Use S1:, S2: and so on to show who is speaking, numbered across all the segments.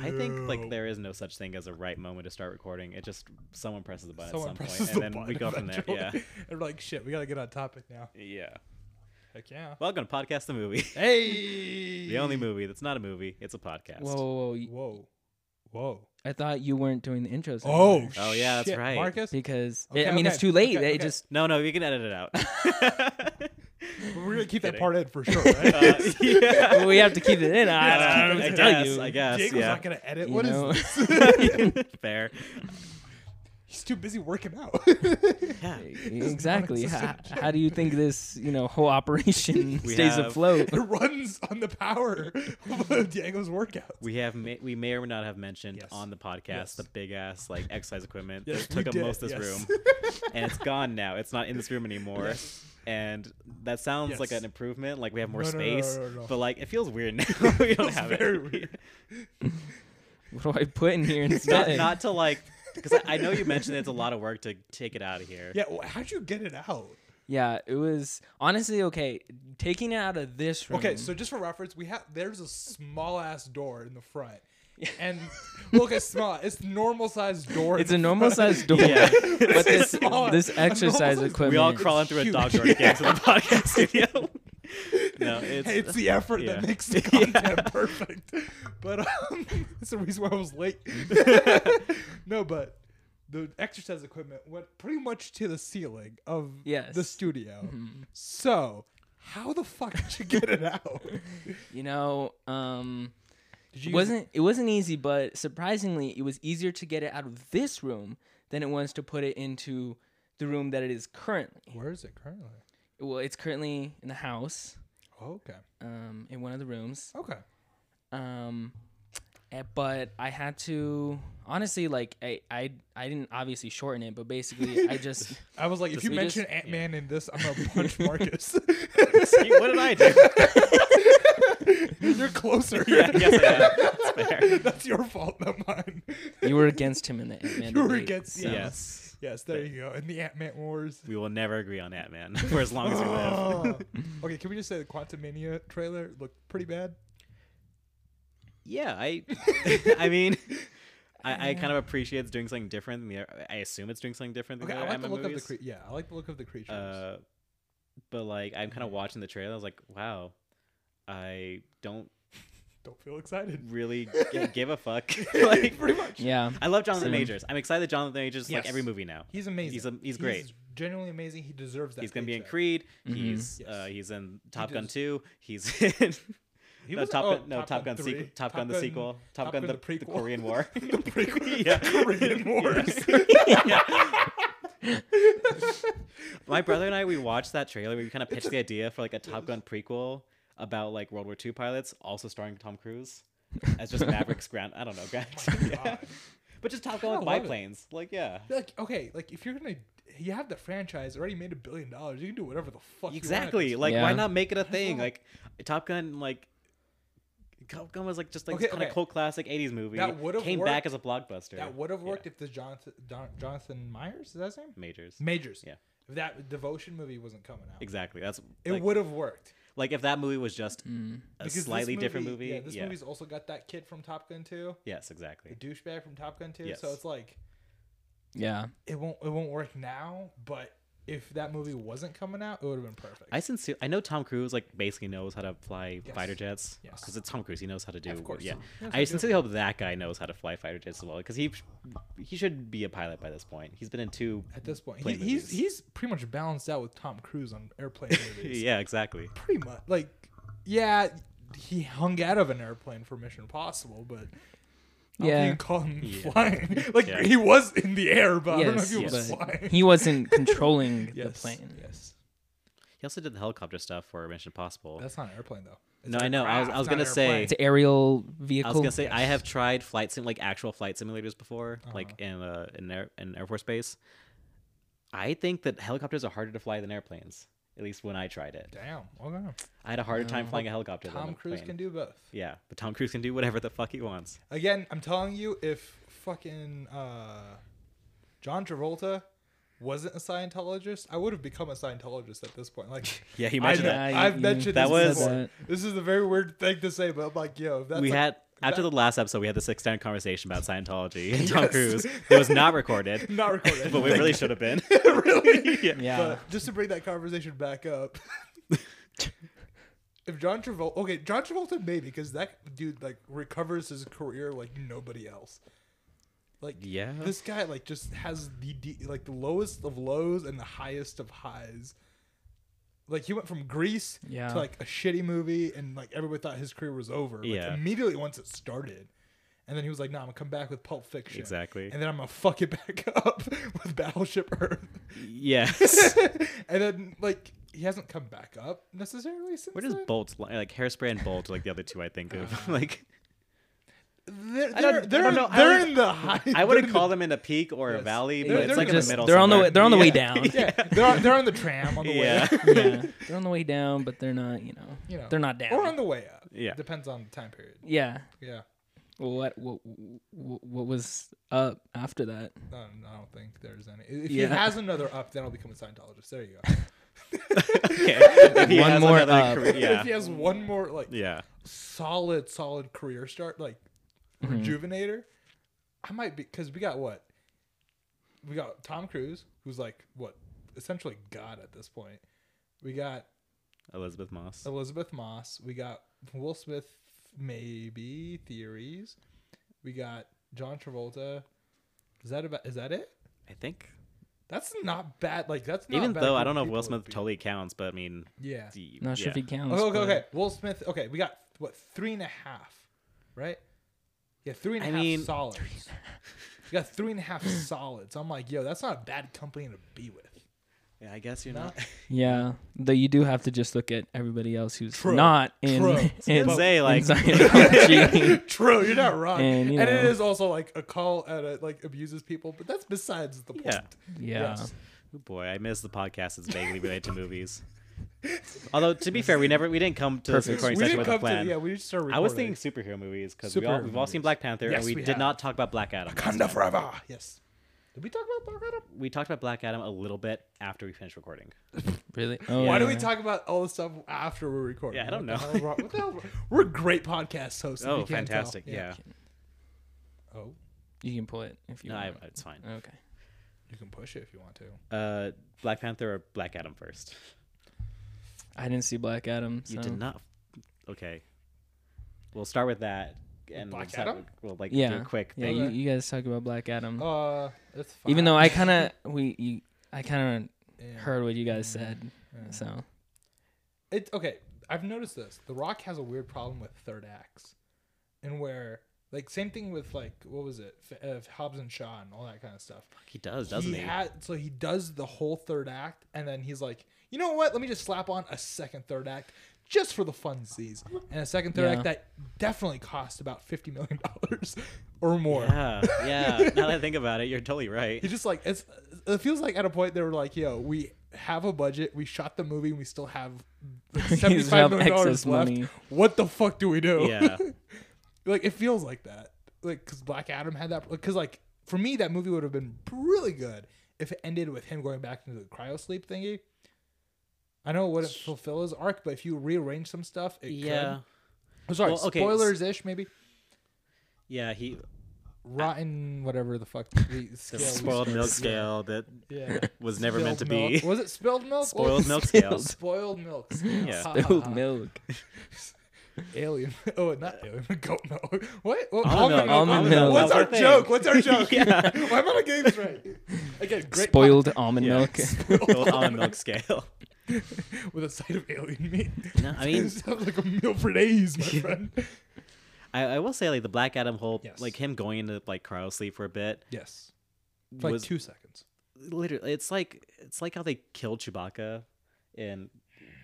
S1: I think like there is no such thing as a right moment to start recording. It just someone presses the button
S2: Someone
S1: at
S2: presses the
S1: some point, and then
S2: button
S1: we go from there. Yeah,
S2: eventually. and we're like, shit, we gotta get on topic now.
S1: yeah.
S2: Heck yeah.
S1: Welcome to podcast the movie.
S2: Hey.
S1: the only movie that's not a movie. It's a podcast.
S3: Whoa, whoa, whoa. You-
S2: Whoa. Whoa.
S3: I thought you weren't doing the intros.
S2: Oh.
S3: anymore.
S1: Oh, yeah, that's
S2: shit,
S1: right.
S2: Marcus.
S3: because
S2: Okay,
S3: I mean,
S2: okay,
S3: it's too late.
S2: okay,
S3: it
S2: okay.
S3: just
S1: No, no, we can edit it out.
S2: We're gonna keep that
S1: Kidding.
S2: part in for sure, right?
S1: Uh, yeah.
S3: we have to keep it in. I, I
S1: Uh,
S3: don't know
S1: I
S3: what to tell
S1: guess.
S3: you.
S1: I guess.
S2: Jacob's
S1: yeah.
S2: not gonna edit.
S3: You
S2: What is
S3: know?
S2: this?
S1: Fair.
S2: He's too busy working out.
S1: Yeah.
S3: exactly. How,
S2: non-existent
S3: how do you think this, you know, whole operation
S1: We
S3: stays
S1: have-
S3: afloat?
S2: it runs on the power of Diego's workout.
S1: We have ma- we may or may not have mentioned
S2: Yes.
S1: on the podcast
S2: Yes.
S1: the big ass like exercise equipment
S2: Yes,
S1: that took
S2: we
S1: up
S2: did,
S1: most of this
S2: yes.
S1: room, and it's gone now. It's not in this room anymore. And that sounds like
S2: Yes.
S1: an improvement. Like we have more
S2: No, no, no, no,
S1: space,
S2: no, no.
S1: but like it feels weird now. we don't
S2: It's
S1: have
S2: very
S1: it.
S2: weird.
S3: What do I put in here
S1: Not,
S3: instead?
S1: not to like, because I, I know you mentioned it's a lot of work to take it out of here.
S2: Yeah, well, how'd you get it out?
S3: yeah, it was honestly okay. Taking it out of this room.
S2: Okay, so just for reference, we have there's a small ass door in the front, and well, okay, small. It's normal sized door.
S3: it's a normal sized door,
S1: Yeah.
S3: but this
S2: Small-
S3: this
S2: a normal
S3: exercise
S2: size- We
S3: equipment.
S1: we all crawl in
S2: it's
S1: through a
S2: huge.
S1: dog door to get to the podcast studio. no, it's,
S2: Hey, it's the effort
S1: yeah.
S2: that makes the content perfect. But um, that's the reason why I was late. no, but the exercise equipment went pretty much to the ceiling of
S3: Yes. Mm-hmm.
S2: the studio. So how the fuck did you get it out?
S3: You know, um,
S2: Did
S3: it wasn't it wasn't easy, but surprisingly, it was easier to get it out of this room than it was to put it into the room that it is currently.
S2: Where is it currently? Oh,
S3: Well, it's currently in the house,
S2: Okay.
S3: um, in one of the rooms.
S2: Okay.
S3: Um, eh, but I had to honestly, like, I I, I didn't obviously shorten it, but basically, I just
S2: I was like, if you
S3: we just-
S2: mention Ant Man in this, I'm gonna punch Marcus.
S1: See, what did I do?
S2: You're closer.
S1: Yeah, yes, I am. It's fair.
S2: That's your fault, not mine.
S3: you were against him in the Ant-Man
S2: You were
S3: debate,
S2: against-
S3: so-
S2: yeah.
S1: Yes.
S2: Yes, there you go. In the Ant Man Wars.
S1: We will never agree on Ant Man for as long as we live.
S2: Oh. okay, can we just say the Quantum Mania trailer looked pretty bad?
S1: Yeah, I. I mean, I, I kind of appreciate it's doing something different than the. I assume it's doing something different than
S2: Okay, I
S1: the
S2: like the
S1: other Ant
S2: look
S1: Man
S2: of the
S1: movies.
S2: cre- yeah, I like the look of the creatures.
S1: uh, but like, I'm kind of watching the trailer. I was like, wow, I don't
S2: Don't feel excited.
S1: really g- give a fuck. like,
S2: pretty much.
S3: yeah.
S1: I love Jonathan
S3: Same.
S1: Majors. I'm excited that Jonathan Majors is like
S2: Yes.
S1: every movie now.
S2: He's amazing.
S1: He's a- he's great.
S2: genuinely amazing. He deserves that.
S1: he's gonna be in
S2: paycheck.
S1: Creed. He's
S2: Mm-hmm. Yes.
S1: uh, he's in Top
S2: He
S1: Gun
S2: does-
S1: Two. He's in
S2: He
S1: no,
S2: was-
S1: Top
S2: oh,
S1: Gun, no Top Gun, sequel,
S2: 3,
S1: Top, Gun, the sequel, Top, Gun, the, the,
S2: prequel.
S1: Korean War.
S2: the prequel.
S1: Yeah.
S2: Korean Wars.
S1: My brother and I we watched that trailer. We kind of pitched the idea for like a Top Gun prequel about like World War II pilots, also starring Tom Cruise as just Maverick's ground. I don't know, guys. Yeah.
S2: Oh God.
S1: But just Top
S2: I
S1: Gun with
S2: love it.
S1: biplanes. Like yeah.
S2: Like, okay, like if you're gonna, you have the franchise already made a billion dollars. You can do whatever the fuck.
S1: Exactly.
S2: You want at this
S1: Like,
S3: Yeah.
S1: why not make it a thing?
S2: not?
S1: Like, Top Gun, like, Top Gun was like just like
S2: Okay,
S1: kind of
S2: okay.
S1: cult classic '80s movie.
S2: That would've
S1: came
S2: worked-
S1: back as a blockbuster.
S2: point. that would have
S1: Yeah.
S2: worked if the Jonathan Don, Jonathan Myers is that his name?
S1: Majors.
S2: Majors.
S1: Yeah.
S2: If that devotion movie wasn't coming out,
S1: Exactly. That's
S2: it
S1: like,
S2: would have worked.
S1: like if that movie was just a
S2: Because this
S1: slightly different movie.
S2: Yeah, this movie's also got that kid from Top Gun 2,
S1: yes, exactly.
S2: the douchebag from Top Gun 2.
S1: Yes.
S2: So it's like
S3: Yeah.
S2: it won't it won't work now, but if that movie wasn't coming out, it would have been perfect.
S1: I sincere. I know Tom Cruise like basically knows how to fly
S2: Yes.
S1: fighter jets
S2: Yes.
S1: because it's Tom Cruise. He knows how to do.
S2: Of course.
S1: Yeah.
S2: He knows how
S1: I
S2: to do
S1: sincerely hope that guy knows how to fly fighter jets as well because he he should be a pilot by this point. He's been in two.
S2: At this point, he,
S1: plane
S2: he's
S1: movies.
S2: he's pretty much balanced out with Tom Cruise on airplane movies.
S1: yeah, exactly.
S2: Pretty much, like yeah, he hung out of an airplane for Mission Impossible, but. I don't think
S3: Yeah.
S2: you can call him
S1: Yeah.
S2: flying. Like
S1: Yeah.
S2: he was in the air, but I don't know if
S3: Yes,
S2: he was
S3: but
S2: flying.
S3: he wasn't controlling the
S2: Yes,
S3: plane.
S2: Yes,
S1: He also did the helicopter stuff for Mission Impossible.
S2: that's not an airplane though. It's
S1: No,
S2: a
S1: I know. I was- I
S2: craft,
S1: was
S2: not an
S1: gonna say-
S2: airplane.
S3: It's an aerial
S1: I
S3: vehicle.
S1: was gonna say I have tried flight sim like actual flight simulators before,
S2: Uh-huh.
S1: like in uh, in air in Air Force Base. I think that helicopters are harder to fly than airplanes. At least when I tried it,
S2: Damn. Okay.
S1: I had a harder time flying a helicopter. than
S2: Uh, Tom
S1: a
S2: Cruise
S1: plane.
S2: can do both.
S1: Yeah, but Tom Cruise can do whatever the fuck he wants.
S2: Again, I'm telling you, if fucking uh, John Travolta wasn't a Scientologist, I would have become a Scientologist at this point. Like,
S1: Yeah, he
S2: I
S1: mentioned
S2: know-
S1: that.
S3: Yeah,
S2: I've
S3: you-
S2: mentioned
S1: that
S2: this
S1: was-
S2: before. This is a very weird thing to say, but I'm like, yo, if that's
S1: we
S2: a-
S1: had After the last episode, we had this extended conversation about Scientology and Tom
S2: Yes.
S1: Cruise. It was not recorded,
S2: Not recorded.
S1: but we really should have been.
S2: really.
S1: Yeah.
S3: Yeah.
S2: But just to bring that conversation back up, if John Travolta, okay, John Travolta maybe because that dude like recovers his career like nobody else. Like
S1: Yeah.
S2: this guy like just has the de- like the lowest of lows and the highest of highs. Like he went from Greece
S3: Yeah.
S2: to like a shitty movie, and like everybody thought his career was over. Like,
S1: Yeah.
S2: immediately once it started, and then he was like, "No, I'm gonna come back with Pulp Fiction."
S1: Exactly.
S2: And then I'm gonna fuck it back up with Battleship Earth.
S1: Yes.
S2: and then like he hasn't come back up necessarily since.
S1: Where does
S2: then.
S1: Bolt li- like hairspray and Bolt like the other two I think of like
S2: They're,
S1: I don't-
S2: they're,
S1: I
S2: they're,
S1: don't know. I
S2: they're
S1: don't-
S2: in the high.
S1: I
S2: they're
S1: wouldn't
S2: in
S1: call
S2: the-
S1: them in a peak or a
S2: Yes.
S1: valley,
S2: Yeah,
S1: but
S2: they're
S1: it's like in the
S3: just
S1: middle.
S3: they're on the way,
S1: somewhere.
S3: they're on the way
S1: Yeah.
S3: down.
S2: Yeah, they're on, they're on the tram on the
S1: Yeah.
S2: way. up,
S3: yeah, they're on the way down, but they're not. You know,
S2: You know,
S3: they're not down.
S2: or on the way up.
S1: Yeah.
S2: depends on the time period.
S3: yeah.
S2: Yeah,
S3: What what what what was up after that?
S2: um, I don't think there's any. If
S3: Yeah.
S2: he has another up, then I'll become a Scientologist. There you go.
S1: Okay. If he
S3: One
S1: has
S3: more
S1: another
S3: up.
S1: career-
S2: if he
S1: Yeah.
S2: has one more like
S1: Yeah.
S2: solid, solid career start, like
S1: Mm-hmm.
S2: rejuvenator, I might be because we got what we got Tom Cruise, who's like what essentially God at this point. We got
S1: Elizabeth Moss.
S2: Elizabeth Moss. We got Will Smith, maybe theories. We got John Travolta. Is that about? Is that it?
S1: I think
S2: That's not bad. Like that's not
S1: even
S2: bad
S1: though
S2: for
S1: I don't know if
S2: people
S1: Will
S2: to
S1: Smith
S2: be-
S1: totally counts, but I mean,
S2: Yeah.
S1: the-
S3: Not sure if
S1: yeah.
S3: he counts.
S2: Okay, okay,
S3: but-
S2: okay. Will Smith. Okay, we got what three and a half, right? Yeah, three and a
S1: I
S2: half
S1: mean-
S2: solids. we got three and a half solids. I'm like, yo, that's not a bad company to be with.
S1: Yeah, I guess you're
S2: No.
S1: not.
S3: Yeah, though you do have to just look at everybody else who's
S2: True.
S3: not in
S2: True.
S3: in,
S1: But- Say,
S3: in
S1: like-
S3: Scientology.
S2: True, you're not wrong.
S3: And,
S2: And,
S3: you
S2: it
S3: know.
S2: is also like a call at a, like abuses people, but that's besides the point.
S1: Yeah.
S3: yeah,
S2: Yes.
S1: Oh boy, I miss the podcast that's vaguely related to movies. Although to be fair, we never we didn't come to this
S3: Perfect.
S1: recording
S2: We
S1: session
S2: didn't
S1: with a
S2: come to
S1: plan.
S2: yeah, we just started
S1: I
S2: recording.
S1: was thinking superhero movies because we all,
S2: Superhero
S1: we've all seen Black Panther and
S2: Yes,
S1: we,
S2: we
S1: did
S2: have.
S1: not talk about Black Adam.
S2: Wakanda forever. Yes. Did we talk about Black Adam?
S1: We talked about Black Adam a little bit after we finished recording.
S3: really. Oh,
S2: Why do
S3: yeah.
S2: we talk about all the stuff after we're recording?
S1: Yeah, I don't
S2: What the hell
S1: know.
S2: wrong- what the hell wrong- We're great podcast hosts. if
S1: Oh,
S2: you can't tell.
S1: fantastic! Yeah,
S2: Oh,
S3: You can pull it if you
S1: no, I,
S3: want.
S1: it's fine.
S3: okay.
S2: you can push it if you want to.
S1: Uh, Black Panther or Black Adam first?
S3: I didn't see Black Adam. So.
S1: You did not. Okay, we'll start with that and we'll
S2: Black
S1: just have-
S2: Adam?
S1: We'll like do
S3: Yeah.
S1: a quick
S3: Yeah,
S1: thing.
S3: you, you guys talk about Black Adam.
S2: Uh, that's fine.
S3: Even though I kind of we you, I kind
S2: Yeah. Mm.
S3: of heard what you guys said. So
S2: it okay, I've noticed this. The Rock has a weird problem with third acts, and where like same thing with like what was it, F- uh, Hobbs and Shaw and all that kind of stuff.
S1: He does, doesn't he?
S2: had- so he does the whole third act, and then he's like, you know what? Let me just slap on a second third act just for the funsies, and a second third
S3: Yeah.
S2: act that definitely cost about fifty million dollars or more.
S1: Yeah, yeah. now that I think about it, you're totally right.
S2: It's just like it's. It feels like at a point they were like, "Yo, we have a budget. We shot the movie. and We still have
S3: You still
S2: seventy-five million
S3: have
S2: dollars
S3: excess
S2: left.
S3: money.
S2: What the fuck do we do?"
S1: Yeah,
S2: like it feels like that. Like because Black Adam had that. Because like for me, that movie would have been really good if it ended with him going back into the cryo sleep thingy. I know it wouldn't fulfill his arc, but if you rearrange some stuff, it
S1: yeah,
S2: could. I'm sorry,
S1: Well, okay, s-
S2: spoilers ish, maybe
S1: yeah. He
S2: rotten, whatever the fuck. The
S1: the
S2: scale we
S1: spoiled
S2: started.
S1: milk scale that
S2: Yeah.
S1: was never meant to
S2: Spilled
S1: be.
S2: milk. Was it spilled milk?
S1: Spoiled milk
S3: Spilled.
S1: scales.
S2: Spoiled milk.
S1: Yeah.
S3: spilled milk.
S2: Alien. Oh, not alien. Goat milk. What? What?
S1: Almond milk.
S3: Almond milk.
S2: What's our
S1: That's our
S2: joke?
S1: thing.
S2: What's our joke?
S1: Yeah.
S2: Why am I not getting this right? Again, great
S3: Spoiled almond
S1: Yeah.
S3: milk.
S1: Spoiled almond milk scale.
S2: pot with a side of alien meat.
S1: No, I mean-
S2: sounds like a meal for days, my friend.
S1: I, I will say like the Black Adam whole
S2: Yes.
S1: like him going into like cryo sleep for a bit
S2: Yes. For like
S1: was
S2: two seconds.
S1: literally it's like it's like how they killed Chewbacca in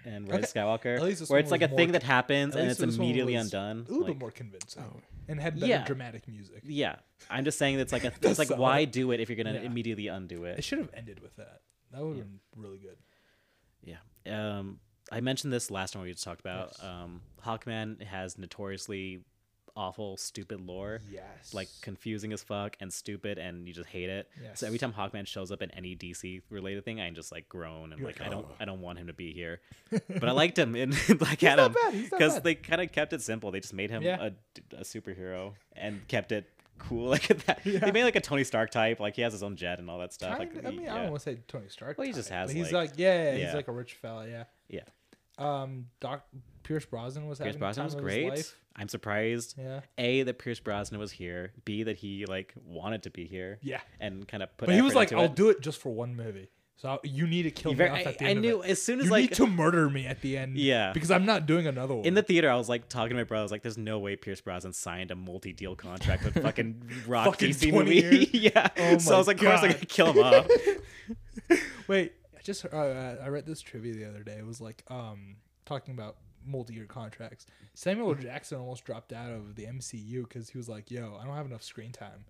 S1: and Rise
S2: Okay.
S1: of Skywalker
S2: At least this
S1: where
S2: one
S1: it's like a
S2: was
S1: thing
S2: more-
S1: that happens
S2: at
S1: and
S2: least
S1: it's
S2: this one
S1: immediately
S2: was
S1: undone.
S2: A little
S1: like,
S2: bit more convincing
S1: Oh.
S2: and had better
S1: Yeah.
S2: dramatic music.
S1: Yeah, I'm just saying that's like a it's like
S2: solid.
S1: why do it if you're gonna
S2: Yeah.
S1: immediately undo
S2: It
S1: it?
S2: should have ended with that. That would have been really good.
S1: Yeah. Um, I mentioned this last time we just talked about.
S2: Yes.
S1: Um, Hawkman has notoriously awful, stupid lore.
S2: Yes.
S1: Like confusing as fuck and stupid, and you just hate it. So every
S2: Yes.
S1: time Hawkman shows up in any DC related thing, I just like groan and
S2: You're
S1: like,
S2: like,
S1: I don't,
S2: "Oh."
S1: I don't want him to be here. But I liked him in Black
S2: He's
S1: Adam
S2: not bad. He's not
S1: because
S2: bad.
S1: they kind of kept it simple. They just made him
S2: Yeah.
S1: a, a superhero and kept it cool like that. They made like a Tony Stark type, like he has his own jet and all that stuff.
S2: Kinda-
S1: like,
S2: I
S1: he-
S2: mean, I
S1: yeah.
S2: don't want to say Tony Stark.
S1: Well, he just
S2: type,
S1: has,
S2: but he's
S1: like-
S2: like, yeah,
S1: yeah.
S2: he's like a rich fella, yeah.
S1: yeah.
S2: Um, Doc Pierce Brosnan was
S1: Pierce
S2: having the time
S1: Brosnan was
S2: of his
S1: great.
S2: life.
S1: I'm surprised.
S2: Yeah,
S1: A that Pierce Brosnan was here. B that he like wanted to be here.
S2: yeah.
S1: And kind of put.
S2: But he was
S1: effort
S2: like,
S1: into
S2: "I'll
S1: it.
S2: do it just for one movie." So I- you need to kill
S1: He
S2: me
S1: very-
S2: off
S1: I,
S2: at the
S1: I
S2: end. of
S1: knew
S2: it.
S1: as soon as
S2: You
S1: like
S2: need to murder me at the end.
S1: Yeah.
S2: because I'm not doing another one.
S1: In the theater, I was like talking to my brother. I was like, "There's no way Pierce Brosnan signed a multi-deal contract with fucking Rock
S2: Fucking
S1: DC
S2: 20
S1: movie."
S2: years.
S1: yeah.
S2: Oh
S1: so I
S2: my
S1: was like, "Of course, I
S2: God.
S1: gotta kill him off."
S2: Wait, I just uh, uh, I read this trivia the other day. It was like um talking about multi-year contracts. Samuel
S1: Mm-hmm.
S2: L. Jackson almost dropped out of the MCU because he was like, "Yo, I don't have enough screen time,"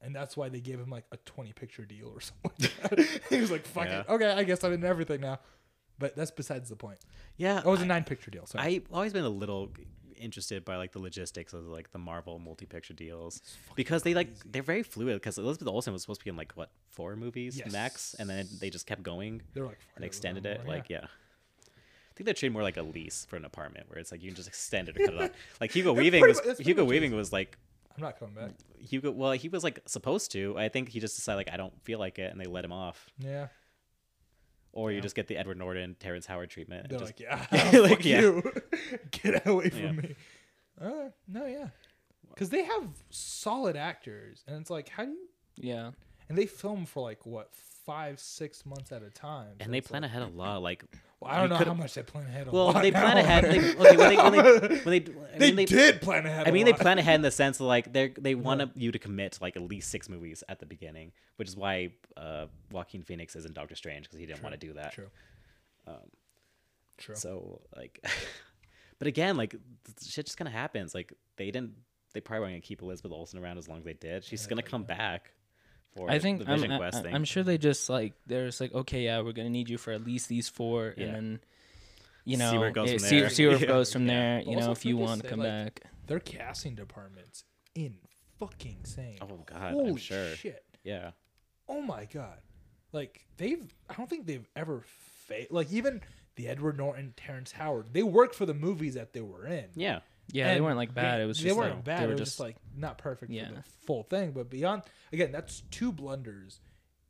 S2: and that's why they gave him like a twenty-picture deal or something. Like that. he was like, "Fuck
S1: Yeah.
S2: it, okay, I guess I'm in everything now." But that's besides the point.
S1: yeah.
S2: Oh, it was a nine-picture deal. Sorry.
S1: I've always been a little interested by like the logistics of like the Marvel multi-picture deals because they like they're very fluid. Because Elizabeth Olsen was supposed to be in like what four movies
S2: Yes.
S1: max, and then they just kept going
S2: They're like oh,
S1: and extended it. Like yeah. I think they treat more like a lease for an apartment where it's like you can just extend it or cut it off. Like Hugo Weaving
S2: pretty
S1: was
S2: mu- that's pretty
S1: Hugo
S2: much it.
S1: Weaving was like
S2: I'm not coming back.
S1: Hugo. Well, he was like supposed to. I think he just decided like I don't feel like it, and they let him off.
S2: Yeah,
S1: Or you just get the Edward Norton, Terrence Howard treatment. and
S2: they're like,
S1: just-
S2: yeah,
S1: like,
S2: fuck
S1: yeah.
S2: you, get away from
S1: Yeah.
S2: me. Uh, no, yeah, because they have solid actors, and it's like, how do you?
S3: Yeah.
S2: And they film for like what five, six months at a time.
S1: and they plan ahead a lot. Like,
S2: Well, I don't
S1: you
S2: know
S1: could-
S2: how much they plan ahead. A
S1: Well,
S2: lot
S1: they plan
S2: now.
S1: ahead. They, okay, when they when they when they, I
S2: they,
S1: mean, they-
S2: did plan ahead.
S1: I mean,
S2: a
S1: they
S2: lot.
S1: plan ahead in the sense of like they they want you to commit to like at least six movies at the beginning, which is why uh, Joaquin Phoenix is in Doctor Strange because he didn't want to do that. Um,
S2: True. True.
S1: So like, but again, like th- shit just kind of happens. Like they didn't. They probably weren't gonna keep Elizabeth Olsen around as long as they did. She's gonna come back for
S3: I think
S1: the Vision
S3: I'm, I-
S1: Quest
S3: I-
S1: thing.
S3: I'm sure they just like they're just like okay yeah we're gonna need you for at least these four
S1: Yeah.
S3: and then you
S1: See
S3: know
S1: where it goes
S3: eh,
S1: from
S3: see,
S1: there.
S3: see where
S1: Yeah.
S3: it goes from
S1: Yeah.
S3: there
S2: But
S3: you know
S2: also
S3: if you
S2: people
S3: want to
S2: say,
S3: come
S2: like,
S3: back
S2: Their casting departments in fucking sane.
S1: Oh, God, I'm
S2: Holy
S1: sure.
S2: Shit.
S1: yeah.
S2: oh my god like they've i don't think they've ever failed like even the edward norton terrence howard they worked for the movies that they were in
S1: Yeah.
S3: yeah they
S2: And
S3: weren't like bad it was
S2: they
S3: just
S2: weren't
S3: like,
S2: bad
S3: they were
S2: it was
S3: just
S2: just like not perfect
S3: Yeah.
S2: for the full thing but beyond again that's two blunders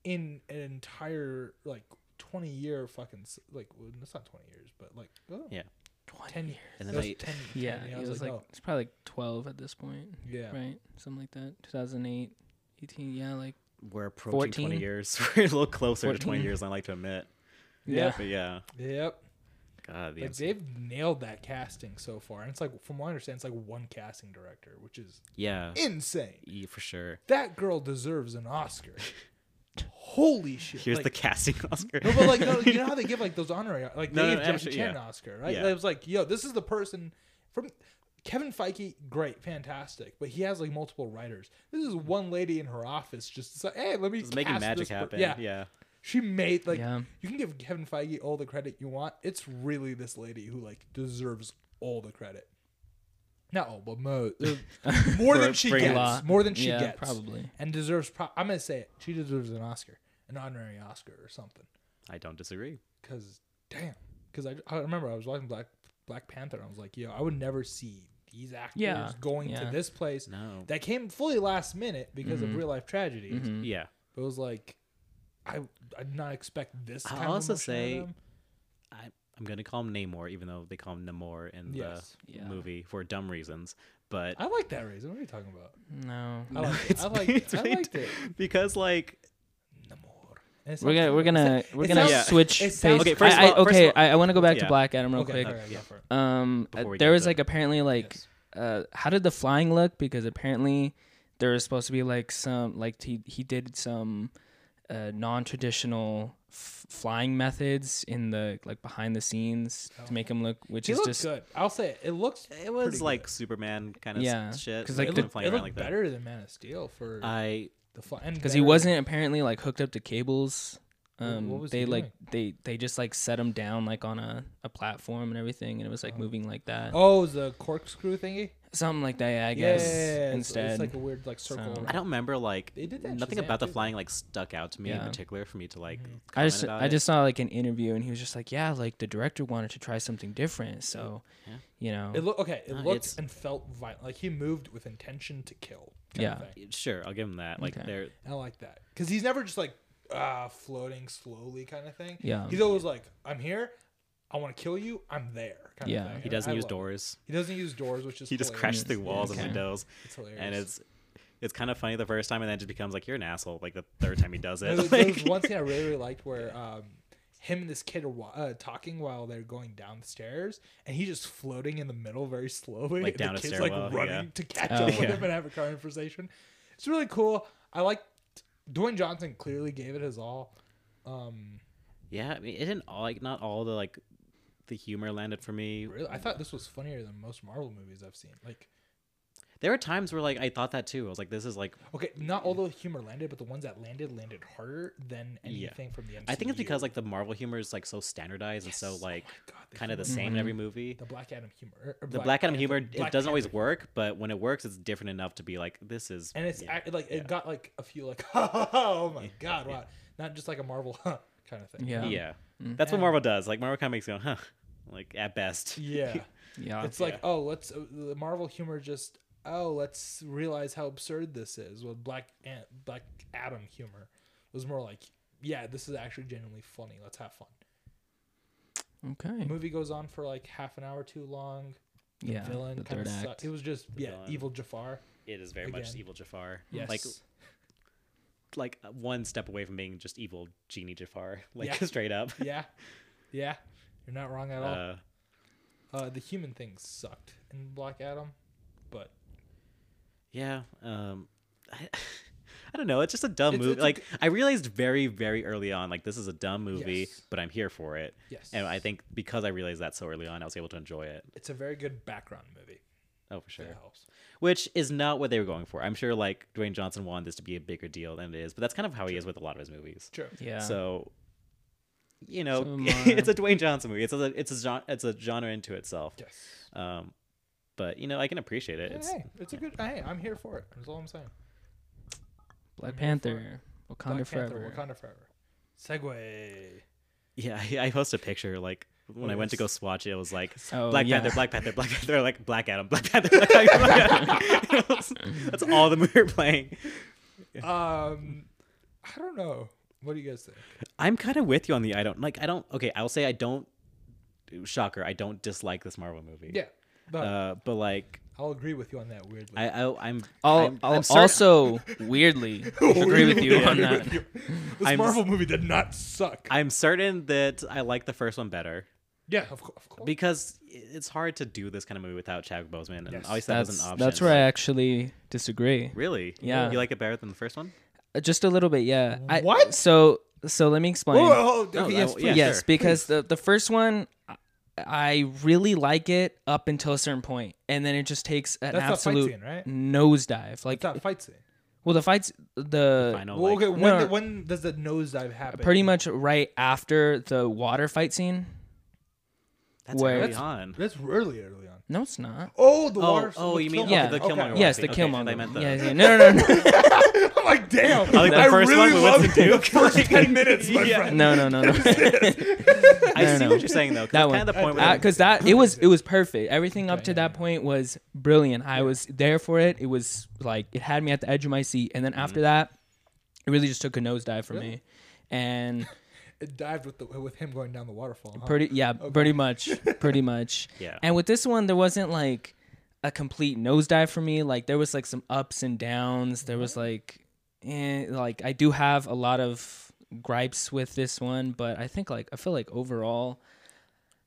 S2: in an entire like 20 year fucking s- like well, it's not 20 years but like oh,
S1: Yeah.
S2: 10 years
S1: And then they-
S2: 10,
S3: yeah
S2: 10
S3: it
S2: years. I
S3: was, like
S2: oh,
S3: it's probably like 12 at this point
S2: yeah
S3: right something like that 2008 18 yeah like
S1: We're approaching 20
S3: 14?
S1: years. We're a little closer to 20
S3: 14?
S1: years than I like to admit.
S3: yeah,
S1: But yeah.
S2: yep
S1: God, the
S2: like
S1: MC
S2: they've nailed that casting so far and it's like from what i understand it's like one casting director which is
S1: Yeah.
S2: insane
S1: E for sure.
S2: that girl deserves an Oscar. Holy shit!
S1: Here's
S2: like,
S1: the casting Oscar.
S2: no, but like no, you know how they give like those honorary like they
S1: No, no,
S2: gave
S1: no, I'm
S2: Jackie
S1: sure-
S2: Chan
S1: yeah.
S2: an Oscar, right?
S1: Yeah.
S2: It was like, yo, this is the person from Kevin Feige, great, fantastic, but he has like multiple writers. This is one lady in her office just decide, hey, let me
S1: It's making
S2: cast
S1: magic
S2: this per-"
S1: happen.
S2: yeah,
S1: yeah.
S2: she made like
S3: Yeah.
S2: you can give Kevin Feige all the credit you want. It's really this lady who like deserves all the credit. Not all, but mo- er, more than she
S1: for a
S2: gets.
S3: lot.
S2: More than she
S3: Yeah,
S2: gets,
S3: probably.
S2: and deserves. Pro- I'm gonna say it. She deserves an Oscar, an honorary Oscar or something.
S1: I don't disagree.
S2: Cause damn, cause I, I remember I was watching Black Black Panther. and I was like, yo, I would never see these actors
S3: Yeah,
S2: going
S3: yeah. Mm-hmm.
S2: to this place
S1: No.
S2: that came fully last minute because of real life tragedies.
S1: yeah.
S2: But it was like, I I did not expect this.
S1: I'll
S2: Kind of emotion
S1: also
S2: out of
S1: say-
S2: them.
S1: I, I'm gonna call him Namor, even though they call him Namor in
S2: Yes.
S1: the
S3: Yeah.
S1: movie for dumb reasons. But
S2: I like that reason. What are you talking about?
S3: no
S2: I like it. I liked it. I liked it.
S1: because like
S2: Namor. And it
S3: we're gonna
S2: sounds-
S3: we're
S2: it
S3: gonna
S2: sounds-
S3: we're
S2: it
S3: gonna
S2: sounds-
S3: switch
S2: it
S3: pace.
S2: sounds-
S1: Okay,
S3: okay
S1: first of
S3: I,
S1: all- first of
S3: okay
S1: all-
S3: I, I want to go back
S1: yeah.
S3: to Black Adam real
S2: okay,
S3: quick
S2: all right, go for it.
S3: um uh,
S1: Before we get
S3: there was
S1: into
S3: like apparently like
S2: Yes.
S3: uh how did the flying look because apparently there was supposed to be like some like he he did some uh non-traditional f- flying methods in the like behind the scenes to make him look which
S2: Oh. He
S3: is
S2: looked
S3: just
S2: good. I'll say it. It looks.
S1: it was
S2: pretty
S1: like
S2: good.
S1: Superman kind of
S3: Yeah,
S1: shit.
S3: 'cause,
S2: It
S3: like,
S1: him
S2: looked,
S1: flying
S2: it
S1: around
S2: looked
S1: like that. Uh,
S2: better than Man of Steel for
S1: I
S2: the fly.
S3: because he wasn't apparently like hooked up to cables um
S2: what was
S3: they
S2: he
S3: like they they just like set him down like on a, a platform and everything and it was like moving like that
S2: Oh, it was the corkscrew thingy.
S3: something like that. Yeah, I guess
S2: it's-
S3: instead.
S2: it's like a weird like circle.
S3: So-
S1: I don't remember like
S2: They did that in
S1: nothing
S2: Shazam,
S1: about the
S2: too.
S1: flying like stuck out to me in
S3: Yeah.
S1: particular for me to like.
S3: I
S1: comment
S3: just
S1: about
S3: I
S1: it.
S3: just saw like an interview and he was just like, yeah, like the director wanted to try something different, so
S1: Yeah.
S3: you know,
S2: It looked okay. It
S1: Uh,
S2: looked
S1: it's-
S2: and felt violent. Like he moved with intention to kill. Kind Of
S3: Yeah.
S2: thing.
S1: sure I'll give him that. Like
S3: Okay.
S1: they're
S2: And I like that because he's never just like ah floating slowly kind of thing.
S3: Yeah.
S2: He's always like, I'm here. I want to kill you. I'm there. Kind
S3: Yeah.
S2: Of thing.
S1: he
S2: And
S1: doesn't
S2: I
S1: use
S2: love it.
S1: doors.
S2: He doesn't use doors, which is
S1: He just
S2: hilarious.
S1: crashes through walls
S3: Okay.
S1: and windows,
S2: It's hilarious.
S1: and it's it's kind of funny the first time, and then it just becomes like you're an asshole. Like the third time he does
S2: There was,
S1: it.
S2: there was
S1: Like,
S2: one scene I really, really liked where um, him and this kid are wa- uh, talking while they're going down the stairs, and he's just floating in the middle very slowly.
S1: Like
S2: and
S1: down a
S2: the kid's
S1: stairwell,
S2: like running
S1: yeah.
S2: to catch
S3: Oh,
S2: up with
S1: yeah.
S2: him and have a conversation. It's really cool. I like Dwayne Johnson clearly gave it his all. Um,
S1: yeah, I mean, it didn't all like not all the like the humor landed for me.
S2: really, I thought this was funnier than most Marvel movies I've seen. Like,
S1: There were times where like I thought that too. I was like, this is like
S2: okay, not all the humor landed, but the ones that landed landed harder than
S1: Yeah.
S2: anything from the MCU.
S1: I think it's because like the Marvel humor is like so standardized and so like
S2: Oh God, the
S1: kind of the
S2: humor- Mm-hmm.
S1: same in every movie.
S2: the Black Adam humor. or- or
S1: the Black Adam
S2: Panther-
S1: humor
S2: Black
S1: it doesn't always
S2: Panther
S1: work, but when it works, it's different enough to be like this is.
S2: and it's
S1: yeah.
S2: act- like
S1: yeah.
S2: it got like a few like oh my god wow not just like a marvel huh, kind of thing
S3: yeah, yeah,
S1: yeah,
S2: Mm.
S1: that's what Marvel does. Like Marvel kind of makes you go, huh? Like at best,
S2: yeah it's like oh let's uh, the marvel humor just oh let's realize how absurd this is well black Ant, black adam humor was more like yeah this is actually genuinely funny let's have fun the
S3: okay,
S2: movie goes on for like half an hour too long the
S3: yeah.
S2: villain
S3: the
S2: kind
S3: third
S2: of
S3: act.
S2: sucked. it was just yeah
S1: villain.
S2: evil jafar
S1: it is very much
S2: Again.
S1: evil Jafar.
S2: yes
S1: like like one step away from being just evil genie Jafar, like
S2: Yeah.
S1: straight up.
S2: yeah yeah you're not wrong at all
S1: Uh,
S2: Uh, the human thing sucked in Black Adam, but
S1: yeah, um, I, I don't know. It's just a dumb
S2: It's-
S1: movie.
S2: it's a
S1: like I realized very very early on, like this is a dumb movie,
S2: Yes.
S1: but I'm here for it.
S2: yes,
S1: And I think because I realized that so early on, I was able to enjoy it.
S2: it's a very good background movie.
S1: Oh, for sure.
S2: That helps.
S1: which is not what they were going for. I'm sure like Dwayne Johnson wanted this to be a bigger deal than it is, but that's kind of how he is with a lot of his movies.
S2: True.
S3: yeah.
S1: So, you know,
S3: Some of 'em
S1: it's a Dwayne Johnson movie. It's a it's a genre, it's a genre into itself.
S2: Yes.
S1: Um, but you know, I can appreciate it. It's,
S2: hey, it's a good. Hey, I'm here for it. That's all I'm saying.
S3: Black
S2: I'm here for
S3: Panther, Wakanda
S2: Black
S3: Forever.
S2: Panther, Wakanda Forever. Segway.
S1: yeah, I, I posted a picture like when I went to go swatch it. It was like
S3: Oh,
S1: Black
S3: yeah.
S1: Panther, Black Panther, Black Panther, like Black Adam, Black Panther. Black Panther, Black Adam. that's all the movie we're playing.
S2: Um, I don't know. What do you guys think?
S1: I'm kind of with you on the I don't like I don't okay I'll say I don't shocker I don't dislike this Marvel movie
S2: Yeah, but
S1: uh, but like
S2: I'll agree with you on that. Weirdly,
S1: I, I I'm
S3: I'll,
S1: I'm,
S3: I'll
S1: I'm certain-
S3: also weirdly agree with you on
S2: Agree
S3: that.
S2: with you. This
S1: I'm-
S2: Marvel movie did not suck.
S1: I'm certain that I like the first one better
S2: yeah, of, cour- of course.
S1: because it's hard to do this kind of movie without Chadwick Boseman and
S2: Yes.
S1: obviously that was
S3: That's
S1: an option.
S3: that's where I actually disagree.
S1: Really?
S3: Yeah.
S1: You like it better than the first one?
S3: Uh, Just a little bit, yeah. I,
S2: What?
S3: So so let me explain.
S2: Whoa, whoa, whoa,
S1: No,
S2: Oh, okay,
S1: I-
S2: yes,
S1: yeah,
S2: please.
S3: yes,
S1: sure.
S3: because the the first one, I- I really like it up until a certain point, and then it just takes
S2: That's
S3: an
S2: not fight
S3: absolute
S2: scene, right?
S3: nosedive. Like,
S2: It's not a fight scene.
S3: well, the fights, the
S1: Final.
S2: Well,
S1: like,
S2: okay, when,
S3: no,
S2: the-
S3: no.
S2: when does the nosedive happen?
S3: pretty much right after the water fight scene.
S1: That's
S3: where-
S1: early
S3: That's-
S1: on.
S2: That's really early on.
S3: No, it's not.
S2: Oh, the
S1: Oh,
S2: water.
S1: oh,
S2: the
S1: you mean
S2: Killmonger.
S3: Yeah.
S1: the
S2: Okay.
S1: Killmonger?
S3: Yes, the
S1: Okay, I
S3: Killmonger.
S1: thought you meant the-
S3: yeah, yeah. No, no, no,
S2: I'm like, damn.
S1: I like Oh, the
S2: I
S1: first one
S2: really
S1: with
S2: loved
S1: Winston
S2: the
S1: Duke.
S2: first ten minutes, my
S1: Yeah.
S2: friend.
S3: no, no, no, no.
S1: I
S3: No,
S1: see
S3: no.
S1: what you're saying though. 'cause
S3: That
S1: that's
S3: one.
S1: kind of the point where
S3: Because that it was it was perfect. Everything up to that point was brilliant. I was there for it. It was like it had me at the edge of my seat, and then
S1: Mm-hmm.
S3: after that, it really just took a nosedive for me, and.
S2: It dived with the with him going down the waterfall. Huh?
S3: Pretty yeah, pretty much, pretty much.
S1: Yeah.
S3: And with this one, there wasn't like a complete nosedive for me. Like there was like some ups and downs. There was like, eh, like I do have a lot of gripes with this one, but I think like I feel like overall,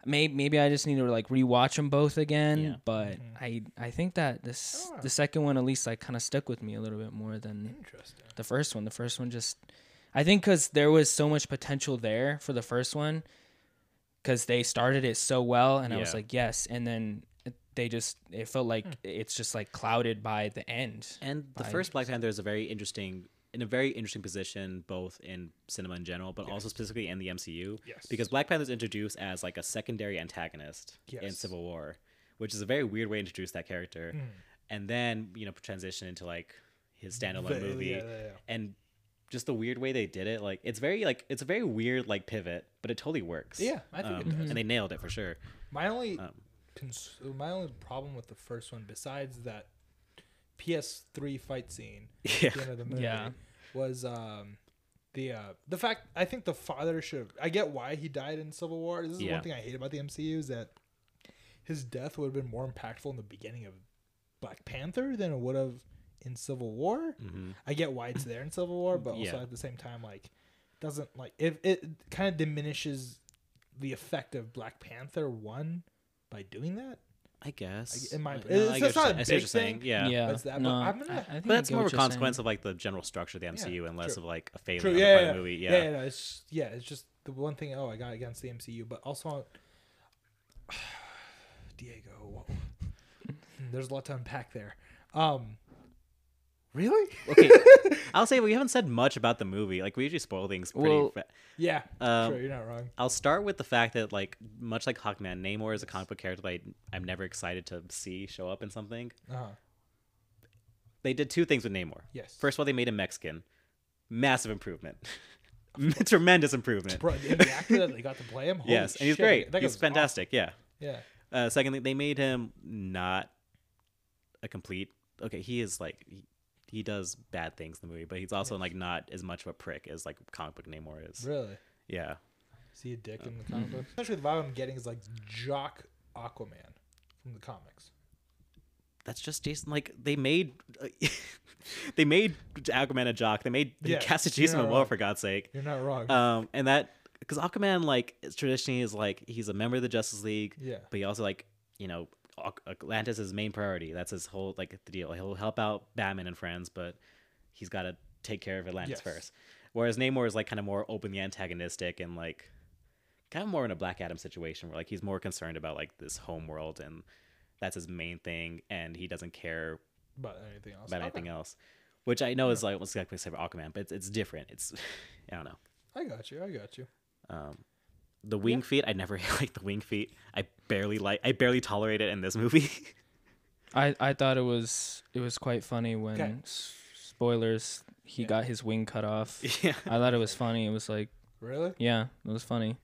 S3: maybe maybe I just need to like rewatch them both again.
S1: Yeah.
S3: But I I think that this the second one at least like kind of stuck with me a little bit more than
S2: Interesting.
S3: the first one. The first one just, I think, because there was so much potential there for the first one, because they started it so well, and I was
S1: Yeah.
S3: like, yes, and then it- they just, it felt like it's just like clouded by the end.
S1: And the
S3: by-
S1: first Black Panther is a very interesting, in a very interesting position, both in cinema in general, but also specifically in the MCU.
S2: Yes.
S1: Because Black Panther is introduced as like a secondary antagonist in
S2: Yes. Mm.
S1: Civil War, which is a very weird way to introduce that character. and then you know transition into like his standalone
S2: The-
S1: movie
S2: uh, yeah, yeah, yeah.
S1: and just the weird way they did it like it's very like it's a very weird like pivot but it totally works
S2: Yeah, I think it
S1: Um,
S2: does.
S1: and they nailed it for sure
S2: My only
S1: Um.
S2: cons- my only problem with the first one, besides that PS3 fight scene
S1: Yeah.
S2: at the end of the movie,
S3: Yeah.
S2: was um, the uh, the fact I think the father should. have I get why he died in Civil War. This is
S1: Yeah.
S2: one thing I hate about the MCU is that his death would have been more impactful in the beginning of Black Panther than it would have in Civil War.
S1: Mm-hmm.
S2: I get why it's there in Civil War, but also
S1: Yeah.
S2: at the same time, like, doesn't like if it kind of diminishes the effect of Black Panther one by doing that.
S1: i guess
S2: I- in my-
S1: I- no,
S2: it's-
S1: I
S2: it's
S1: get
S2: not
S1: what you're
S2: a
S1: saying. I see what
S2: big
S1: you're saying
S2: thing.
S1: yeah
S3: yeah.
S2: That's that, but
S3: no,
S2: I'm gonna-
S3: I- I think
S1: but
S3: I
S1: that's
S3: get
S1: more of
S3: what
S1: a
S3: you're saying.
S1: consequence of like the general structure of the mcu and less
S2: true.
S1: of like a failure
S2: True.
S1: on the
S2: Yeah.
S1: part of
S2: yeah,
S1: the movie
S2: yeah. yeah, no, it's yeah. It's just the one thing. Oh, I got against the MCU, but also Diego. whoa. There's a lot to unpack there. Um, really?
S1: okay i'll say we haven't said much about the movie like we usually spoil things pretty
S3: Well-
S1: fa-
S2: yeah.
S1: Um,
S2: sure, you're not wrong.
S1: I'll start with the fact that, like, much like Hawkman, Namor is a comic book character that I, I'm never excited to see show up in something.
S2: Uh-huh.
S1: They did two things with Namor.
S2: Yes.
S1: First of all, they made him Mexican. Massive improvement. Tremendous improvement.
S2: Bro, and the actor that they got to play him. Holy
S1: yes, and he's
S2: shit,
S1: great.
S2: that
S1: He's
S2: guy's awesome.
S1: fantastic. Yeah.
S2: Yeah.
S1: Uh, secondly, they made him not a complete. Okay, he is like he, he does bad things in the movie, but he's also like not as much of a prick as like comic book Namor is.
S2: Really.
S1: Yeah.
S2: Is he a dick in the comic book? Oh. Especially the vibe I'm getting is like Jock Aquaman from the comics.
S1: that's just Jason. Like they made, they made Aquaman a jock. They made they
S2: Yeah,
S1: casted
S2: you're
S1: Jason
S2: not
S1: Momoa
S2: wrong.
S1: for God's sake.
S2: You're not wrong.
S1: Um, and that because Aquaman like is traditionally is like he's a member of the Justice League.
S2: Yeah.
S1: But he also like you know Ac- Atlantis is his main priority. That's his whole like the deal. He'll help out Batman and friends, but he's got to take care of Atlantis
S2: Yes.
S1: first. Whereas Namor is like kind of more openly antagonistic and like kind of more in a Black Adam situation where like he's more concerned about like this home world and that's his main thing and he doesn't care
S2: about anything else?
S1: about anything else. Which I know is like what's like we said about Aquaman, but it's, it's different. It's I don't know.
S2: I got you. I got you.
S1: Um, the wing feet, I never liked the wing feet. I barely like I barely tolerate it in this movie.
S3: I, I thought it was it was quite funny when
S2: Okay.
S3: s- spoilers he got his wing cut off.
S1: yeah.
S3: I thought it was funny. It was like
S2: Really?
S3: yeah, it was funny.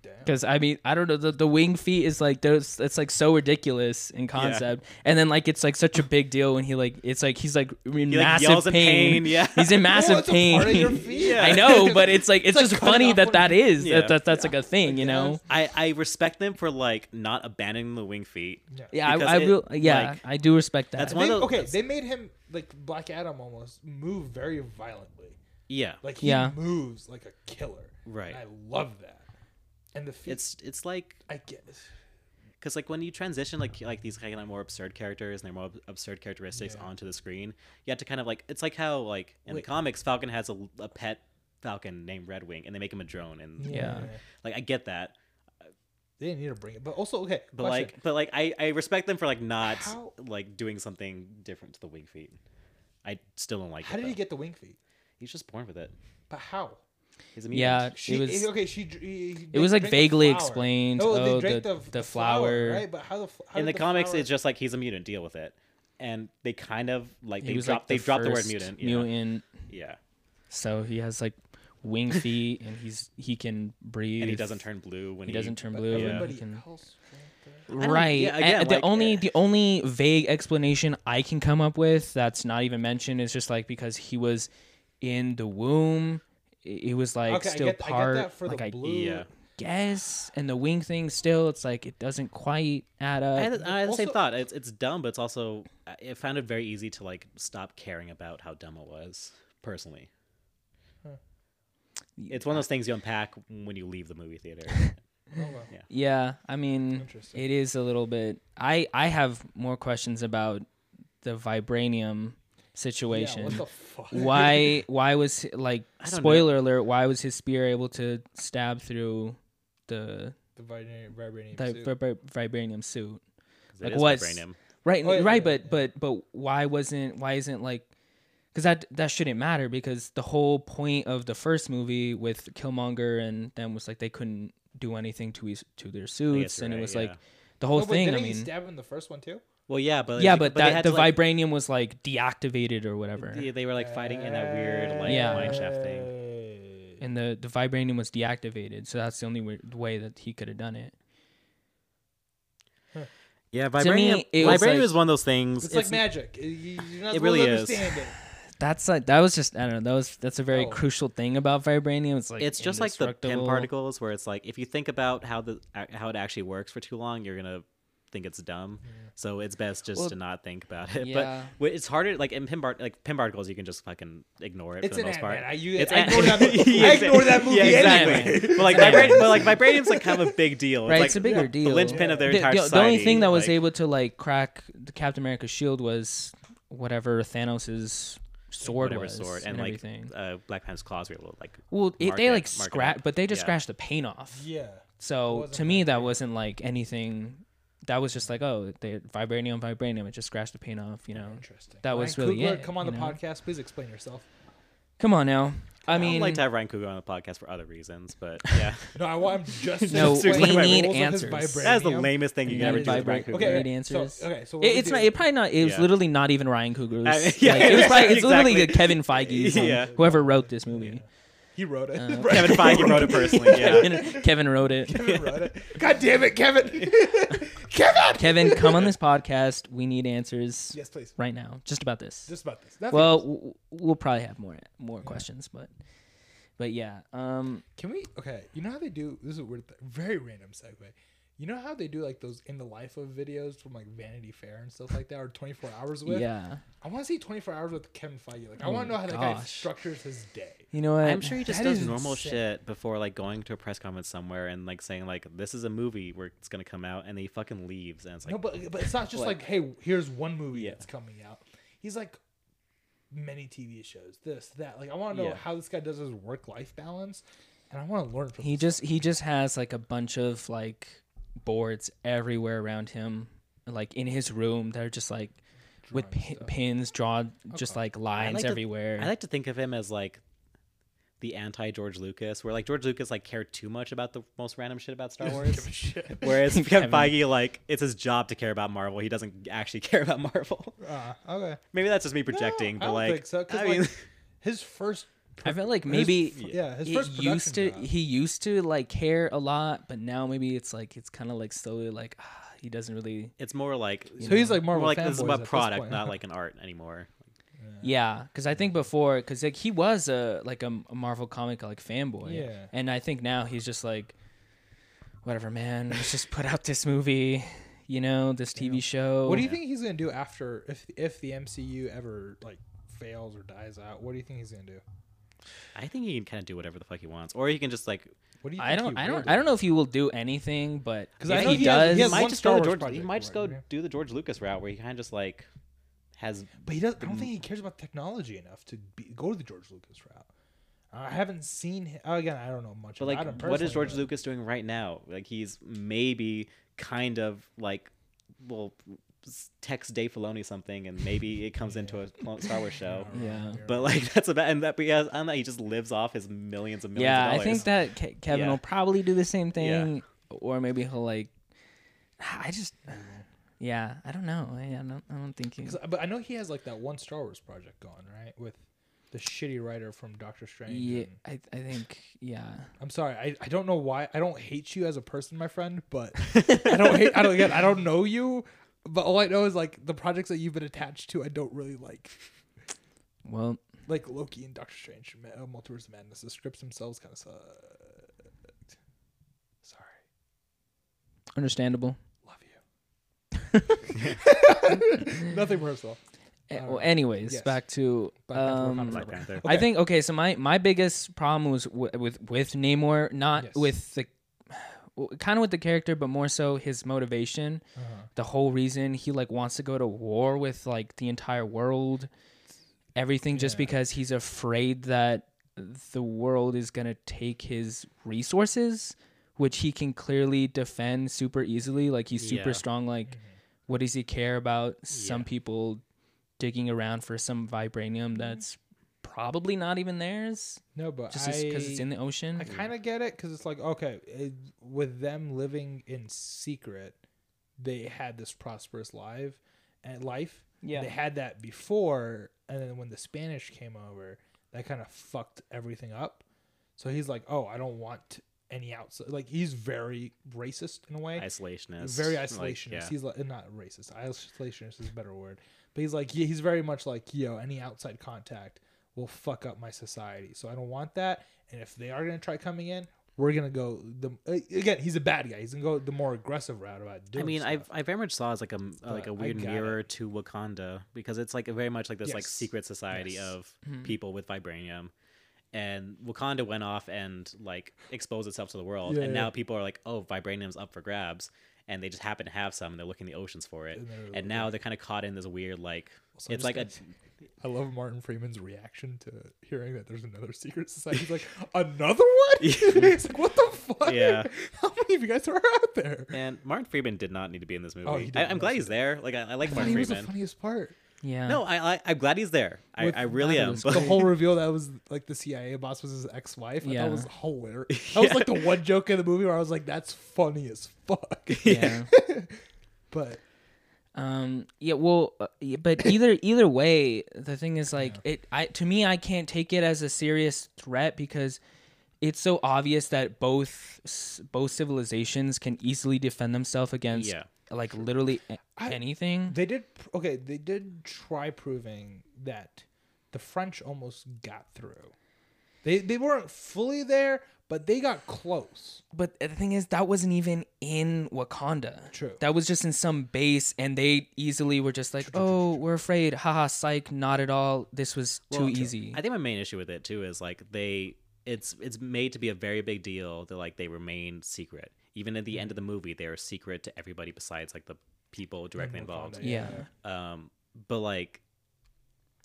S2: Damn.
S3: Because I mean, I don't know. The, the wing feet is like those. It's like so ridiculous in concept, and then like it's like such a big deal when he like it's like he's like in massive
S1: yells in
S3: pain.
S1: pain, yeah.
S3: he's in
S2: Well,
S3: massive
S2: Oh, it's a
S3: pain.
S2: part of your feet.
S1: Yeah.
S3: I know, but it's like it's,
S2: like
S3: just
S2: cutting
S3: funny
S2: off
S3: that
S2: one-
S3: that is
S1: Yeah.
S3: that, that that's like a thing, you know.
S1: I, I respect them for like not abandoning the wing feet.
S2: Yeah.
S3: Yeah,
S1: Because
S3: I, I
S1: it,
S3: will. Yeah,
S1: like-
S3: I do respect that.
S1: That's
S2: They,
S1: one of the-
S2: okay, they made him like Black Adam almost move very violently.
S1: Yeah.
S2: Like he
S3: Yeah.
S2: moves like a killer.
S1: Right.
S2: And I love that. And the feet,
S1: It's it's like
S2: I get.
S1: because like when you transition like like these kind of more absurd characters and their more ab- absurd characteristics
S2: Yeah.
S1: onto the screen you have to kind of like it's like how like in
S2: Wait.
S1: the comics falcon has a, a pet falcon named red wing and they make him a drone and
S3: Yeah.
S1: like i get that
S2: They didn't need to bring it, but also okay.
S1: but
S2: question.
S1: like but like i i respect them for like not
S2: How-
S1: like doing something different to the wing feet i still don't like
S2: how
S1: it,
S2: did he
S1: though.
S2: get the wing feet?
S1: he's just born with it
S2: But how?
S1: he's a
S3: yeah,
S1: mutant.
S2: She,
S3: it was.
S2: okay. She. dr- he- he-
S3: It was
S2: they
S3: like
S2: drank the
S3: vaguely
S2: flower.
S3: explained.
S2: No, they
S3: oh, the
S2: drank
S3: the,
S2: f-
S3: flower.
S2: right? But how the f- how
S1: in the,
S2: did
S1: comics
S2: flower-
S1: it's just like he's a mutant deal with it and they kind of like
S3: He
S1: they
S3: was
S1: drop
S3: like
S1: they drop the word
S3: first
S1: mutant yeah.
S3: Mutant.
S1: yeah
S3: So he has like wing feet, and he's he can breathe.
S1: and he doesn't turn blue when
S3: He
S1: he,
S3: doesn't turn
S2: But
S3: blue. and
S2: everybody
S3: he can-
S2: else went there.
S1: don't-
S3: Right.
S1: yeah,
S3: and
S1: again,
S3: the
S1: like,
S3: only
S1: eh.
S3: the only vague explanation I can come up with that's not even mentioned is just like because he was in the womb, i- it was like
S2: okay,
S3: still
S2: I get,
S3: part
S2: I get that for
S3: like
S2: the
S3: I
S2: blue.
S1: yeah
S3: guess, and the wing thing still it's like it doesn't quite add up.
S1: I had, the- I had the same
S2: also-
S1: thought. It's it's dumb, but it's also I- I found it very easy to like stop caring about how dumb it was personally. It's one of those things you unpack when you leave the movie theater.
S2: Oh, well.
S3: Yeah, I mean,
S2: Interesting.
S3: it is a little bit. I I have more questions about the vibranium situation.
S2: Yeah, what the fuck?
S3: why why was like
S1: I don't know.
S3: spoiler alert why was his spear able to stab through the
S2: the vibranium, vibranium
S3: the
S2: suit.
S3: vibra- vibranium suit
S1: 'Cause
S3: Like,
S1: it is
S3: what's-
S1: vibranium.
S3: right
S2: Oh, yeah,
S3: right
S2: yeah,
S3: but
S2: yeah.
S3: but but why wasn't why isn't like because that that shouldn't matter because the whole point of the first movie with Killmonger and them was like they couldn't do anything to his to their
S1: I guess
S3: suits
S1: you're
S3: and it
S1: right,
S3: was
S1: yeah.
S3: like the whole
S2: No, Oh, but
S3: thing I
S2: didn't he
S3: mean
S2: stab him in the first one too?
S1: Well, yeah, but
S3: yeah,
S1: like,
S3: but,
S1: they
S3: that
S1: had
S3: the
S1: to, like,
S3: vibranium was like deactivated or whatever,
S1: yeah, they were like fighting in that weird like
S3: Yeah.
S1: mine shaft thing.
S3: and the the vibranium was deactivated, so that's the only way, way that he could have done it.
S1: Yeah,
S3: To me,
S1: vibranium.
S3: it was
S1: vibranium
S3: like-
S1: is one of those things.
S2: It's, like magic. You, are not
S1: It
S2: supposed
S1: really
S2: to
S1: is.
S2: understand it.
S3: That's like that was just I don't know. That was that's a very
S2: Oh.
S3: crucial thing about vibranium. It's like
S1: it's just like the pin
S3: indestructible.
S1: particles, where it's like if you think about how the uh, how it actually works for too long, you're gonna think it's dumb. So it's best just
S3: Well,
S1: to not think about it.
S3: yeah.
S1: But wh- it's harder, like in pin part, like pin particles, you can just fucking ignore it
S2: It's
S1: for the
S2: an
S1: most part.
S2: Ant-Man. I, you,
S1: It's
S2: I
S1: an-
S2: ignore that movie,
S1: Yeah,
S2: I ignore that
S1: exactly.
S2: movie
S1: Yeah,
S2: anyway.
S1: exactly. but like,
S3: It's an
S1: vibra-
S3: Ant-Man.
S1: but like vibranium's like kind of a big deal.
S3: Right,
S1: like
S3: it's a bigger
S1: the-
S3: deal.
S1: The linchpin of their
S3: the,
S1: entire
S3: the- the only thing
S1: society,
S3: that was
S1: like-
S3: able to like crack the Captain America's shield was whatever Thanos's sword
S1: whatever
S3: was
S1: sword,
S3: and,
S1: and, like
S3: everything.
S1: uh, Black Panther's claws were able to like.
S3: well, it,
S1: mark
S3: they
S1: it- mark
S3: like
S1: it up.
S3: scratch, but they just
S1: Yeah.
S3: scratched the paint off.
S2: Yeah.
S3: So
S2: wasn't
S3: to me, that wasn't like anything. That was just like oh, they vibranium, vibranium. It just scratched the paint off. You know,
S2: Interesting.
S3: That was really
S2: Coogler,
S3: it,
S2: Come on
S3: you
S2: the
S3: know?
S2: podcast. Please explain yourself.
S3: come on now. I
S1: I'd
S3: mean,
S1: like to have Ryan Coogler on the podcast for other reasons, but yeah,
S2: No, I want I'm just
S3: No,
S2: explaining
S1: we
S2: the rules
S1: need
S2: of his
S3: answers.
S2: vibranium.
S1: that is the lamest thing you can ever
S3: United
S1: do with Ryan
S3: Vibrate-
S1: Coogler.
S2: Okay,
S3: Great answers.
S2: So, okay, so what
S3: it,
S2: we
S3: it's
S2: do-
S3: not. It probably not. It was
S1: Yeah.
S3: literally not even Ryan Coogler's.
S1: Uh, yeah,
S3: like, it was probably. It's literally a
S1: exactly.
S3: Kevin Feige, um,
S1: Yeah.
S3: whoever wrote this movie.
S2: he wrote it.
S3: Uh-huh.
S1: Kevin Feige wrote it personally. Yeah.
S3: Kevin, Kevin wrote it.
S2: Kevin wrote it. God damn it, Kevin! Kevin!
S3: Kevin, come on this podcast. We need answers
S2: Yes, please.
S3: right now, just about this.
S2: Just about this. Nothing.
S3: well, w- w- we'll probably have more more questions, but but yeah. Um,
S2: Can we? Okay, you know how they do. This is a weird, th- very random segue. You know how they do like those in the life of videos from like Vanity Fair and stuff like that, or twenty four hours with.
S3: yeah.
S2: I want to see twenty four hours with Kevin Feige. Like, I
S3: Oh
S2: want to know how that guy
S3: gosh.
S2: structures his day.
S3: You know what?
S1: I'm sure he just
S2: That
S1: does
S2: is
S1: normal
S2: insane.
S1: shit before like going to a press conference somewhere and like saying like this is a movie where it's gonna come out and then he fucking leaves and it's like
S2: no, but but it's not just like, hey, here's one movie that's coming out. He's like many TV shows, this, that. Like, I want to know
S1: Yeah.
S2: how this guy does his work life balance, and I want to learn from.
S3: he
S2: this
S3: just he just has like a bunch of like boards everywhere around him, like in his room. They're just like with
S2: Drawing
S3: pi- pins drawn, just like lines
S1: like to-
S3: everywhere.
S1: I like to think of him as like the anti George Lucas, where like George Lucas like cared too much about the most random shit about Star
S2: guy. Give
S1: Wars.
S2: a shit.
S1: Whereas
S3: Kevin.
S1: Kevin Feige, like, it's his job to care about Marvel. He doesn't actually care about Marvel.
S2: Uh, okay.
S1: Maybe that's just me projecting,
S2: No,
S1: but
S2: I don't
S1: like,
S2: think so, 'cause,
S1: I mean,
S2: like, His first.
S3: I feel like
S2: his-
S3: maybe
S2: yeah, his
S3: it
S2: first
S3: used to
S2: production job.
S3: he used to like care a lot, but now maybe it's like it's kind of like slowly like ah, he doesn't really
S1: it's more like,
S2: So he's like
S1: more
S2: Marvel
S1: like this
S2: fanboys
S1: is
S2: at
S1: about
S2: this
S1: product,
S2: point.
S1: not like an art anymore.
S3: yeah. Because I think before because like he was a like a, a Marvel comic like fanboy,
S2: Yeah.
S3: and I think now he's just like whatever man, let's just put out this movie, you know, this TV show.
S2: What do you think he's gonna do after if if the MCU ever like fails or dies out? What do you think he's gonna do?
S1: I think he can kind of do whatever the fuck he wants, or he can just like,
S2: What do you? Think
S3: I don't I don't I don't know if he will do anything, but
S2: 'Cause
S3: if
S2: I know
S3: he
S2: he has-
S3: does,
S2: he
S1: he
S2: has one
S1: might just
S2: Star
S1: go to
S2: Wars
S1: George. He
S2: project
S1: might just go
S2: going, right?
S1: do the George Lucas route, where he kind of just like has.
S2: But he does. I don't
S1: Mm.
S2: think he cares about technology enough to be, go to the George Lucas route. I haven't seen him. Again, I don't know much.
S1: But
S2: about him
S1: like, what is
S2: personally,
S1: George
S2: but-
S1: Lucas doing right now? Like, he's maybe kind of like, well, s- text Dave Filoni something, and maybe it comes into a Star Wars show.
S3: yeah.
S1: But like that's about and that because I don't know, he just lives off his millions and millions.
S3: Yeah,
S1: of
S3: I
S1: dollars.
S3: think that Ke- Kevin
S1: Yeah.
S3: will probably do the same
S1: Yeah.
S3: thing, or maybe he'll like. I just, yeah, I don't know. I, I don't. I don't think he.
S2: 'Cause- But I know he has like that one Star Wars project going right with the shitty writer from Doctor Strange.
S3: Yeah,
S2: and-
S3: I, I think yeah.
S2: I'm sorry. I, I don't know why. I don't hate you as a person, my friend, but I don't hate. I don't again. I don't know you, but all I know is like the projects that you've been attached to. I don't really like.
S3: Well,
S2: like Loki and Doctor Strange, Ma- uh, Multiverse of Madness. The scripts themselves kind of sucked. Sorry,
S3: understandable.
S2: love you. Nothing personal.
S3: Eh,
S2: Uh,
S3: Well, anyways,
S2: yes.
S3: back to.
S2: Black Panther, we're
S3: um,
S2: kind
S1: Black Panther.
S3: I think okay. So my my biggest problem was w- with with Namor, not
S2: Yes.
S3: with the. Kind of with the character, but more so his motivation.
S2: Uh-huh.
S3: The whole reason he like wants to go to war with like the entire world, everything, just
S2: Yeah.
S3: because he's afraid that the world is gonna take his resources, which he can clearly defend super easily. Like he's super
S1: Yeah.
S3: strong. Like, what does he care about? Some
S1: Yeah.
S3: people digging around for some vibranium that's probably not even theirs,
S2: No, but
S3: just
S2: I,
S3: because it's in the ocean.
S2: I kind of get it because it's like okay, it, with them living in secret, they had this prosperous life. and life.
S3: Yeah.
S2: They had that before, and then when the Spanish came over, that kind of fucked everything up. So he's like, "Oh, I don't want any outside." Like he's very racist in a way.
S1: Isolationist.
S2: Very
S1: like,
S2: isolationist.
S1: yeah.
S2: He's like not racist. Isolationist is a better word. But he's like yeah, he's very much like yo. Any outside contact will fuck up my society, so I don't want that. And if they are gonna try coming in, we're gonna go the uh, again. He's a bad guy. He's gonna go the more aggressive route about
S1: I
S2: doing.
S1: mean, I
S2: stuff.
S1: I very much saw it as like a like
S2: But I
S1: a weird
S2: got
S1: mirror to Wakanda because it's like very much like this like
S2: Yes.
S1: secret society
S2: Yes. Mm-hmm.
S1: of people with vibranium, and Wakanda went off and like exposed itself to the world,
S2: Yeah,
S1: and
S2: yeah.
S1: now people are like, oh, vibranium's up for grabs, and they just happen to have some, and they're looking in the oceans for it,
S2: And they're
S1: and now they're kind of caught in this weird like
S2: So I'm
S1: it's
S2: just
S1: like
S2: gonna
S1: a
S2: say- I love Martin Freeman's reaction to hearing that there's another secret society. He's like, another one? He's like, what the fuck?
S1: Yeah.
S2: How many of you guys are out there?
S1: and Martin Freeman did not need to be in this movie.
S2: Oh, he
S1: I,
S2: didn't.
S1: I'm
S2: No,
S1: glad
S2: he
S1: he's there. Like I, I like
S2: I thought
S1: Martin
S2: he was the
S1: Freeman.
S2: funniest part.
S3: yeah.
S1: No, I, I I'm glad he's there. I,
S2: With-
S1: I really
S3: I thought it
S1: am.
S3: was
S1: but-
S2: The whole reveal that was like the CIA boss was his ex wife. Yeah.
S3: Yeah.
S2: That was hilarious. That was like the one joke in the movie where I was like, that's funny as fuck.
S3: yeah.
S2: But
S3: Um. Yeah. Well. uh, yeah, But either either way, the thing is like it. I to me, I can't take it as a serious threat because it's so obvious that both s- both civilizations can easily defend themselves against
S1: Yeah.
S3: like literally a-
S2: I-
S3: anything.
S2: They did pr- okay. They did try proving that the French almost got through. They they weren't fully there, but they got close.
S3: But the thing is, that wasn't even in Wakanda.
S2: True.
S3: That was just in some base, and they easily were just like, "Oh, we're afraid." Haha. Psych. Not at all. This was too
S1: Well,
S3: easy.
S1: I think my main issue with it too is like they it's it's made to be a very big deal that like they remain secret. Even at the end of the movie, they are secret to everybody besides like the people directly involved.
S2: Wakanda,
S3: yeah.
S1: Um, but like,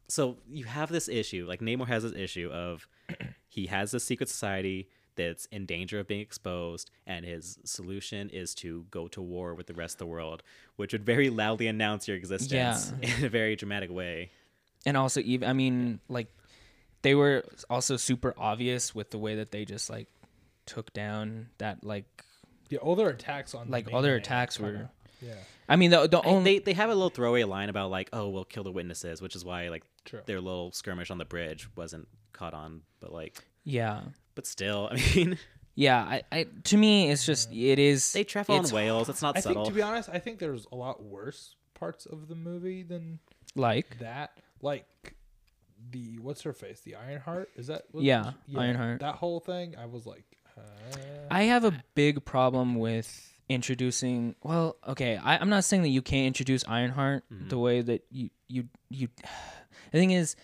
S1: so you have this issue. Like Namor has this issue of he has this secret society that's in danger of being exposed, and his solution is to go to war with the rest of the world, which would very loudly announce your existence in a very dramatic way.
S3: and also even i mean like they were also super obvious with the way that they just like took down that like
S2: Yeah, all their attacks on the
S3: like all their
S2: mainland
S3: attacks
S2: kinda-
S3: were
S2: Yeah,
S3: i mean the, the
S1: I-
S3: only
S1: they they have a little throwaway line about like, oh, we'll kill the witnesses, which is why like
S2: True.
S1: their little skirmish on the bridge wasn't caught on, but like,
S3: yeah
S1: but still, I mean,
S3: yeah I, I to me it's just it is
S1: they travel
S3: it's
S1: on whales. It's not
S2: I
S1: subtle.
S2: think to be honest, I think there's a lot worse parts of the movie than
S3: like
S2: that. Like the what's her face, the Ironheart. Is that what-
S3: Yeah, Ironheart.
S2: That whole thing, I was like, uh,
S3: i have a big problem with introducing well okay I, i'm not saying that you can't introduce ironheart the way that you you you the thing is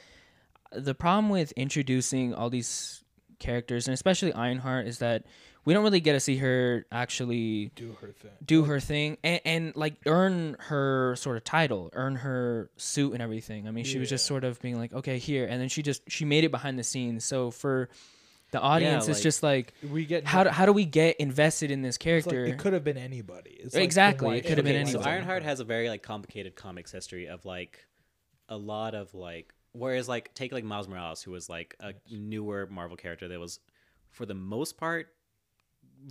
S3: the problem with introducing all these characters and especially Ironheart is that we don't really get to see her actually
S2: do her thing.
S3: do her thing and, and like earn her sort of title, earn her suit and everything. I mean, she was just
S2: Yeah.
S3: sort of being like, okay, here, and then she just she made it behind the scenes. So for the audience, it's
S1: like-
S3: just like
S2: We get
S3: how do, how do we get invested in this
S2: It's like,
S3: character?
S2: it could have been anybody. It's like,
S3: Exactly,
S2: why
S3: it could have been
S2: can't
S1: So
S2: you-
S3: anyone.
S1: Ironheart has a very like complicated comics history of like a lot of like whereas like take like Miles Morales who was like a newer Marvel character that was for the most part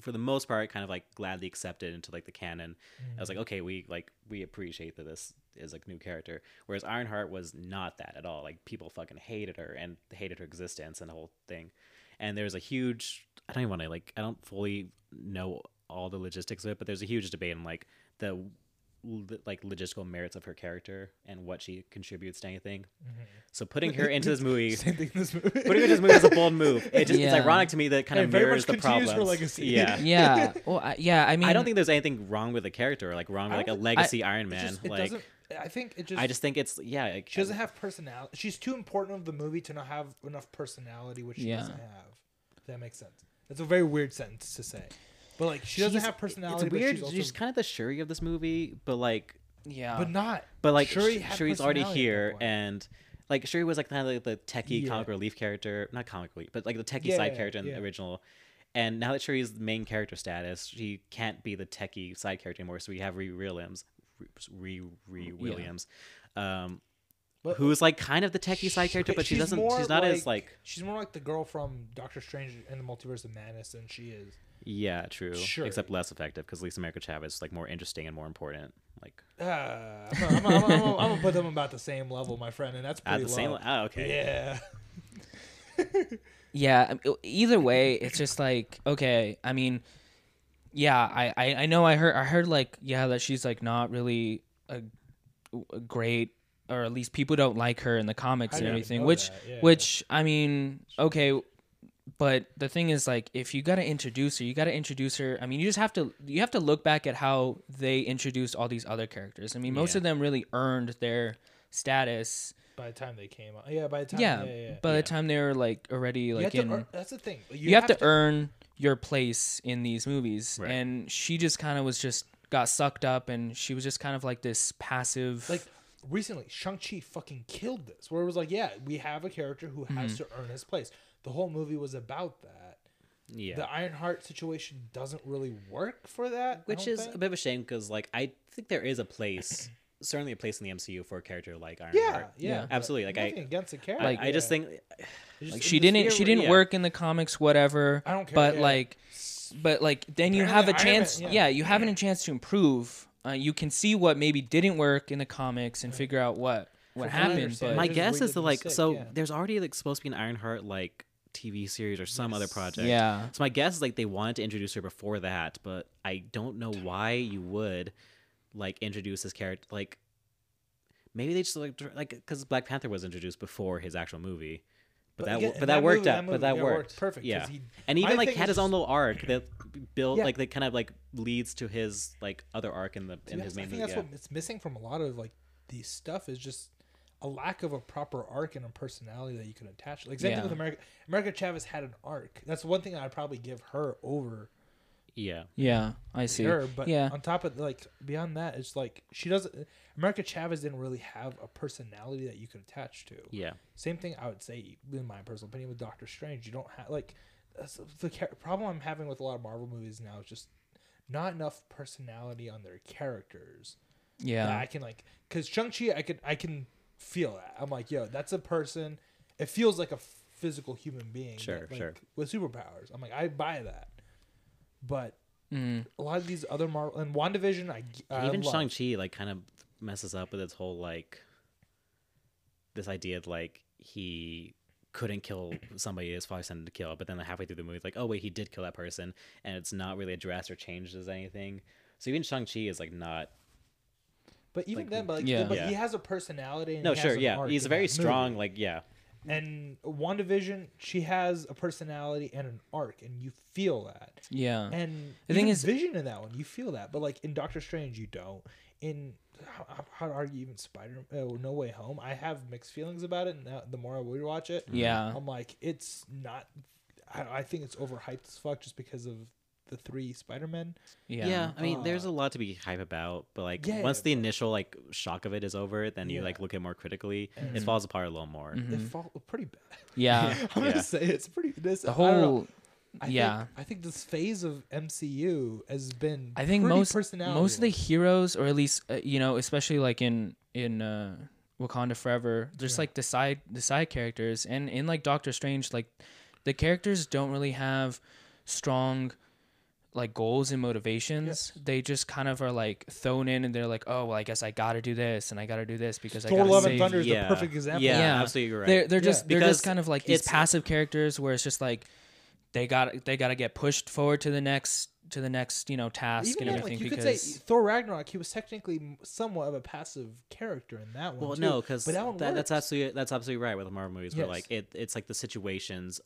S1: for the most part kind of like gladly accepted into like the canon. I was like okay, we like we appreciate that this is a new character. Whereas Ironheart was not that at all. Like people fucking hated her and hated her existence and the whole thing. And there's a huge I don't even want to like I don't fully know all the logistics of it, but there's a huge debate in like the l- like logistical merits of her character and what she contributes to anything. So putting her into this movie,
S2: Mm-hmm. Same thing in this movie.
S1: putting her into this movie is a bold move. It just
S3: Yeah.
S1: it's ironic to me that it kind
S2: It
S1: of
S2: very
S1: mirrors
S2: much
S1: the
S2: continues
S1: problems.
S2: her legacy.
S1: Yeah.
S3: yeah, well, I, yeah. I mean,
S1: I don't think there's anything wrong with the character, or like wrong with
S2: I
S1: like a
S2: don't
S1: legacy Iron
S2: It
S1: Man.
S2: just- it
S1: like
S2: doesn't- I think it just.
S1: I just think it's yeah. Like,
S2: she doesn't have personality. She's too important of the movie to not have enough personality, which she
S3: Yeah.
S2: doesn't have. If that makes sense. That's a very weird sentence to say, but like she doesn't
S1: she's-
S2: have personality.
S1: It's weird.
S2: But she's, also,
S1: kind of the Shuri of this movie, but like
S3: yeah,
S2: but not.
S1: But like
S2: Shuri
S1: Shuri
S2: had
S1: Shuri's already
S2: personality at that
S1: here,
S2: point.
S1: and like Shuri was like kind of like the techie
S2: Yeah.
S1: comic relief character, not comic relief, but like the techie
S2: Yeah,
S1: side character in
S2: yeah.
S1: the original. And now that Shuri's the main character status, she can't be the techie side character anymore. So we have Ree Williams, Ree Ree Williams, um,
S2: But-
S1: who's like kind of the techie side character,
S2: Okay,
S1: but she doesn't.
S2: more
S1: She's not as like
S2: she's more like the girl from Doctor Strange and the Multiverse of Madness than she is.
S1: Yeah, true.
S2: Sure.
S1: Except less effective because Lisa America Chavez is like more interesting and more important. Like
S2: Uh, I'm gonna put them about the same level, my friend, and that's
S1: at
S2: pretty
S1: the same.
S2: low.
S1: Oh, okay.
S2: Yeah.
S3: Yeah. um, e- Either way, it's just like okay. I mean, yeah. I, I, I know. I heard. I heard like yeah that she's like not really a, a great, or at least people don't like her in the comics
S2: I
S3: and
S2: didn't
S3: everything.
S2: know
S3: Which
S2: that, yeah.
S3: which I mean, okay. But the thing is, like, if you gotta introduce her, you gotta introduce her. I mean, you just have to you have to look back at how they introduced all these other characters. I mean, most
S1: Yeah.
S3: of them really earned their status.
S2: By the time they came out, yeah. By the time,
S3: yeah,
S2: yeah, yeah.
S3: by
S1: Yeah.
S3: the time they were like already
S2: You
S3: like
S2: have
S3: in
S2: to earn- that's the thing.
S3: you, have, to, earn your place in these movies
S1: Right.
S3: and she just kind of was just got sucked up and she was just kind of like this passive
S2: like recently shang-chi fucking killed this where it was like yeah we have a character who has
S3: Mm-hmm.
S2: to earn his place the whole movie was about that
S1: Yeah.
S2: the iron heart situation doesn't really work for that I
S1: Which
S2: don't
S1: is
S2: think.
S1: a bit of a shame because like I think there is a place, certainly a place in the MCU for a character like Iron
S2: yeah
S1: Heart.
S2: yeah,
S3: Yeah.
S2: but
S1: Absolutely, like, I-
S2: nothing against the character
S1: Like I just
S2: yeah.
S1: think
S2: It's
S3: like
S2: just-
S3: she
S2: it's
S3: didn't she
S2: theory.
S3: didn't
S1: yeah.
S3: work in the comics whatever
S2: I don't care,
S3: but
S2: yeah.
S3: like but like then you
S2: Apparently
S3: have a
S2: Iron Man,
S3: chance
S2: yeah.
S3: yeah. you have a chance to improve uh, you can see what maybe didn't work in the comics and figure out what what
S2: From what I
S3: happened
S2: understand,
S3: but
S1: my
S2: It was
S1: guess
S2: really
S1: is that like
S2: sick,
S1: so
S2: yeah.
S1: there's already like supposed to be an Ironheart like TV series or some other project.
S3: Yeah.
S1: So my guess is like they wanted to introduce her before that, but I don't know why you would like introduce this character like maybe they just like dr- like because Black Panther was introduced before his actual movie. But, that,
S2: again,
S1: wo-
S2: in
S1: but that worked
S2: movie-
S1: out.
S2: movie,
S1: But that
S2: yeah,
S1: worked.
S2: perfect 'cause
S1: Yeah.
S2: he-
S1: and
S2: my
S1: even like
S2: thing
S1: had
S2: is
S1: his own
S2: just-
S1: little arc that built
S2: Yeah.
S1: like that kind of like leads to his like other arc in the in
S2: Yes,
S1: his
S2: I
S1: main
S2: think
S1: movie.
S2: that's
S1: yeah.
S2: what it's missing from a lot of like these stuff is just a lack of a proper arc and a personality that you can attach. Like same thing
S3: Yeah.
S2: with America. America Chavez had an arc. That's one thing I'd probably give her over
S1: yeah.
S3: yeah i see
S2: her. But
S3: yeah
S2: on top of like beyond that, it's like she doesn't. America Chavez didn't really have a personality that you could attach to.
S1: Yeah.
S2: Same thing I would say in my personal opinion with Doctor Strange. You don't have like that's the char- problem I'm having with a lot of Marvel movies now is just not enough personality on their characters.
S3: yeah
S2: that I can like because Shang Chi, I could I can feel that. I'm like, yo, that's a person. It feels like a physical human being,
S1: Sure,
S2: but, like,
S1: sure.
S2: with superpowers. I'm like, I buy that. But
S1: Mm.
S2: a lot of these other Marvel and Wandavision, I, g- I
S1: even
S2: love.
S1: Shang Chi like kind of messes up with its whole like this idea of like he couldn't kill somebody his father sent him to kill, but then halfway through the movie, it's like, oh wait, he did kill that person, and it's not really addressed or changed as anything. So even Shang Chi is like not.
S2: but even
S1: like,
S2: then, but like,
S3: Yeah.
S2: but he
S1: Yeah.
S2: has a personality. And
S1: No,
S2: he
S1: sure,
S2: has an
S1: yeah,
S2: arc
S1: he's
S2: in
S1: very
S2: that movie.
S1: strong. Like, yeah,
S2: And WandaVision, she has a personality and an arc, and you feel that.
S3: yeah
S2: And
S3: The thing
S2: even
S3: is-
S2: Vision in that one, you feel that, but like in Doctor Strange, you don't. In how, how to argue even Spider oh, No Way Home, I have mixed feelings about it. And now, the more I rewatch it,
S3: Yeah.
S2: I'm like, it's not. I, I think it's overhyped as fuck just because of the three Spider Men.
S1: yeah.
S3: yeah
S1: I mean, there's a lot to be hype about, but like
S2: Ah. Yeah,
S1: once the initial like shock of it is over, then you
S2: Yeah. Mm-hmm.
S1: like look at it more critically. It falls apart a little more. Mm-hmm.
S2: They fall pretty bad.
S3: Mm-hmm. yeah
S2: I'm
S1: Yeah.
S2: gonna say it's pretty. This
S3: the
S2: I don't know.
S3: whole
S2: I
S3: yeah.
S2: think, I think this phase of MCU has been.
S3: I think
S2: pretty
S3: most
S2: personality
S3: most of the heroes, or at least uh, you know, especially like in in uh, Wakanda Forever, there's like the side the side characters, and in like Doctor Strange, like the characters don't really have strong like goals and motivations. They just kind of are like thrown in, and they're like, oh well, I guess I gotta do this, and I gotta do this because I
S2: Thor:
S3: gotta
S2: Love
S3: save.
S2: and Thunder is the perfect example.
S1: Yeah,
S3: Yeah.
S1: absolutely you're right.
S3: They're they're
S2: Yeah.
S3: just they're
S1: Because
S3: just kind of like these
S1: it's-
S3: passive characters where it's just like they got they got to get pushed forward to the next to the next you know task
S2: Even
S3: and
S2: then,
S3: everything
S2: like, you
S3: because
S2: could say Thor Ragnarok, he was technically m- somewhat of a passive character in that one.
S1: Well,
S2: too,
S1: no, because
S2: but that one
S1: that, that's
S2: works.
S1: absolutely that's absolutely right with the Marvel movies. Where
S2: Yes.
S1: like it, it's like the situations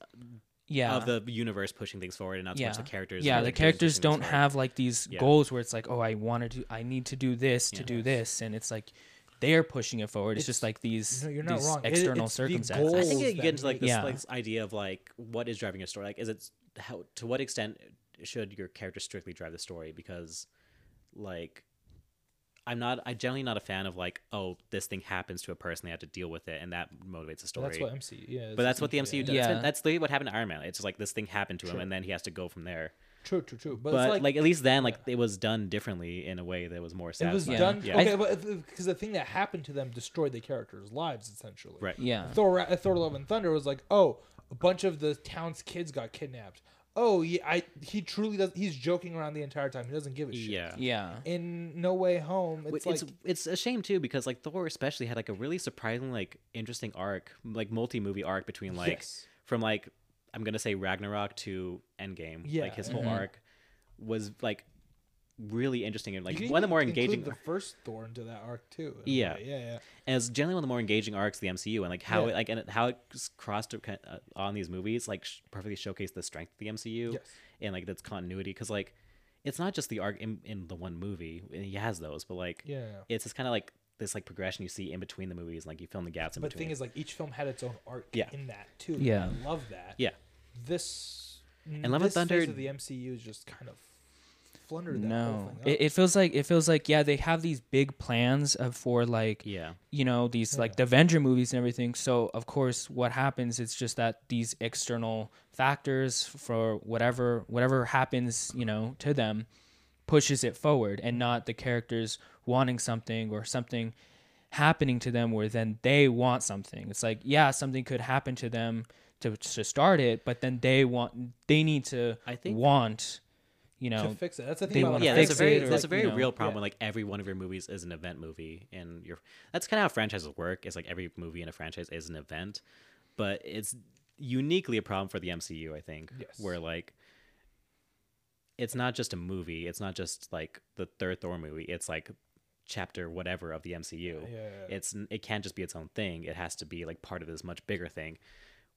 S3: yeah
S1: of the universe pushing things forward, and not so much the characters.
S3: Yeah,
S1: and
S3: the characters
S1: pushing things
S3: don't
S1: forward.
S3: have like these
S1: Yeah.
S3: goals where it's like, oh, I want to do, I need to do this to do this, and it's like they're pushing it forward. It's, just like these,
S2: No, you're not
S3: these
S2: wrong. It-
S3: external
S2: it's the
S3: circumstances.
S1: I
S2: goal.
S1: think
S2: goals
S1: it
S2: that
S1: gets into like
S2: make-
S1: this
S3: Yeah.
S1: like, this idea of like what is driving your story. Like, is it how to what extent should your character strictly drive the story? Because like I'm not I generally not a fan of like oh this thing happens to a person they have to deal with it and that motivates the story.
S2: That's what MCU. Yeah,
S1: but that's what the MCU does. That's
S3: Yeah.
S1: been- That's literally what happened to Iron Man. It's just like this thing happened to him, and then he has to go from there.
S2: True, true, true. But,
S1: but
S2: it's
S1: like,
S2: like,
S1: at least then like it was done differently in a way that was more
S2: it was
S1: satisfying.
S2: done.
S1: yeah.
S2: Okay, but because the thing that happened to them destroyed the characters' lives essentially. uh,
S1: Right.
S3: Yeah,
S2: Thor, Ra- Thor: Love and Thunder was like, oh, a bunch of the town's kids got kidnapped. oh yeah, I he truly does. He's joking around the entire time. He doesn't give a shit.
S1: yeah.
S3: Yeah.
S2: In No Way Home,
S1: It's
S2: it's,
S1: it's,
S2: like
S1: a shame too because like Thor especially had like a really surprising like interesting arc like multi movie arc between like
S2: yes.
S1: from like I'm gonna say Ragnarok to Endgame
S2: Yeah.
S1: like his whole
S3: Mhm.
S1: arc was like really interesting and
S2: You
S1: like
S2: can
S1: one of the more
S2: even include
S1: engaging
S2: The first Thor into that arc too. in a
S1: Yeah.
S2: way. yeah, yeah.
S1: and it's generally one of the more engaging arcs of the MCU and like how
S2: Yeah.
S1: it like and it- how it s- crossed to kind- uh, on these movies like sh- perfectly showcased the strength of the MCU
S2: Yes.
S1: and like that's continuity because like it's not just the arc in, in the one movie and he has those but like
S2: Yeah, yeah.
S1: it's just kind of like this like progression you see in between the movies like you film the gaps in
S2: But the
S1: between
S2: thing is, like each film had its own arc
S1: Yeah.
S2: in that too.
S3: Yeah.
S2: and I love that.
S1: Yeah.
S2: this
S1: Love and
S2: this
S1: Thunder-
S2: phase of the MCU is just kind of flundered. That whole
S3: No,
S2: thing up.
S3: it, it feels like it feels like yeah they have these big plans of for like
S1: yeah
S3: you know these like the Avenger movies and everything. So of course, what happens it's just that these external factors for whatever whatever happens you know to them pushes it forward, and not the characters wanting something or something happening to them where then they want something. It's like yeah, something could happen to them to to start it, but then they want they need to
S1: I think-
S3: want you
S2: to
S3: know
S2: fix it. That's the
S3: they
S2: thing. About
S3: wanna
S1: yeah,
S2: like,
S1: there's a
S3: fix
S1: very
S3: it or,
S1: there's a
S3: like,
S1: very
S3: you know.
S1: real problem
S2: Yeah.
S1: when like every one of your movies is an event movie, and your that's kind of how franchises work. Is like every movie in a franchise is an event, but it's uniquely a problem for the MCU. I think
S2: Yes.
S1: where like it's not just a movie, it's not just like the third Thor movie. It's like chapter whatever of the MCU.
S2: Yeah, yeah, yeah.
S1: It's it can't just be its own thing. It has to be like part of this much bigger thing.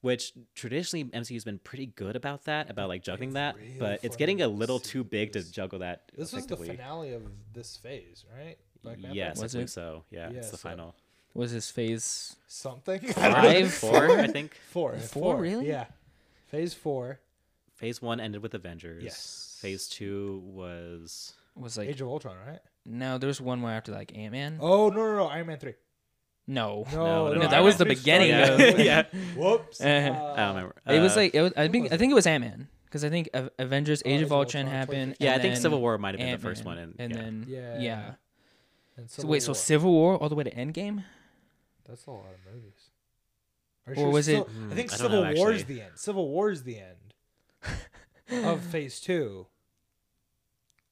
S1: Which traditionally MCU's been pretty good about that, about like juggling that,
S2: really
S1: but it's
S2: fun
S1: getting a
S2: to
S1: little
S2: see
S1: too big to
S2: this.
S1: juggle that.
S2: This was the
S1: effectively.
S2: finale of this phase, right? Black Panther?
S1: Yes,
S3: Was
S1: I believe
S3: it?
S1: so. Yeah,
S2: Yeah,
S1: it's the
S2: so-
S1: final
S3: was his phase
S2: Something.
S3: Five?
S1: four, I think.
S2: Four.
S3: Four, really?
S2: Yeah. Phase four.
S1: Phase one ended with Avengers.
S2: Yes.
S1: Phase two was
S3: was like
S2: Age of Ultron, right?
S3: no. There's one more after like Ant Man.
S2: Oh no no no! Iron Man three.
S3: No.
S2: No,
S1: no,
S2: no,
S1: no, that
S2: Iron
S1: was
S2: Man
S3: the
S2: 3 started
S3: beginning
S2: out
S3: of-
S2: with-
S1: Yeah.
S2: Whoops.
S3: Uh,
S1: I don't remember.
S3: It was
S1: Uh,
S3: like it was, I
S2: who
S3: think
S2: was
S3: I think it was Ant Man because I think A- Avengers
S1: Oh,
S3: Age
S2: Age
S3: of
S2: of
S3: Ultron
S2: Ultron,
S3: happened.
S2: 2015.
S1: yeah,
S3: and
S1: I think
S3: then
S1: Civil War might have been the first
S3: Ant-Man,
S1: one, and,
S3: and
S1: yeah.
S3: then yeah.
S2: Yeah. And
S3: So
S2: Civil
S3: wait, so
S2: War.
S3: Civil War all the way to Endgame?
S2: that's a lot of movies. Mm. Are
S3: Or
S2: you sure
S3: was
S2: Civil-
S3: it-
S1: Hmm,
S2: I think
S1: I don't
S2: Civil
S1: know,
S2: War is
S1: actually.
S2: the end. Civil War is the end of Phase two.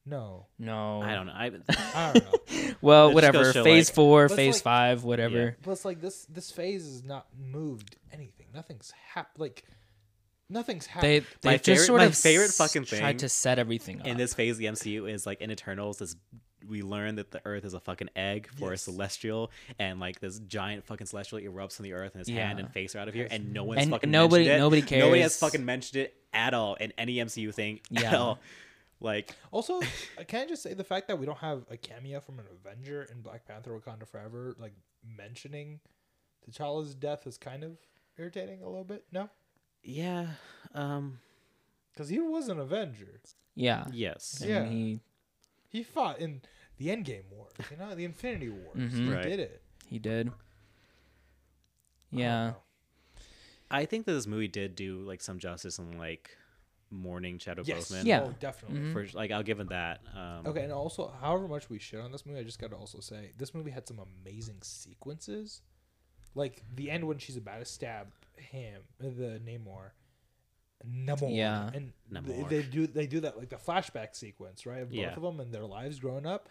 S2: No,
S3: No,
S1: I don't know. I,
S2: I don't know.
S3: Well,
S1: It just goes
S3: whatever.
S1: to show,
S3: Phase
S1: like-
S3: four,
S2: But it's
S3: phase
S2: like-
S3: five, whatever.
S2: Plus, like this, this phase is not moved anything. Nothing's hap Like nothing's
S3: They
S2: happened.
S3: they
S1: My
S3: just
S1: favorite-
S3: sort
S1: my
S3: of
S1: favorite
S3: s-
S1: fucking thing
S3: tried to set everything up.
S1: in this phase, the MCU is like in Eternals. Is we learn that the Earth is a fucking egg for
S2: Yes.
S1: a celestial, and like this giant fucking celestial erupts from the Earth, and his hand
S3: Yeah.
S1: and face are out of here, and no one's
S3: and
S1: fucking
S3: nobody
S1: mentioned it.
S3: nobody cares.
S1: Nobody has fucking mentioned it at all in any MCU thing. at
S3: Yeah.
S1: all. like
S2: also, I can I just say the fact that we don't have a cameo from an Avenger in Black Panther: Wakanda Forever, like mentioning T'Challa's death, is kind of irritating a little bit. No,
S1: yeah, um,
S2: because he was an Avenger.
S3: yeah.
S1: yes,
S3: And
S2: Yeah.
S3: he
S2: He fought in the Endgame War, you know, the Infinity War.
S3: Mhm.
S2: He
S1: Right.
S2: did it.
S3: he did.
S2: I don't
S3: Yeah.
S2: know.
S1: I think that this movie did do like some justice in like mourning Shadow
S2: Yes.
S1: Boseman.
S3: Yeah.
S2: Oh, definitely.
S3: Mhm.
S1: For like, I'll give him that. Um,
S2: Okay, and also, however much we shit on this movie, I just got to also say this movie had some amazing sequences, like the end when she's about to stab him, uh, the Namor, Namor,
S3: Yeah.
S2: and th-
S1: Namor.
S2: They, do they do that like the flashback sequence, right? Of both
S1: Yeah. Mm-hmm.
S2: of them and their lives growing up.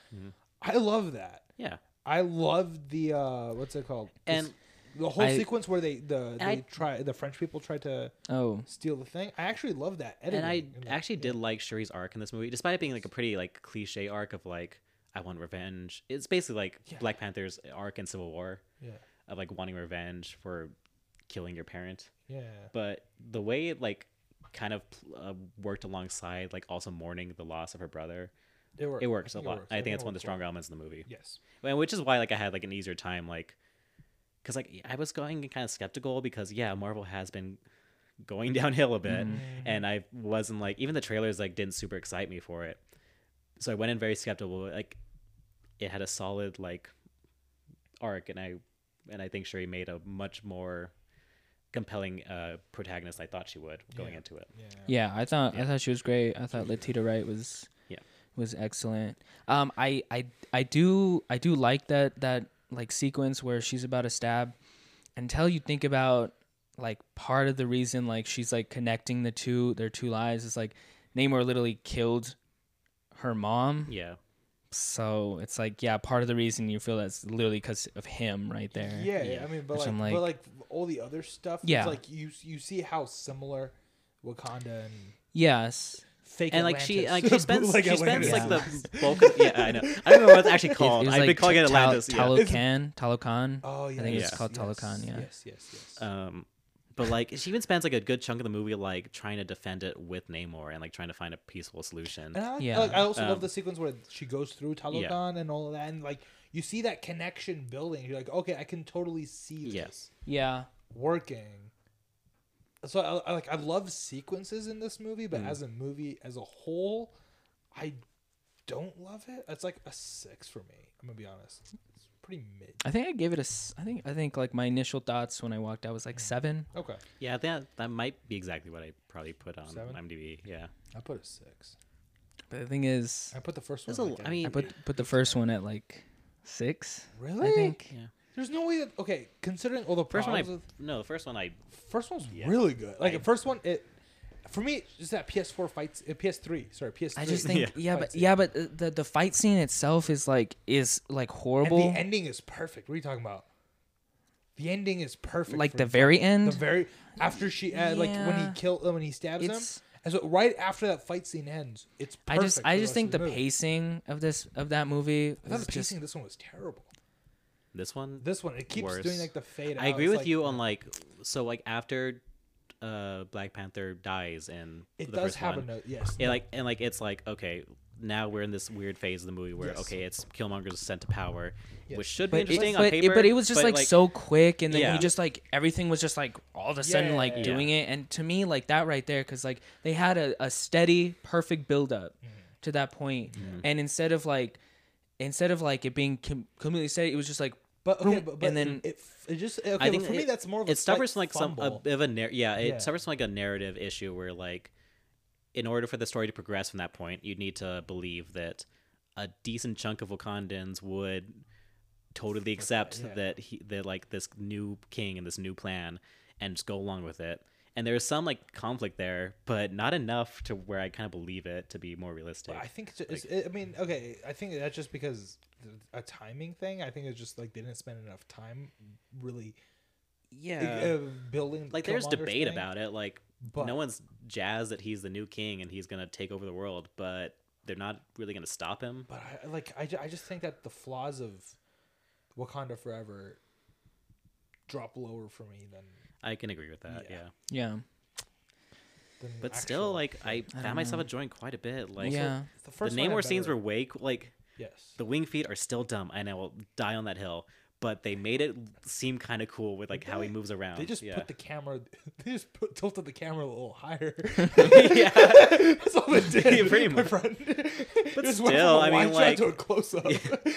S2: I love that.
S1: Yeah.
S2: I loved the uh what's it called? This-
S1: And-
S2: the whole
S3: I-
S2: sequence where they the they
S1: I-
S2: try the French people try to
S3: Oh,
S2: steal the thing. I actually love that editing.
S1: And I
S2: like,
S1: actually
S2: yeah.
S1: did like Shuri's arc in this movie, despite it being like a pretty like cliche arc of like I want revenge. It's basically like
S2: Yeah.
S1: Black Panther's arc in Civil War
S2: Yeah.
S1: of like wanting revenge for killing your parent.
S2: Yeah.
S1: But the way it like kind of uh, worked alongside like also mourning the loss of her brother,
S2: It, worked.
S1: it
S2: I
S1: works a
S2: think it
S1: lot. I think
S2: it
S1: that's one of the
S2: worked
S1: stronger elements in the movie.
S2: well. Yes.
S1: And which is why like I had like an easier time like because like I was going kind of skeptical because yeah Marvel has been going downhill a bit
S2: Mm-hmm.
S1: and I wasn't like even the trailers like didn't super excite me for it so I went in very skeptical like it had a solid like arc and I and I think Shuri made a much more compelling uh protagonist I thought she would going
S2: Yeah.
S1: into it
S2: Yeah.
S3: Yeah, I thought I thought she was great. I thought Latita Wright was
S1: Yeah.
S3: was excellent. Um, I, I I do I do like that that like sequence where she's about to stab, until you think about like part of the reason like she's like connecting the two their two lives is like Namor literally killed her mom.
S1: Yeah.
S3: So it's like yeah, part of the reason you feel that's literally cuz of him right there.
S2: Yeah,
S1: Yeah.
S2: I mean, but
S3: Which
S2: like,
S3: I'm
S2: but like
S3: like-
S2: all the other stuff.
S3: Yeah.
S2: it's like you you see how similar Wakanda and
S3: Yes.
S2: fake
S1: and like she like
S2: Atlantis-
S1: she spends
S2: bootleg
S1: she spends like the
S2: Atlantis.
S1: bulk of yeah I know I don't know what it's actually
S3: It- it
S1: called
S3: was,
S1: I've been
S3: like,
S1: calling it
S3: Ta- Ta-
S1: Atlantis yeah.
S3: Talocan, Talocan.
S2: Oh yeah,
S3: I think
S1: it's
S2: yes,
S3: called Talokan,
S2: yes,
S3: yeah.
S2: Yes, yes, yes.
S1: um but like she even spends like a good chunk of the movie like trying to defend it with Namor and like trying to find a peaceful solution
S2: And I, like- I
S3: Yeah.
S2: like, I also love
S1: Um,
S2: the sequence where she goes through Talokan and all of that, and like you see that connection building. You're like, okay, I can totally see this
S1: Yes.
S3: Yeah.
S2: working. So I, I like I love sequences in this movie, but
S1: Mm.
S2: as a movie as a whole, I don't love it. It's like a six for me. I'm gonna be honest. It's pretty mid.
S3: I think I gave it a s- I think I think like my initial thoughts when I walked out was like 7.
S2: Okay,
S1: yeah that that might be exactly what I probably put on
S2: Seven?
S1: IMDb yeah
S2: I put a six.
S3: But the thing is
S2: I put the first one.
S1: There's a-
S2: like,
S1: I
S2: at-
S1: mean-
S3: I put put the first one at like 6.
S2: really?
S3: I think.
S1: yeah
S2: There's no way that okay. Considering all the
S1: first one I
S2: problems with
S1: no the first one I
S2: First one's
S1: Yeah.
S2: really good. Like
S1: I-
S2: the first one, it for me just that PS4 fights, uh, PS3, sorry, PS3.
S3: I
S1: Yeah.
S3: just think yeah,
S2: Fight
S3: but
S2: scene.
S3: yeah, but uh, the the fight scene itself is like is like
S2: and
S3: horrible.
S2: the ending is perfect. What are you talking about? The ending is perfect.
S3: like
S2: for-
S3: the very
S2: the
S3: end.
S2: very after she uh, like when he
S3: Yeah.
S2: killed when he stabs
S3: It's-
S2: him, and so right after that fight scene ends, it's.
S3: I
S2: Perfect
S3: just
S2: for
S3: I just
S2: rest
S3: think
S2: of
S3: the
S2: movie.
S3: pacing of this of that movie
S2: I thought
S3: was
S2: the
S3: just
S2: pacing of this one was terrible.
S1: this one
S2: This one it keeps doing
S1: Worse.
S2: like the fade.
S1: I
S2: out.
S1: agree
S2: It's
S1: with
S2: like-
S1: you on like so like after uh Black Panther dies in
S2: It
S1: the
S2: does
S1: first
S2: have
S1: one,
S2: a note. Yes.
S1: it like and like it's like okay now we're in this weird phase of the movie where
S2: Yes.
S1: okay it's Killmonger's sent to power
S2: Yes.
S1: which should be
S3: but
S1: interesting
S3: it,
S1: on
S3: but,
S1: paper
S3: it, but it was just
S1: but,
S3: like, so quick and then
S1: Yeah.
S3: you just like everything was just like all of a sudden like
S2: Yeah.
S3: doing it and to me like that right there because like they had a, a steady perfect build up to that point
S1: Mm-hmm.
S3: and instead of like instead of like it being com- completely steady it was just like
S2: But okay, but, but
S3: and then
S2: it, it just okay.
S1: I think
S2: for me
S1: it-
S2: that's more of a
S1: it suffers from
S2: slight
S1: like some a
S2: fumble.
S1: bit of a narr- yeah it
S2: Yeah.
S1: suffers from like a narrative issue where like in order for the story to progress from that point you'd need to believe that a decent chunk of Wakandans would totally accept
S2: yeah.
S1: that he that like this new king and this new plan and just go along with it and there's some like conflict there but not enough to where I kind of believe it to be more realistic
S2: But I think it's, ju- it's it, I mean, okay, I think that's just because th- a timing thing. I think it's just like they didn't spend enough time really uh,
S1: yeah
S2: building. the
S1: like there's
S2: Killmonger's
S1: debate
S2: thing.
S1: about it like
S2: But-
S1: no one's jazzed that he's the new king and he's gonna take over the world but they're not really gonna stop him
S2: But I like I, ju- I just think that the flaws of Wakanda Forever drop lower for me than
S1: i can agree with that
S2: Yeah.
S1: yeah,
S3: yeah
S2: than
S1: but
S2: the
S1: still
S2: actual-
S1: like i found myself enjoying quite a bit like
S3: yeah
S2: the
S1: the
S2: first one had
S1: namor scenes
S2: better-
S1: were way co- like
S2: yes.
S1: the wing feet are still dumb and i will die on that hill but they made it seem kind of cool with like how he
S2: They-
S1: moves around
S2: They just
S1: yeah.
S2: put the camera. They just put, tilted the camera a little higher.
S1: yeah
S2: That's all they did.
S1: Yeah, pretty
S2: my
S1: much.
S2: friend. But
S1: still, I mean, like-
S2: to a close up.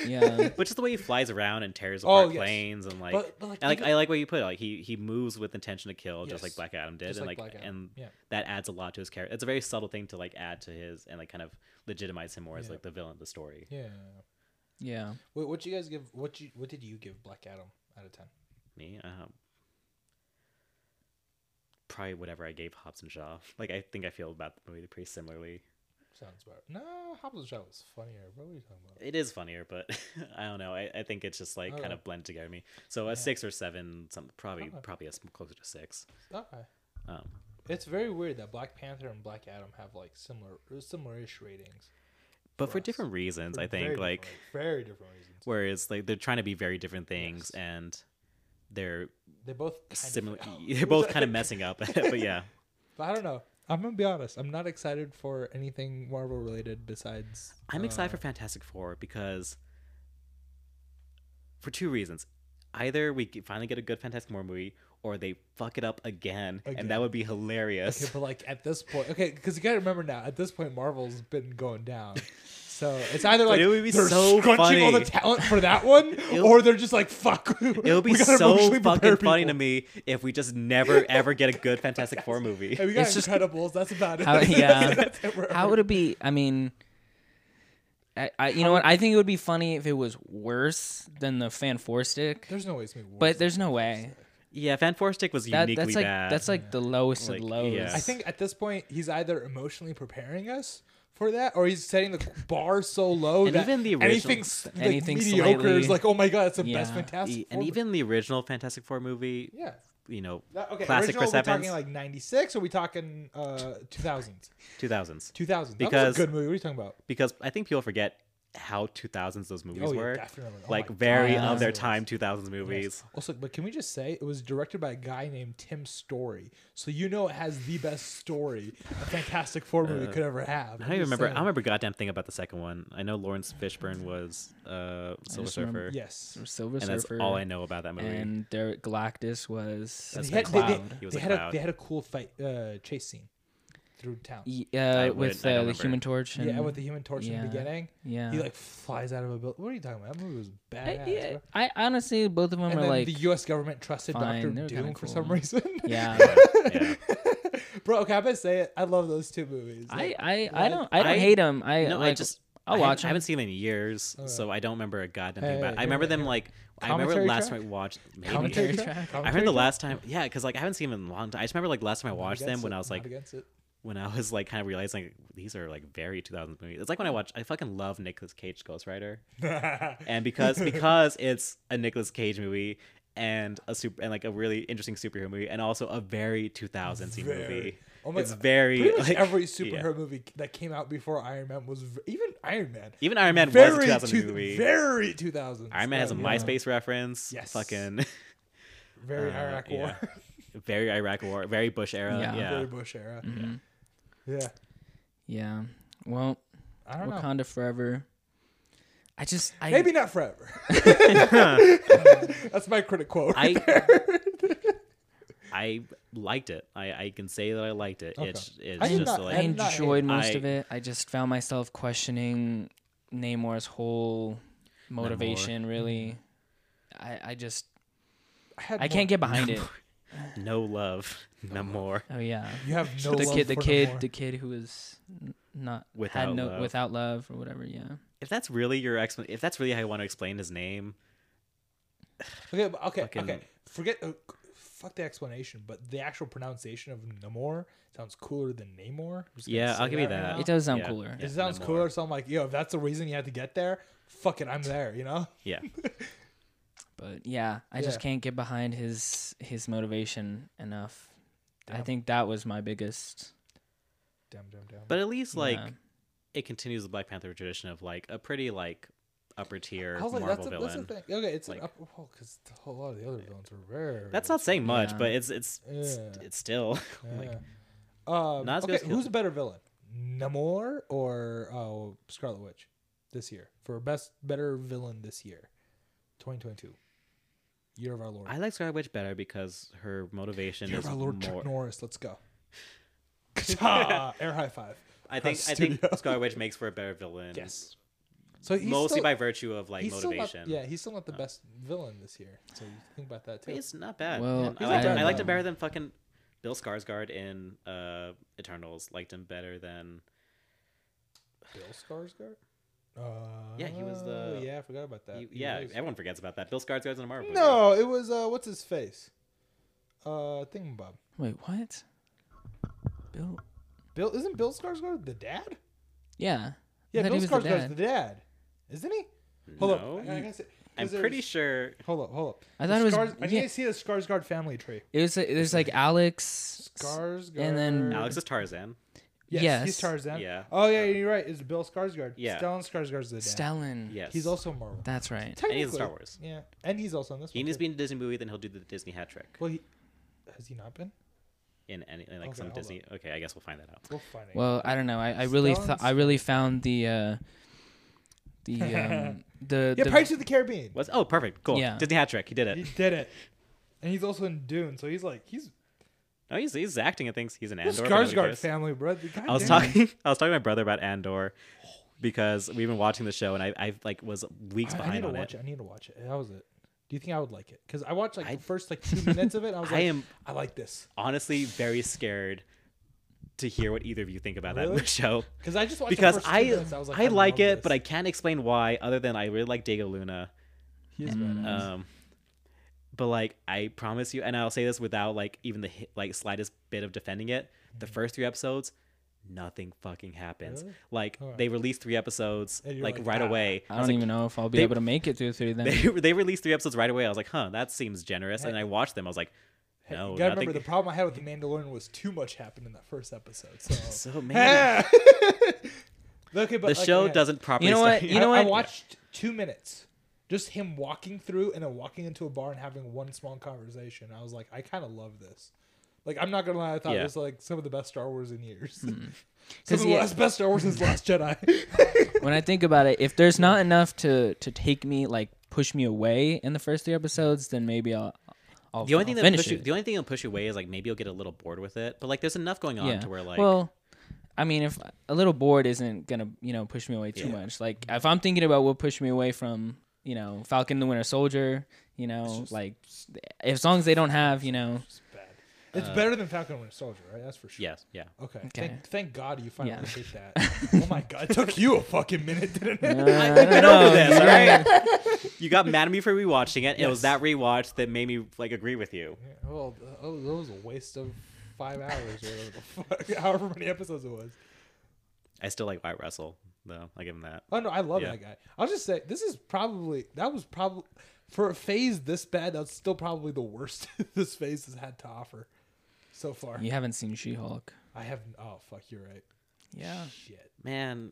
S3: yeah
S1: but just the way he flies around and tears
S2: Oh,
S1: apart
S2: yes.
S1: planes and like,
S2: But- but, like,
S1: and, like
S2: even-
S1: I like what you put. Like he he moves with intention to kill,
S2: Yes.
S1: just like Black Adam did,
S2: Just
S1: and
S2: like
S1: like,
S2: Black Adam,
S1: and
S2: yeah.
S1: that adds a lot to his character. It's a very subtle thing to like add to his and like kind of legitimize him more as
S2: Yeah.
S1: like the villain of the story.
S2: Yeah.
S3: yeah
S2: What what you guys give? What you what did you give Black Adam out of ten?
S1: Me, um, probably whatever I gave Hobbs and Shaw. Like I think I feel about the movie pretty similarly.
S2: Sounds about no. Hobbs and Shaw was funnier. What were you talking about?
S1: It is funnier, but I don't know. I, I think it's just like kind
S2: Okay.
S1: of blended together to me. So a six or seven, some probably
S2: Oh. Okay.
S1: probably a s- closer to six.
S2: Okay.
S1: Um,
S2: It's very weird that Black Panther and Black Adam have like similar similar-ish ratings.
S1: but
S2: For
S1: for
S2: us.
S1: different reasons, I
S2: For very
S1: think
S2: different
S1: like.
S2: re- very different reasons.
S1: whereas like they're trying to be very different things
S2: Yes.
S1: and they're
S2: They both kind
S1: similar
S2: Of,
S1: they're both kind of messing up but yeah
S2: but I don't know. I'm gonna be honest. I'm not excited for anything Marvel related besides.
S1: i'm excited
S2: uh,
S1: for fantastic four because for two reasons either we get- finally get a good fantastic four movie or they fuck it up again, and
S2: Again.
S1: that would be
S2: Okay,
S1: hilarious
S2: but like at this point, okay, because you gotta remember now. At this point, Marvel's been going down, so it's either like
S1: it would be
S2: they're
S1: so
S2: scrunching all the
S1: funny.
S2: talent for that one, or they're just like fuck.
S1: it would be so fucking funny to me if we just never ever get a good fantastic four movie
S2: Hey, we got
S3: It's just-
S2: Incredibles. That's about it.
S3: How- yeah.
S2: That's it, we're
S3: How
S2: over.
S3: would it be? I mean, I, I you know what? I think it would be funny if it was worse than the fan four stick,
S2: There's no way it's gonna be worse
S3: but
S2: than
S3: there's no way.
S1: Yeah, Van Forstick was
S3: That,
S1: uniquely
S3: that's like
S1: bad.
S3: that's like the lowest of
S1: Like,
S3: lows.
S1: yeah.
S2: I think at this point he's either emotionally preparing us for that, or he's setting the bar so low
S1: And
S2: that
S1: even the original-
S2: anything, s- like,
S3: anything
S2: mediocre
S3: slightly-
S2: is like, oh my god, it's the best
S3: Yeah.
S2: Fantastic
S1: E- and
S2: Four."
S1: even the original Fantastic Four movie,
S2: yeah,
S1: you know,
S2: That- Uh, okay.
S1: classic
S2: original,
S1: Chris
S2: are we
S1: Evans,
S2: talking like '96? Or are we talking uh 2000s?
S1: 2000s.
S2: 2000s. that
S1: Because-
S2: was a good movie. What are you talking about?
S1: Because I think people forget how 2000s those movies
S2: Oh, yeah,
S1: were.
S2: definitely. Oh
S1: like
S2: my
S1: very
S3: God.
S1: of their
S2: Yes.
S1: time 2000s movies.
S2: Also, but can we just say it was directed by a guy named Tim Story? So you know it has the best story a Fantastic Four movie could ever have.
S1: Uh, I don't even remember. I don't remember a goddamn thing about the second one. I know Lawrence Fishburne was uh, Silver
S3: just
S1: Surfer,
S3: remember-
S2: Yes.
S3: Or Silver
S1: and that's
S3: Surfer.
S1: all I know about that movie.
S3: And their Galactus was
S1: That's
S2: They had, they,
S1: a
S2: they-
S1: cloud. He was
S2: they
S1: a
S2: had a,
S1: cloud.
S2: they had a cool fight uh, chase scene through town.
S3: Y-
S1: I
S3: uh,
S1: wouldn't- I don't
S3: with uh, the
S1: remember.
S3: Human Torch. And,
S2: Yeah, with the Human Torch in
S3: yeah.
S2: the beginning,
S3: yeah.
S2: he like flies out of a building. What are you talking about? That movie was
S3: I,
S2: badass.
S3: yeah,
S2: bro.
S3: I honestly both of them
S2: And
S3: are
S2: then
S3: like
S2: the U.S. government trusted
S3: fine, they
S2: Doctor
S3: were
S2: Doom
S3: kinda
S2: for
S3: cool.
S2: some reason.
S3: yeah.
S1: yeah.
S2: bro. Okay, I'm gonna say it. I love those two movies.
S3: I
S2: Like,
S3: I, I don't I don't
S1: I-
S3: hate them. I
S1: no, I
S3: like,
S1: just
S3: I'll
S1: I
S3: watch
S1: haven't- I
S3: them.
S1: haven't seen it in years, so I don't remember a goddamn thing
S2: Hey,
S1: about. it. I
S2: hey,
S1: remember
S2: hey,
S1: them
S2: hey.
S1: like I remember
S2: Commentary
S1: last
S2: track?
S1: time I watched. Maybe
S2: commentary.
S3: Commentary
S2: track?
S3: track?
S1: I remember the last time, yeah, because like I haven't seen them in a long time. I just remember like last time I watched them
S2: Against
S1: when
S2: it,
S1: I was
S2: not
S1: like
S2: against it.
S1: when I was like kind of realizing like, these are like very 2000s movies. It's like when I watch I fucking love Nicolas Cage Ghost Rider, and because because it's a Nicolas Cage movie and a super and like a really interesting superhero movie and also a very 2000s -y
S2: Very.
S1: movie.
S2: Oh my-
S1: it's very
S2: Pretty much
S1: like,
S2: every
S1: yeah.
S2: superhero movie that came out before Iron Man was v- even Iron Man.
S1: Even Iron Man was a
S2: Very
S1: 2000
S2: two,
S1: movie.
S2: very 2000s.
S1: Iron Man has a
S2: Yeah.
S1: MySpace reference.
S2: Yes.
S1: Fucking
S2: Very
S1: uh,
S2: Iraq
S1: yeah.
S2: War.
S1: very Iraq War, very Bush era. Yeah. Mm-hmm.
S3: Yeah.
S2: Very Bush era.
S3: Mhm.
S2: Yeah.
S3: yeah. Well,
S2: I don't know.
S3: Wakanda forever. I just I
S2: Maybe not forever. That's my critic quote. right there.
S1: I I liked it. I, I can say that I liked it.
S2: Okay.
S1: It's it's
S2: I did
S1: just
S2: not-
S1: like
S3: I
S2: I did not hate
S3: enjoyed
S1: it.
S3: most
S1: I-
S3: of it. I just found myself questioning Namor's whole motivation. Really,
S2: Mm-hmm.
S3: I I just
S2: had
S3: I
S2: more-
S3: can't get behind it.
S1: no love, no more.
S3: Oh yeah,
S2: You have no
S3: the
S2: love
S3: kid, the
S2: for
S3: kid,
S2: Namor.
S3: the kid who was n- not
S1: Without
S3: had no
S1: love.
S3: without love or whatever. Yeah,
S1: If that's really your explan, if that's really how you want to explain his name,
S2: Okay, but- okay,
S1: Fucking-
S2: okay. Forget, uh, fuck the explanation, but the actual pronunciation of Namor sounds cooler than Namor. I'm just gonna
S1: Yeah,
S2: say
S1: I'll give you
S2: right
S1: that.
S2: now.
S3: it does sound
S1: yeah.
S3: cooler.
S2: It sounds
S1: Namor.
S2: cooler, so I'm like, yo, if that's the reason you had to get there, fuck it, I'm there, you know?
S1: yeah,
S3: But yeah, I just
S2: Yeah.
S3: can't get behind his his motivation enough. I
S2: Damn.
S3: think that was my biggest.
S2: Damn, damn, damn.
S1: but at least like
S3: yeah.
S1: it continues the Black Panther tradition of like a pretty like upper tier
S2: I was like,
S1: Marvel
S2: that's, a,
S1: villain.
S2: that's the thing. Okay, it's
S1: Like-
S2: like, because a whole lot of the other villains were very.
S1: That's not saying much,
S3: Yeah.
S1: but it's it's it's,
S2: Yeah.
S1: it's still like
S2: Yeah. um,
S1: not as
S2: okay,
S1: good as Kill-
S2: who's a better villain, Namor or uh, Scarlet Witch, this year for best better villain this year, 2022, year of our Lord,
S1: I like Scarlet Witch better because her motivation
S2: year
S1: is
S2: of our Lord
S1: more.
S2: Chuck Norris. Let's go. Ta- Air high five.
S1: I think I think Scarlet Witch makes for a better villain.
S2: Yes. So he's
S1: mostly
S2: still,
S1: by virtue of like
S2: he's still not-
S1: motivation. Uh.
S2: yeah, he's still not the best villain this year. So you think about that too.
S1: It's not bad. man.
S3: Well,
S1: I
S3: He's
S1: liked,
S2: not bad,
S1: I liked
S2: though.
S1: him better than fucking Bill Skarsgård in uh, Eternals. Liked him better than
S2: Bill Skarsgård. Uh,
S1: Yeah, he was the-
S2: Yeah, I forgot about that.
S1: you-
S2: He
S1: Uh, yeah.
S2: was-
S1: Everyone forgets about that. Bill Skarsgård's in a Marvel. movie.
S2: No, it was uh, what's his face? Uh, Thingamabob.
S3: Wait, what? Bill?
S2: Bill isn't Bill Skarsgård the dad?
S3: Yeah.
S2: Yeah, Bill
S3: I thought he was the
S2: Skarsgård's
S3: dad.
S2: the dad, isn't he? Hold
S1: No.
S2: up, I, I guess it, 'cause
S1: I'm
S2: there's-
S1: pretty sure.
S2: Hold up, hold up.
S3: I
S2: The
S3: thought it was-
S2: Skars- I need
S3: yeah.
S2: to see the Skarsgård family tree.
S3: It was uh, there's like Alex.
S2: Skarsgård.
S3: And then-
S1: Alex is Tarzan.
S2: Yes,
S3: Yes.
S2: he's Tarzan.
S1: Yeah.
S2: Oh yeah, you're right. It's Bill Skarsgård.
S1: Yeah.
S2: Stellan Skarsgård's the dad.
S3: Stalin.
S1: Yes.
S2: He's also Marvel.
S3: That's right.
S1: And he's in Star
S2: Technically.
S1: Wars.
S2: Yeah, and he's also in this.
S1: He
S2: one
S1: needs to
S2: too.
S1: be in a Disney movie, then he'll do the Disney hat trick
S2: Well, he has he not been?
S1: in any in, like
S2: Okay,
S1: some
S2: hold
S1: Disney. Okay, I guess we'll find that out.
S2: We'll find it.
S3: Well, I don't know. I, I really
S2: Stalin's-
S3: thought I really found the uh the um the,
S2: yeah,
S3: the
S2: Pirates of the Caribbean.
S1: What's oh perfect cool
S3: Yeah.
S1: Disney hat trick he did
S2: He
S1: it.
S2: did it, and he's also in Dune. So he's like he's
S1: No, Oh, he's he's acting at things. He's an
S2: Bill
S1: Andor. but nobody
S2: Skarsgård
S1: cares.
S2: family, bro. The
S1: I
S2: goddamn-
S1: was talking I was talking to my brother about Andor because we've been watching the show and I I like was weeks
S2: I, I
S1: behind
S2: need to
S1: on
S2: watch
S1: it.
S2: it. I need to watch it. That was it. Do you think I would like it? Because I watched like
S1: I-
S2: the first like two minutes of it. And I was
S1: I
S2: like, I
S1: am-
S2: like this
S1: Honestly, very scared to hear what either of you think about that
S2: Really?
S1: show
S2: because I just watched
S1: because
S2: the first two
S1: I
S2: minutes, I was like,
S1: I like
S2: love
S1: it, but I
S2: this.
S1: can't uh, explain why other than I really like Diego Luna.
S2: He's
S3: Mm.
S2: badass.
S1: Um, but like I promise you, and I'll say this without like even the hi- like slightest bit of defending it. The first three episodes, nothing fucking happens.
S2: Mm-hmm. Really?
S1: Like
S2: Alright.
S1: they released three episodes
S2: And you're
S1: like,
S2: like,
S1: right
S2: "Ah."
S1: away.
S3: I
S1: was
S3: don't
S1: like,
S3: even know if I'll be
S1: they-
S3: able to make it through three. Then
S1: They they released three episodes right away. I was like, huh, that seems generous. And I watched them. I was like,
S2: Hey,
S1: no,
S2: you gotta
S1: nothing.
S2: remember the problem I had with the Mandalorian was too much happened in that first episode. So,
S1: so man,
S2: okay, but
S1: the show
S2: doesn't.
S1: doesn't properly.
S3: know
S1: start-
S3: what? You know
S2: I, I
S3: what?
S2: watched two minutes, just him walking through and then walking into a bar and having one small conversation. I was like, I kind of love this. Like, I'm not gonna lie, I thought
S1: Yeah.
S2: it was like some of the best Star Wars in years. some of
S3: 'Cause,
S2: the
S3: yeah.
S2: last best Star Wars since Last Jedi.
S3: when I think about it, if there's not enough to to take me like push me away in the first three episodes, then maybe I'll. I'll
S1: the only
S3: I'll
S1: thing that
S3: finish
S1: push you,
S3: it.
S1: the only thing that'll push you away is like maybe you'll get a little bored with it, but like there's enough going on to where like
S3: well i mean if a little bored isn't gonna you know push me away too
S1: Yeah.
S3: much like if i'm thinking about what pushed me away from you know falcon and the winter soldier you know like as long as they don't have you know
S2: it's bad. It's better than Falcon and Winter Soldier, right? That's for sure.
S1: yes, yeah.
S2: Okay.
S3: Okay.
S2: Thank, thank God you finally
S3: Yeah.
S2: hit that. oh my God, it took you a fucking minute, didn't it?
S3: I
S1: I've been
S3: don't
S1: over
S3: know,
S1: this,
S3: you
S1: all
S3: know?
S1: right? You got mad at me for rewatching it. and It was
S2: Yes.
S1: that rewatch that made me like agree with you.
S2: Yeah, well, th- oh, that was a waste of five hours or whatever the fuck, however many episodes it was.
S1: I still like Wyatt Russell though. I give him that.
S2: Oh no, I love
S1: Yeah.
S2: that guy. I'll just say this is probably that was probably for a phase this bad. That's still probably the worst this phase has had to offer so far.
S3: you haven't seen she-hulk
S2: I have oh fuck, you're right.
S3: yeah
S2: Shit,
S1: Man,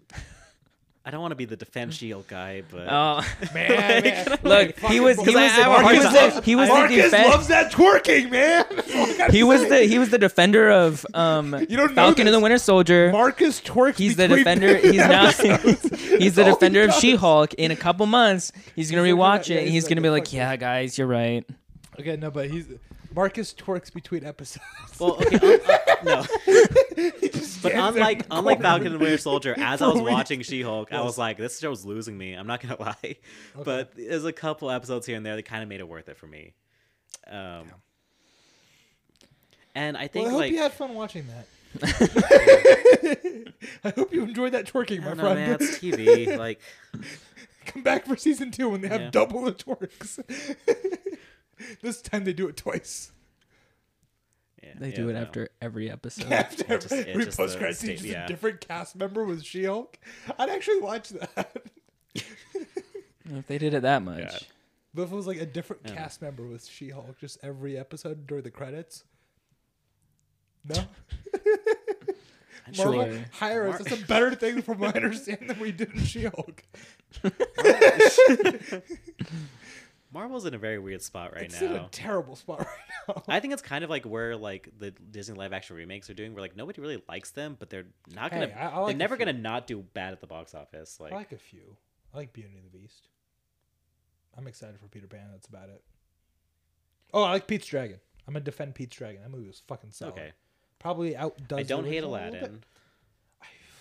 S1: I don't want to be the defense shield guy, but
S3: oh
S2: man. man.
S3: look he was he
S1: Because I
S3: was
S1: have a
S3: he
S1: hard
S3: was the,
S1: time.
S3: he was the
S2: Marcus
S3: defense
S2: loves that twerking, man. That's all I gotta
S3: he was
S2: say.
S3: the he was the defender of um
S2: don't know
S3: falcon and the
S2: this.
S3: winter soldier
S2: Marcus twerks.
S3: He's the
S2: between
S3: defender. He's now. he's the
S2: all he
S3: defender of
S2: does.
S3: She-Hulk. In a couple months, he's gonna
S2: He's like,
S3: rewatch
S2: yeah,
S3: it. and
S2: he's
S3: He's
S2: like,
S3: gonna be
S2: "Fuck
S3: like,
S2: this."
S3: "Yeah, guys, you're right."
S2: Okay, no, but he's Marcus twerks between episodes.
S1: well, okay, un- uh, no.
S2: He just
S1: But
S2: stands there in
S1: unlike
S2: the
S1: unlike
S2: corner.
S1: Falcon and the Winter Soldier, as I
S2: For
S1: was
S2: weeks.
S1: watching She-Hulk, I was like, this show's losing me. I'm not gonna lie, but there's a couple episodes here and there that kind of made it worth it for me. Um, and I
S2: Well,
S1: think
S2: I hope
S1: like
S2: you had fun watching that. I hope you enjoyed that twerking,
S1: I
S2: my
S1: don't know, man,
S2: friend.
S1: it's TV. Like,
S2: Come back for season two when they have
S1: Yeah.
S2: double the twerks. this time they do it twice.
S1: yeah,
S3: They
S1: yeah,
S3: do it
S1: no.
S3: after every episode.
S2: After
S1: it just-
S2: every
S1: it just
S2: post
S1: doesn't
S2: credit scene, just
S1: stay- yeah.
S2: a different cast member with She Hulk. I'd actually watch that.
S3: if they did it that much,
S1: Yeah.
S2: But if it was like a different
S1: Yeah.
S2: cast member with She Hulk, just every episode during the credits. No?
S3: Sure.
S2: Marvel, hire us. That's a better thing from what I understand than we did in She Hulk.
S1: Marvel's in a very weird spot right
S2: It's in a
S1: now.
S2: terrible spot right now.
S1: I think it's kind of like where like the Disney live action remakes are doing, where like nobody really likes them, but they're not gonna,
S2: Hey, I- I like
S1: they're
S2: a
S1: never
S2: few.
S1: gonna not do bad at the box office. Like,
S2: I like a few. I like Beauty and the Beast. I'm excited for Peter Pan. That's about it. Oh, I like Pete's Dragon. I'm gonna defend Pete's Dragon. That movie was fucking solid.
S1: okay,
S2: Probably outdoes.
S1: I
S2: the
S1: don't hate
S2: original a little bit.
S1: Aladdin.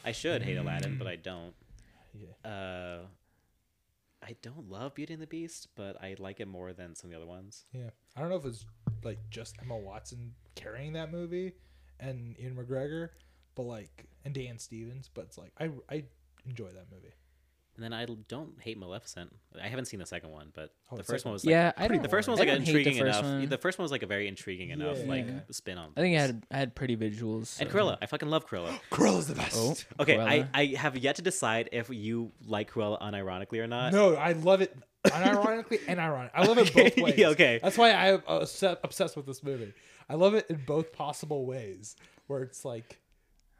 S1: I should hate Aladdin,
S3: Mm.
S1: but I don't.
S2: Yeah.
S1: Uh, I don't love Beauty and the Beast, but I like it more than some of the other ones.
S2: Yeah. I don't know if it's like just Emma Watson carrying that movie and Ian McGregor, but like and Dan Stevens, but it's like I I enjoy that movie.
S1: And then I l- don't hate Maleficent. I haven't seen the second one, but
S2: Oh,
S1: the
S2: the
S1: first
S2: second
S1: one was like,
S3: yeah, I
S2: pretty
S3: don't.
S1: the first one was
S3: I
S1: like
S3: don't hate the
S1: intriguing
S3: first
S1: enough.
S3: one.
S1: The first one was like a very intriguing enough
S2: Yeah.
S1: like
S2: Yeah.
S1: spin on.
S3: I think
S1: things.
S3: I had I had pretty visuals.
S1: and
S3: so-
S1: Cruella. I fucking love Cruella.
S2: Cruella's the best.
S3: Oh,
S1: Okay, I,
S3: Cruella.
S1: I have yet to decide if you like Cruella unironically or not.
S2: No, I love it unironically and ironic. I love it
S1: Okay,
S2: both ways.
S1: yeah, okay.
S2: That's why I'm obs- obsessed with this movie. I love it in both possible ways, where it's like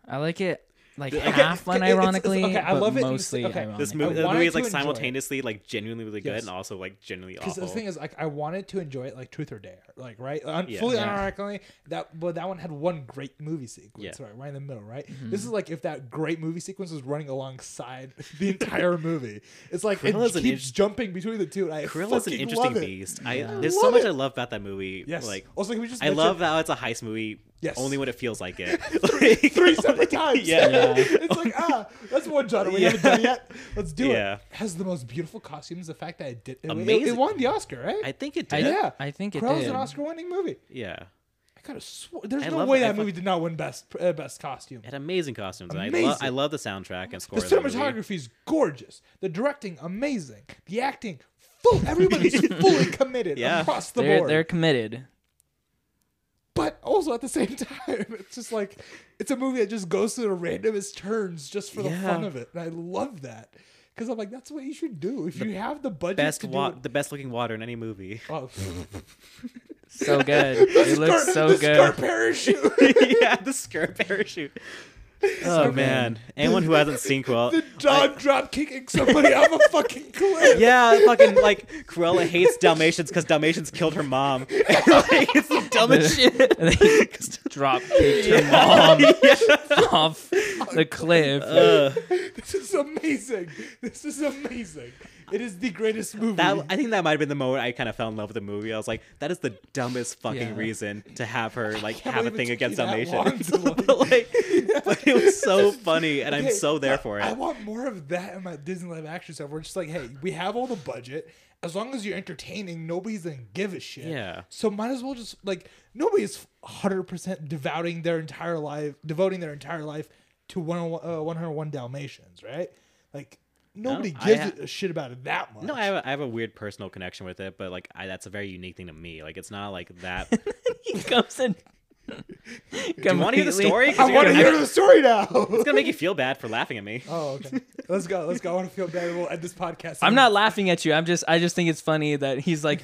S3: I like it like half
S2: okay, it's-
S3: unironically,
S2: okay, I
S3: but
S2: love it in the-
S3: mostly
S2: okay,
S3: ironic.
S1: This
S2: I
S1: movie, the
S2: wanted
S1: movie is
S2: to
S1: like
S2: enjoy it.
S1: simultaneously like genuinely really good
S2: Yes.
S1: and also like genuinely
S2: because
S1: awful.
S2: the thing is like I wanted to enjoy it like Truth or Dare, like right, Un-
S1: Yeah.
S2: fully
S3: Yeah.
S2: unironically. That but that one had one great movie sequence,
S1: Yeah.
S2: right, right in the middle, right.
S3: Mm-hmm.
S2: This is like if that great movie sequence was running alongside the entire movie. It's like
S1: Cruella's
S2: it
S1: an
S2: keeps
S1: int-
S2: jumping between the two. And I
S1: Cruella's an
S2: fucking
S1: interesting
S2: love it.
S1: beast. I
S2: I
S1: there's so
S2: love
S1: much
S2: it.
S1: I love about that movie.
S2: Yes.
S1: Like
S2: also, can we just
S1: I
S2: mention
S1: love how it's a heist movie.
S2: Yes.
S1: Only when it feels like it.
S2: three separate times.
S1: Yeah. Yeah.
S2: it's like ah, that's one genre we
S1: Yeah.
S2: haven't done yet. Let's do
S1: Yeah.
S2: it. Has the most beautiful costumes. The fact that it did it, it,
S1: Amazing.
S2: it won the Oscar, right?
S1: I think it
S3: I,
S1: did.
S2: yeah.
S3: I think it
S2: Cruella's
S3: did.
S2: an Oscar-winning movie.
S1: yeah.
S2: I could have swore there's
S1: I
S2: no
S1: love-
S2: way that
S1: I fuck-
S2: movie did not win best uh, best costume.
S1: It had amazing costumes. and I, lo-
S2: Amazing.
S1: I love the soundtrack and
S2: The
S1: score. of the movie.
S2: cinematography is gorgeous. The directing amazing. The acting full. Everybody's fully committed
S1: Yeah.
S2: across the
S3: They're
S2: board.
S3: they're committed.
S2: But also at the same time, it's just like it's a movie that just goes through the randomest turns just for the
S1: Yeah.
S2: fun of it, and I love that because I'm like, that's what you should do if you have the budget
S1: Best
S2: to do
S1: wa-
S2: it.
S1: the best looking water in any movie.
S2: Oh,
S3: So good.
S2: the
S3: it looks
S2: skirt-
S3: so
S2: the
S3: good.
S2: skirt parachute.
S1: yeah, the skirt parachute. Oh
S3: good.
S1: man, anyone who hasn't seen Cruella,
S2: the dog drop kicking somebody off a fucking cliff.
S1: yeah, fucking like Cruella hates Dalmatians because Dalmatians killed her mom. like it's the dumbest shit.
S3: And they drop kicked her mom off the cliff.
S1: Ugh.
S2: This is amazing. This is amazing. It is the greatest movie.
S1: That I think that might have been the moment I kind of fell in love with the movie. I was like, that is the dumbest fucking
S3: Yeah.
S1: reason to have her like
S2: can't
S1: have a
S2: believe
S1: thing
S2: it took you
S1: against
S2: that
S1: Dalmatians.
S2: long to,
S1: but like, but it was so funny, and I'm
S2: Okay,
S1: so there
S2: I-
S1: for
S2: I
S1: it.
S2: want more of that in my Disney live action stuff. We're just like, hey, we have all the budget. As long as you're entertaining, nobody's gonna give a shit.
S1: Yeah.
S2: So might as well just like nobody's hundred percent devoting their entire life, devoting their entire life to one uh, one hundred one Dalmatians, right? Like nobody
S1: I
S2: gives
S1: ha-
S2: a shit about it that much.
S1: No, I have, a, I have a weird personal connection with it, but like I, that's a very unique thing to me. Like it's not like that. Do
S3: he comes in.
S1: you want to hear the story? 'Cause
S2: I
S1: you're
S2: want to
S1: gonna-
S2: hear the story now.
S1: It's gonna make you feel bad for laughing at me.
S2: oh, okay. Let's go. Let's go. I want to feel better. We'll end this podcast.
S3: I'm not laughing at you. I'm just I just think it's funny that he's like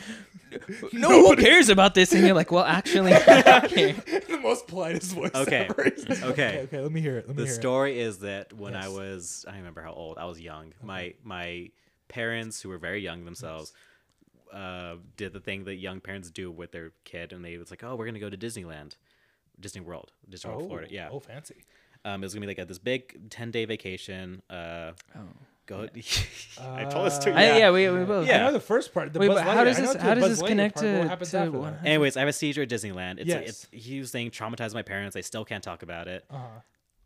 S3: no one
S2: Nobody-
S3: cares about this and you're like, well actually I care."
S2: the most politest voice.
S1: Okay.
S2: ever. okay.
S1: Okay.
S2: Okay. Let me hear it. Let me
S1: The
S2: hear
S1: story is that when I
S2: Yes.
S1: was I don't remember how old, I was young. My my parents, who were very young themselves, uh, did the thing that young parents do with their kid and they was like, Oh, we're gonna go to Disneyland. Disney World.
S2: it.
S1: Disney World, Florida. Yeah.
S2: Oh, fancy.
S1: Um it was gonna be like a, this big ten day vacation. Uh
S3: Oh.
S1: go I told us to
S2: Uh,
S1: yeah.
S3: I- yeah, we, we both.
S1: Oh, Yeah.
S2: I know the first part. The
S3: Wait,
S2: Buzz
S3: but how
S2: Lightyear.
S3: does
S2: I know
S3: this-
S2: it's
S3: how
S2: the
S3: does
S2: Buzz
S3: this
S2: Lightyear
S3: connect
S2: part, but
S3: to-
S2: what happens
S3: to
S2: after
S3: one-
S2: that?
S1: Anyways, I have a seizure at Disneyland. It's,
S2: Yes.
S1: it's huge thing, traumatized my parents. They still can't talk about it.
S2: Uh-huh.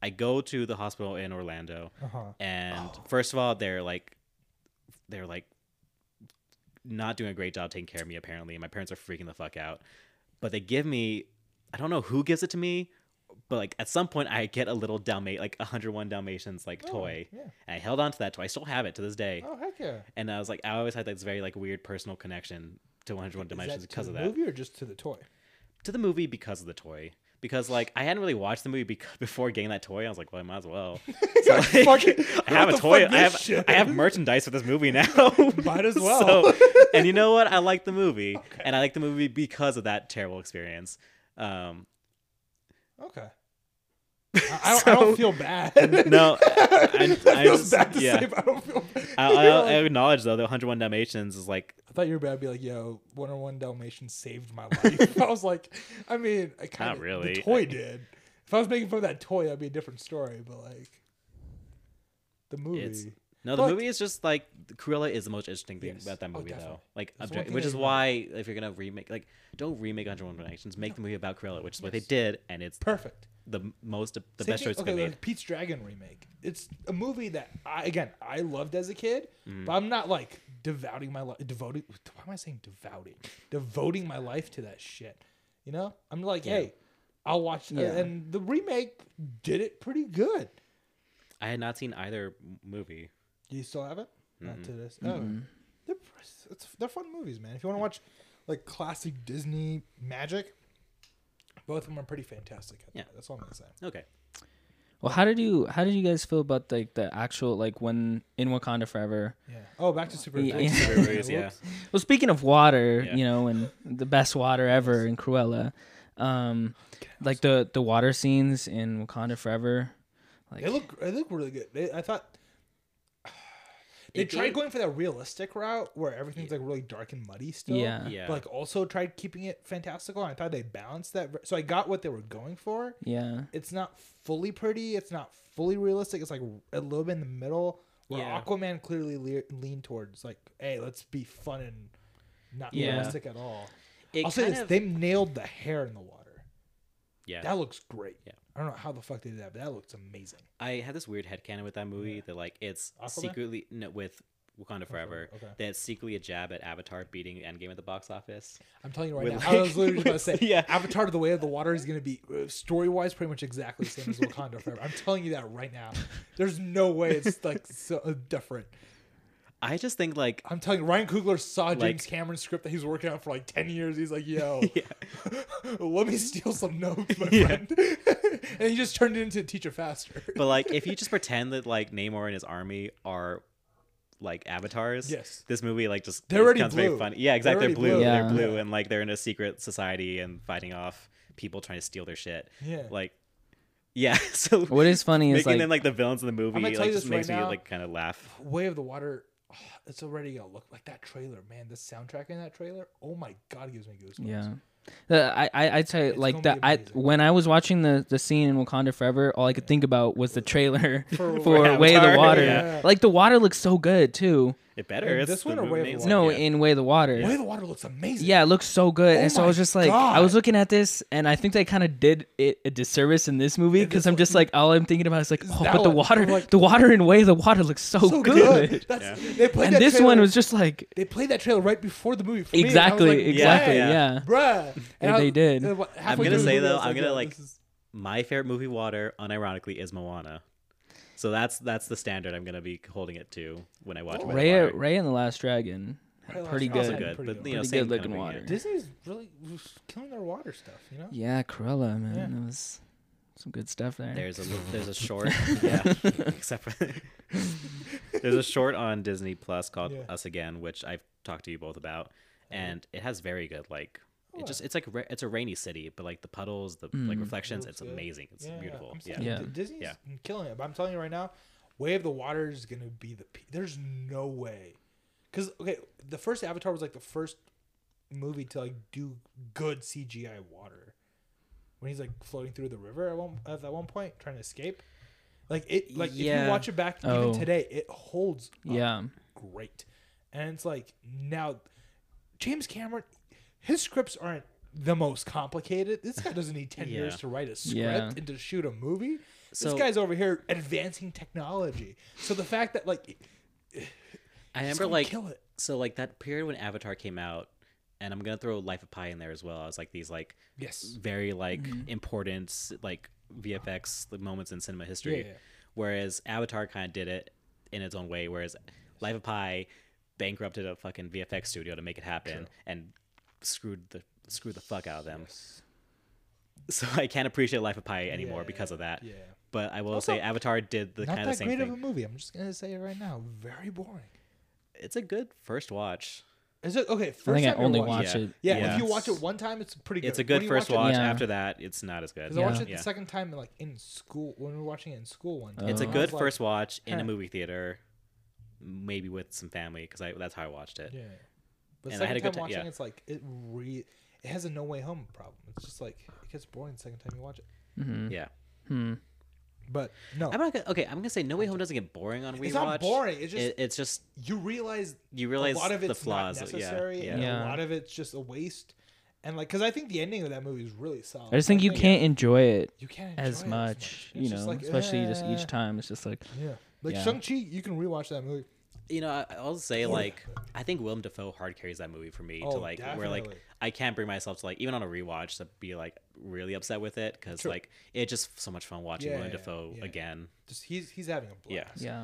S1: I go to the hospital in Orlando.
S2: Uh-huh.
S1: And first of all, they're like, they're like, not doing a great job taking care of me. Apparently, and my parents are freaking the fuck out. But they give me, I don't know who gives it to me, but like at some point, I get a little Dalmatian, like 101 Dalmatians, like toy,
S2: Oh, yeah.
S1: and I held on to that toy. I still have it to this day.
S2: Oh heck yeah!
S1: And I was like, I always had like, this very like weird personal connection to 101
S2: Is that
S1: Dalmatians
S2: to
S1: because
S2: the
S1: of that.
S2: movie or just to the toy?
S1: To the movie because of the toy. Because like I hadn't really watched the movie bec- before getting that toy, I was like, well, I might as well. So, like,
S2: Fuck it.
S1: I have
S2: What
S1: a
S2: the
S1: toy.
S2: fuck
S1: I
S2: this
S1: have
S2: shit
S1: I have
S2: is?
S1: merchandise for this movie now.
S2: Might as well.
S1: and you know what? I like the movie, and I like the movie because of that terrible experience. Um,
S2: Okay. I, I, don't, I don't
S1: So-
S2: feel bad.
S1: no, I,
S2: That
S1: I, I
S2: feels
S1: just-
S2: bad to
S1: yeah.
S2: say, but I don't feel bad.
S1: I, I, I acknowledge though that 101 Dalmatians is like
S2: I thought you were about to be like, "Yo, 101 Dalmatian saved my life." I was like, I mean, I kind of
S1: really.
S2: The toy did. If I was making fun of that toy, that'd be a different story. But like, the movie.
S1: It's- no, the
S2: But-
S1: movie is just like Cruella is the most interesting thing
S2: Yes.
S1: about that
S2: Oh,
S1: movie
S2: definitely.
S1: though. Like,
S2: That's one
S1: object-
S2: thing
S1: which
S2: that
S1: is
S2: you-
S1: why if you're gonna remake, like, don't remake 101 Dalmatians, make the movie about Cruella, which is what they did, and it's
S2: Perfect.
S1: the most the
S2: Same
S1: best
S2: thing-
S1: choice they made.
S2: like Pete's Dragon remake. It's a movie that I again I loved as a kid,
S1: Mm-hmm.
S2: but I'm not like devoting my life. Devoted. Why am I saying devoting? Devoting my life to that shit. You know, I'm like, hey, I'll watch.
S3: Yeah.
S2: And the remake did it pretty good.
S1: I had not seen either m- movie.
S2: Do you still have it? Not to this. Oh, they're pr- it's, they're fun movies, man. If you want to watch like classic Disney magic, both of them are pretty fantastic.
S1: Yeah.
S2: that's all I'm gonna say.
S1: Okay.
S3: Well how did you how did you guys feel about like the actual like when in Wakanda Forever?
S2: Yeah. Oh, back to Super.
S3: Yeah.
S2: Back to Super
S1: Whatever it is,
S2: Whoops.
S1: yeah.
S3: Well speaking of water,
S1: Yeah.
S3: you know, and the best water ever in Cruella. Um like the the water scenes in Wakanda Forever. Like
S2: They look they look really good. They, I thought they
S1: It
S2: tried
S1: gave-
S2: going for that realistic route where everything's like really dark and muddy still.
S3: Yeah.
S1: Yeah.
S2: But like also tried keeping it fantastical. And I thought they balanced that. ver- So I got what they were going for.
S3: yeah.
S2: It's not fully pretty. It's not fully realistic. It's like a little bit in the middle where
S1: Yeah.
S2: Aquaman clearly le- leaned towards like, hey, let's be fun and not
S3: Yeah.
S2: realistic at all.
S1: It
S2: I'll say
S1: kind
S2: this:
S1: of-
S2: they nailed the hair in the water.
S1: yeah.
S2: That looks great.
S1: Yeah.
S2: I don't know how the fuck they did that, but that looks amazing.
S1: I had this weird headcanon with that movie that like it's
S2: Aquaman?
S1: secretly no, with Wakanda Forever.
S2: okay.
S1: That it's secretly a jab at Avatar beating Endgame at the box office.
S2: I'm telling you right
S1: With,
S2: now. I was
S1: like-
S2: literally just about to say,
S1: Yeah.
S2: Avatar: The Way of the Water is going to be story wise pretty much exactly the same as Wakanda Forever. I'm telling you that right now. There's no way it's like so uh, different.
S1: I just think like
S2: I'm telling you, Ryan Coogler saw James
S1: Like-
S2: Cameron's script that he's working on for like 10 years. He's like, yo,
S1: Yeah.
S2: let me steal some notes, my
S1: Yeah.
S2: friend. and he just turned it into Teacher Faster.
S1: but like if you just pretend that like Namor and his army are like avatars,
S2: Yes.
S1: this movie like just
S2: They're already
S1: becomes
S2: blue.
S1: very funny. Yeah, exactly.
S2: already
S1: They're blue.
S2: blue.
S1: They're
S3: Yeah.
S1: blue, and like they're in a secret society and fighting off people trying to steal their shit.
S2: Yeah.
S1: Like, yeah. So
S3: What is funny is
S1: making
S3: like,
S1: them like the villains in the movie
S2: I'm gonna
S1: like
S2: tell you
S1: just
S2: this right
S1: makes me
S2: now.
S1: like kind of laugh.
S2: Way of the Water, oh, it's already a look like that trailer, man. The soundtrack in that trailer, oh my God, it gives me goosebumps.
S3: yeah. The- I I I tell you, like
S2: gonna
S3: that.
S2: be
S3: I
S2: amazing.
S3: when I was watching the the scene in Wakanda Forever, all I could think about was the trailer
S2: For-
S3: for,
S1: for
S3: Way of the
S1: Avatar,
S3: Water.
S2: yeah.
S3: Like the water looks so good too.
S1: It better.
S2: Wait,
S1: it's
S2: this
S1: the
S2: one or Way of the
S1: movie.
S2: Water?
S3: No,
S1: Yeah.
S3: in Way of the Water.
S2: Oh, Way of the Water looks amazing.
S3: Yeah, it looks so good.
S2: Oh
S3: and so I was
S2: my
S3: just like, I
S2: God.
S3: was looking at this, and I think they kind of did it a disservice in this movie because I'm just like, all I'm thinking about is like, oh,
S2: that
S3: but the
S2: one.
S3: water,
S2: I'm like-
S3: the water in way, the water looks so,
S2: So
S3: good.
S2: good. That's, they played
S3: And
S2: that
S3: this
S2: trailer-
S3: one was just like,
S2: They played that trailer right before the movie. For me, and I was
S3: exactly,
S2: like,
S3: exactly,
S1: yeah.
S3: yeah.
S2: Bruh.
S3: Yeah, they did.
S2: and what- halfway
S1: gonna
S2: through the
S1: say,
S2: movie, I
S1: though,
S2: was
S1: I'm gonna,
S2: yo,
S1: like-
S2: this is-
S1: my favorite movie, Water, unironically, is Moana. So that's that's the standard I'm gonna be holding it to when I watch. Way of the
S3: Raya,
S1: Water.
S3: Raya and the Last Dragon,
S2: Raya and the
S3: pretty
S2: Last Dragon.
S3: good.
S1: also good,
S2: Pretty
S1: but
S2: good.
S1: you know,
S3: Pretty
S1: same kind
S3: good looking
S1: of
S3: water.
S1: thing,
S2: Disney's really was killing their water stuff, you know?
S3: Yeah, Cruella, man,
S2: Yeah.
S3: that was some good stuff there.
S1: yeah. There's a li- there's a short, yeah. Except for there's a short on Disney Plus called
S2: Yeah.
S1: Us Again, which I've talked to you both about, and it has very good like. It just it's like ra- it's a rainy city, but like the puddles, the like reflections,
S2: Looks
S1: it's
S2: good.
S1: amazing. It's beautiful.
S2: I'm
S1: Yeah.
S2: saying,
S3: Mm. Yeah.
S2: D- Disney's
S1: Yeah.
S2: killing it. But I'm telling you right now, Way of the Water is gonna be the. Pe- There's no way, because okay, the first Avatar was like the first movie to like do good CGI water. When he's like floating through the river at one at that one point trying to escape, like it like if
S1: Yeah.
S2: you watch it back
S3: Oh.
S2: even today, it holds. up
S3: yeah,
S1: Oh.
S2: great. And it's like now James Cameron his scripts aren't the most complicated. This guy doesn't need 10
S1: Yeah.
S2: years to write a script
S3: Yeah.
S2: and to shoot a movie.
S1: So-
S2: this guy's over here advancing technology. So the fact that like
S1: I remember
S2: gonna
S1: like
S2: kill it.
S1: so like that period when Avatar came out, and I'm gonna throw Life of Pi in there as well. I was like these like
S2: yes,
S1: very like
S2: Mm-hmm.
S1: important like VFX like, moments in cinema history.
S2: Yeah, yeah.
S1: Whereas Avatar kind of did it in its own way. Whereas Life of Pi bankrupted a fucking VFX studio to make it happen and screwed the screwed the fuck out of them. So I can't appreciate Life of Pi anymore
S2: Yeah,
S1: because of that.
S2: yeah.
S1: But I will
S2: Also,
S1: say Avatar did the
S2: not
S1: kind of
S2: that
S1: same
S2: great
S1: thing.
S2: of a movie. I'm just going to say it right now. Very boring.
S1: It's a good first watch.
S2: Is it okay? First
S3: I think I
S2: time you
S3: only
S2: watch
S3: watched
S2: it.
S1: Yeah.
S3: it.
S2: Yeah,
S1: Yeah.
S2: if you watch it one time, it's pretty good.
S1: It's a good
S2: When you
S1: first
S2: watch.
S1: watch.
S3: Yeah.
S1: After that, it's not as good.
S2: Because I watched it
S1: Yeah.
S2: the second time, like in school, when we were watching it in school one time.
S1: It's a
S2: I
S1: good
S2: was like,
S1: first watch in
S2: "Huh."
S1: a movie theater, maybe with some family because I that's how I watched it.
S2: Yeah. But
S1: And I
S2: second
S1: had a
S2: time
S1: good ti-
S2: watching,
S1: yeah.
S2: it's like it re it has a no way home problem. It's just like it gets boring the second time you watch it.
S3: Mm-hmm.
S1: Yeah.
S3: Hmm.
S2: But no,
S1: I'm not gonna, okay. I'm gonna say No Way Home doesn't get boring on rewatch.
S2: It's not boring, it's just-
S1: It- it's just
S2: you realize
S1: You realize
S2: a lot of
S1: the
S2: it's
S1: flaws,
S2: not
S1: yeah,
S2: necessary,
S1: yeah.
S2: and a
S3: Yeah.
S2: lot of it's just a waste. And like, because I think the ending of that movie is really solid.
S3: I just think you can't enjoy it
S2: you can't enjoy
S3: as
S2: it
S3: much,
S2: It's
S3: you
S2: just
S3: know,
S2: like,
S3: especially just
S2: eh,
S3: each time. It's just like,
S2: Yeah, like
S3: Yeah.
S2: Shang Chi, you can rewatch that movie.
S1: you know. I, I'll say like I think Willem Dafoe hard carries that movie for me
S2: Oh,
S1: to like where like
S2: definitely.
S1: I can't bring myself to like even on a rewatch to be like really upset with it because
S2: Sure.
S1: like it's just so much fun watching
S2: Yeah,
S1: Willem
S2: yeah,
S1: Dafoe
S2: yeah.
S1: again.
S2: Just he's he's having a blast.
S1: Yeah.
S3: yeah,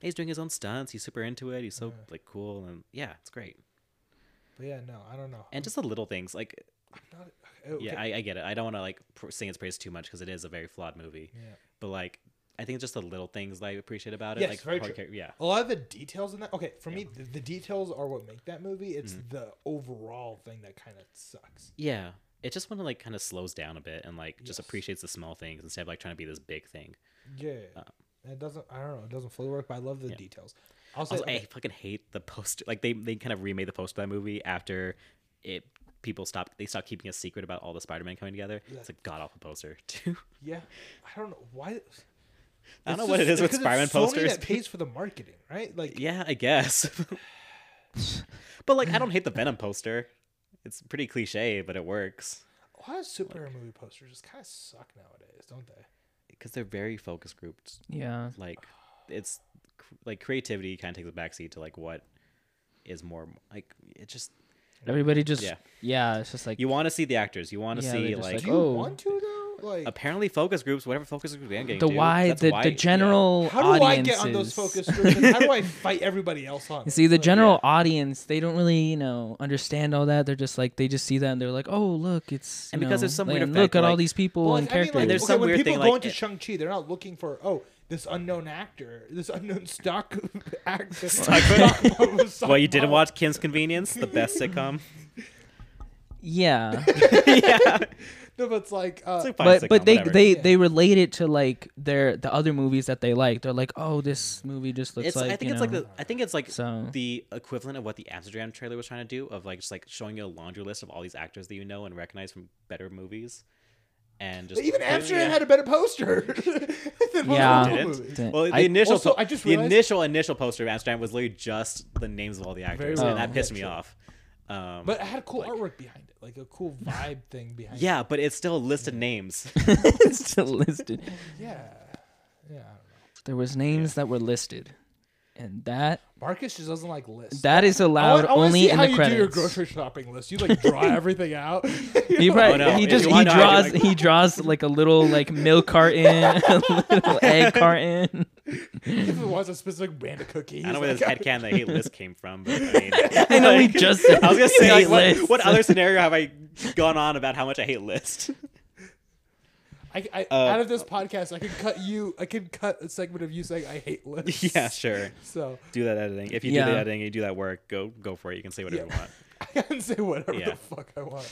S1: He's doing his own stunts. He's super into it. He's so like cool and yeah, it's great.
S2: But yeah, no, I don't know.
S1: And just the little things like
S2: I'm not, okay,
S1: yeah, I, I get it. I don't want to like pr- sing its praise too much because it is a very flawed movie.
S2: Yeah.
S1: But like, I think it's just the little things that I appreciate about it.
S2: Yes,
S1: like,
S2: very
S1: hard
S2: true.
S1: char- yeah,
S2: a lot of the details in that okay for me the, the details are what make that movie it's
S1: Mm.
S2: the overall thing that kind of sucks
S1: yeah. It just want to like kind of slows down a bit and like just
S2: Yes.
S1: appreciates the small things instead of like trying to be this big thing.
S2: yeah Uh, it doesn't i don't know it doesn't fully work but i love the details also,
S1: Also, eh. I fucking hate the poster. Like they they kind of remade the poster of that movie after it people stopped they stopped keeping a secret about all the Spider-Man coming together. It's a god awful poster too.
S2: yeah i don't know why
S1: I don't know
S2: It's
S1: what it
S2: just
S1: is with
S2: because it's
S1: Spider-Man
S2: Sony
S1: posters.
S2: that pays for the marketing right like
S1: Yeah, I guess. but like, I don't hate the Venom poster. It's pretty cliche, but it works.
S2: a lot of superhero movie posters just kind of suck nowadays don't they
S1: because they're very focus grouped.
S3: yeah.
S1: Like it's cr- like creativity kind of takes a backseat to like what is more like it just
S3: Everybody just, yeah,
S1: Yeah.
S3: it's just like,
S1: you want to see the actors, you want to
S3: Yeah, they
S1: see
S3: just,
S1: like,
S3: like,
S2: do you
S3: Oh.
S2: want to though Like,
S1: Apparently, focus groups, whatever focus groups I'm getting
S3: the
S1: to,
S3: why
S1: that's
S3: the,
S1: white,
S3: the
S1: yeah.
S3: general
S2: how do I
S3: audience
S2: get on those
S3: is-
S2: focus groups? and how do I fight everybody else on?
S3: You
S2: it?
S3: see the
S2: Like,
S3: general audience they don't really you know understand all that they're just like they just see that and they're like oh look it's you
S1: And because
S3: know,
S1: there's some
S3: like,
S1: weird
S3: look
S1: effect,
S3: at all
S1: like-
S3: these people
S2: Well, I
S3: and
S2: mean,
S3: characters
S2: like,
S1: there's
S2: okay,
S1: some
S2: when
S1: weird
S2: people
S1: thing,
S2: go
S1: like- eh,
S2: into Shang Chi, they're not looking for oh this unknown actor, this unknown stock actor.
S1: Well, you didn't watch Kim's Convenience, the best sitcom.
S3: yeah
S1: yeah,
S2: No, but it's like, uh,
S1: it's a fine
S3: but
S1: sitcom,
S3: but they
S1: whatever.
S3: they they relate it to like their the other movies that they like they're like oh this movie just looks
S1: It's,
S3: like
S1: I think
S3: you
S1: it's like
S3: know,
S1: the I think it's like
S3: so
S1: the equivalent of what the Amsterdam trailer was trying to do of like just like showing you a laundry list of all these actors that you know and recognize from better movies, and just
S2: even Amsterdam
S1: Yeah.
S2: had a better poster. than most
S3: yeah
S1: didn't.
S2: movies.
S3: Didn't-
S1: Well, the
S3: I-
S1: initial
S2: also,
S1: po-
S2: I just
S1: the
S2: realized-
S1: initial initial poster of Amsterdam was literally just the names of all the actors,
S2: well.
S1: and that pissed me
S2: Yeah,
S1: off. Um,
S2: But it had cool
S1: Like-
S2: artwork behind it, like a cool vibe thing behind it.
S1: yeah, but it's still listed names.
S3: it's still listed
S2: Yeah. Yeah. I don't know.
S3: there was names that were listed and that
S2: Marcus just doesn't like lists.
S3: that is
S2: I
S3: allowed
S2: wanna- I wanna
S3: only
S2: see
S3: in
S2: how
S3: the
S2: you do your
S3: credits
S2: grocery shopping list. You like draw everything out.
S3: He probably,
S1: Oh, no.
S3: he
S1: If
S3: just
S1: you
S3: he
S1: wanna know, I
S3: draws
S1: can,
S3: he draws like a little like milk carton, a little egg carton.
S2: if it wants a specific brand of cookies.
S1: I don't know where
S2: like,
S1: this headcan that hate list came from, but I mean, I
S3: I know we just
S1: I was gonna say, like,
S3: hate
S1: what,
S3: lists.
S1: what other scenario have I gone on about how much I hate list?
S2: I, I,
S1: Uh,
S2: out of this podcast, I could cut you. I could cut a segment of you saying I hate lists.
S1: yeah, sure.
S2: So
S1: Do that editing. If you do
S3: Yeah.
S1: the editing, you do that work. Go, go for it. You can say whatever
S2: Yeah.
S1: you want.
S2: I can say whatever
S1: Yeah.
S2: the fuck I want.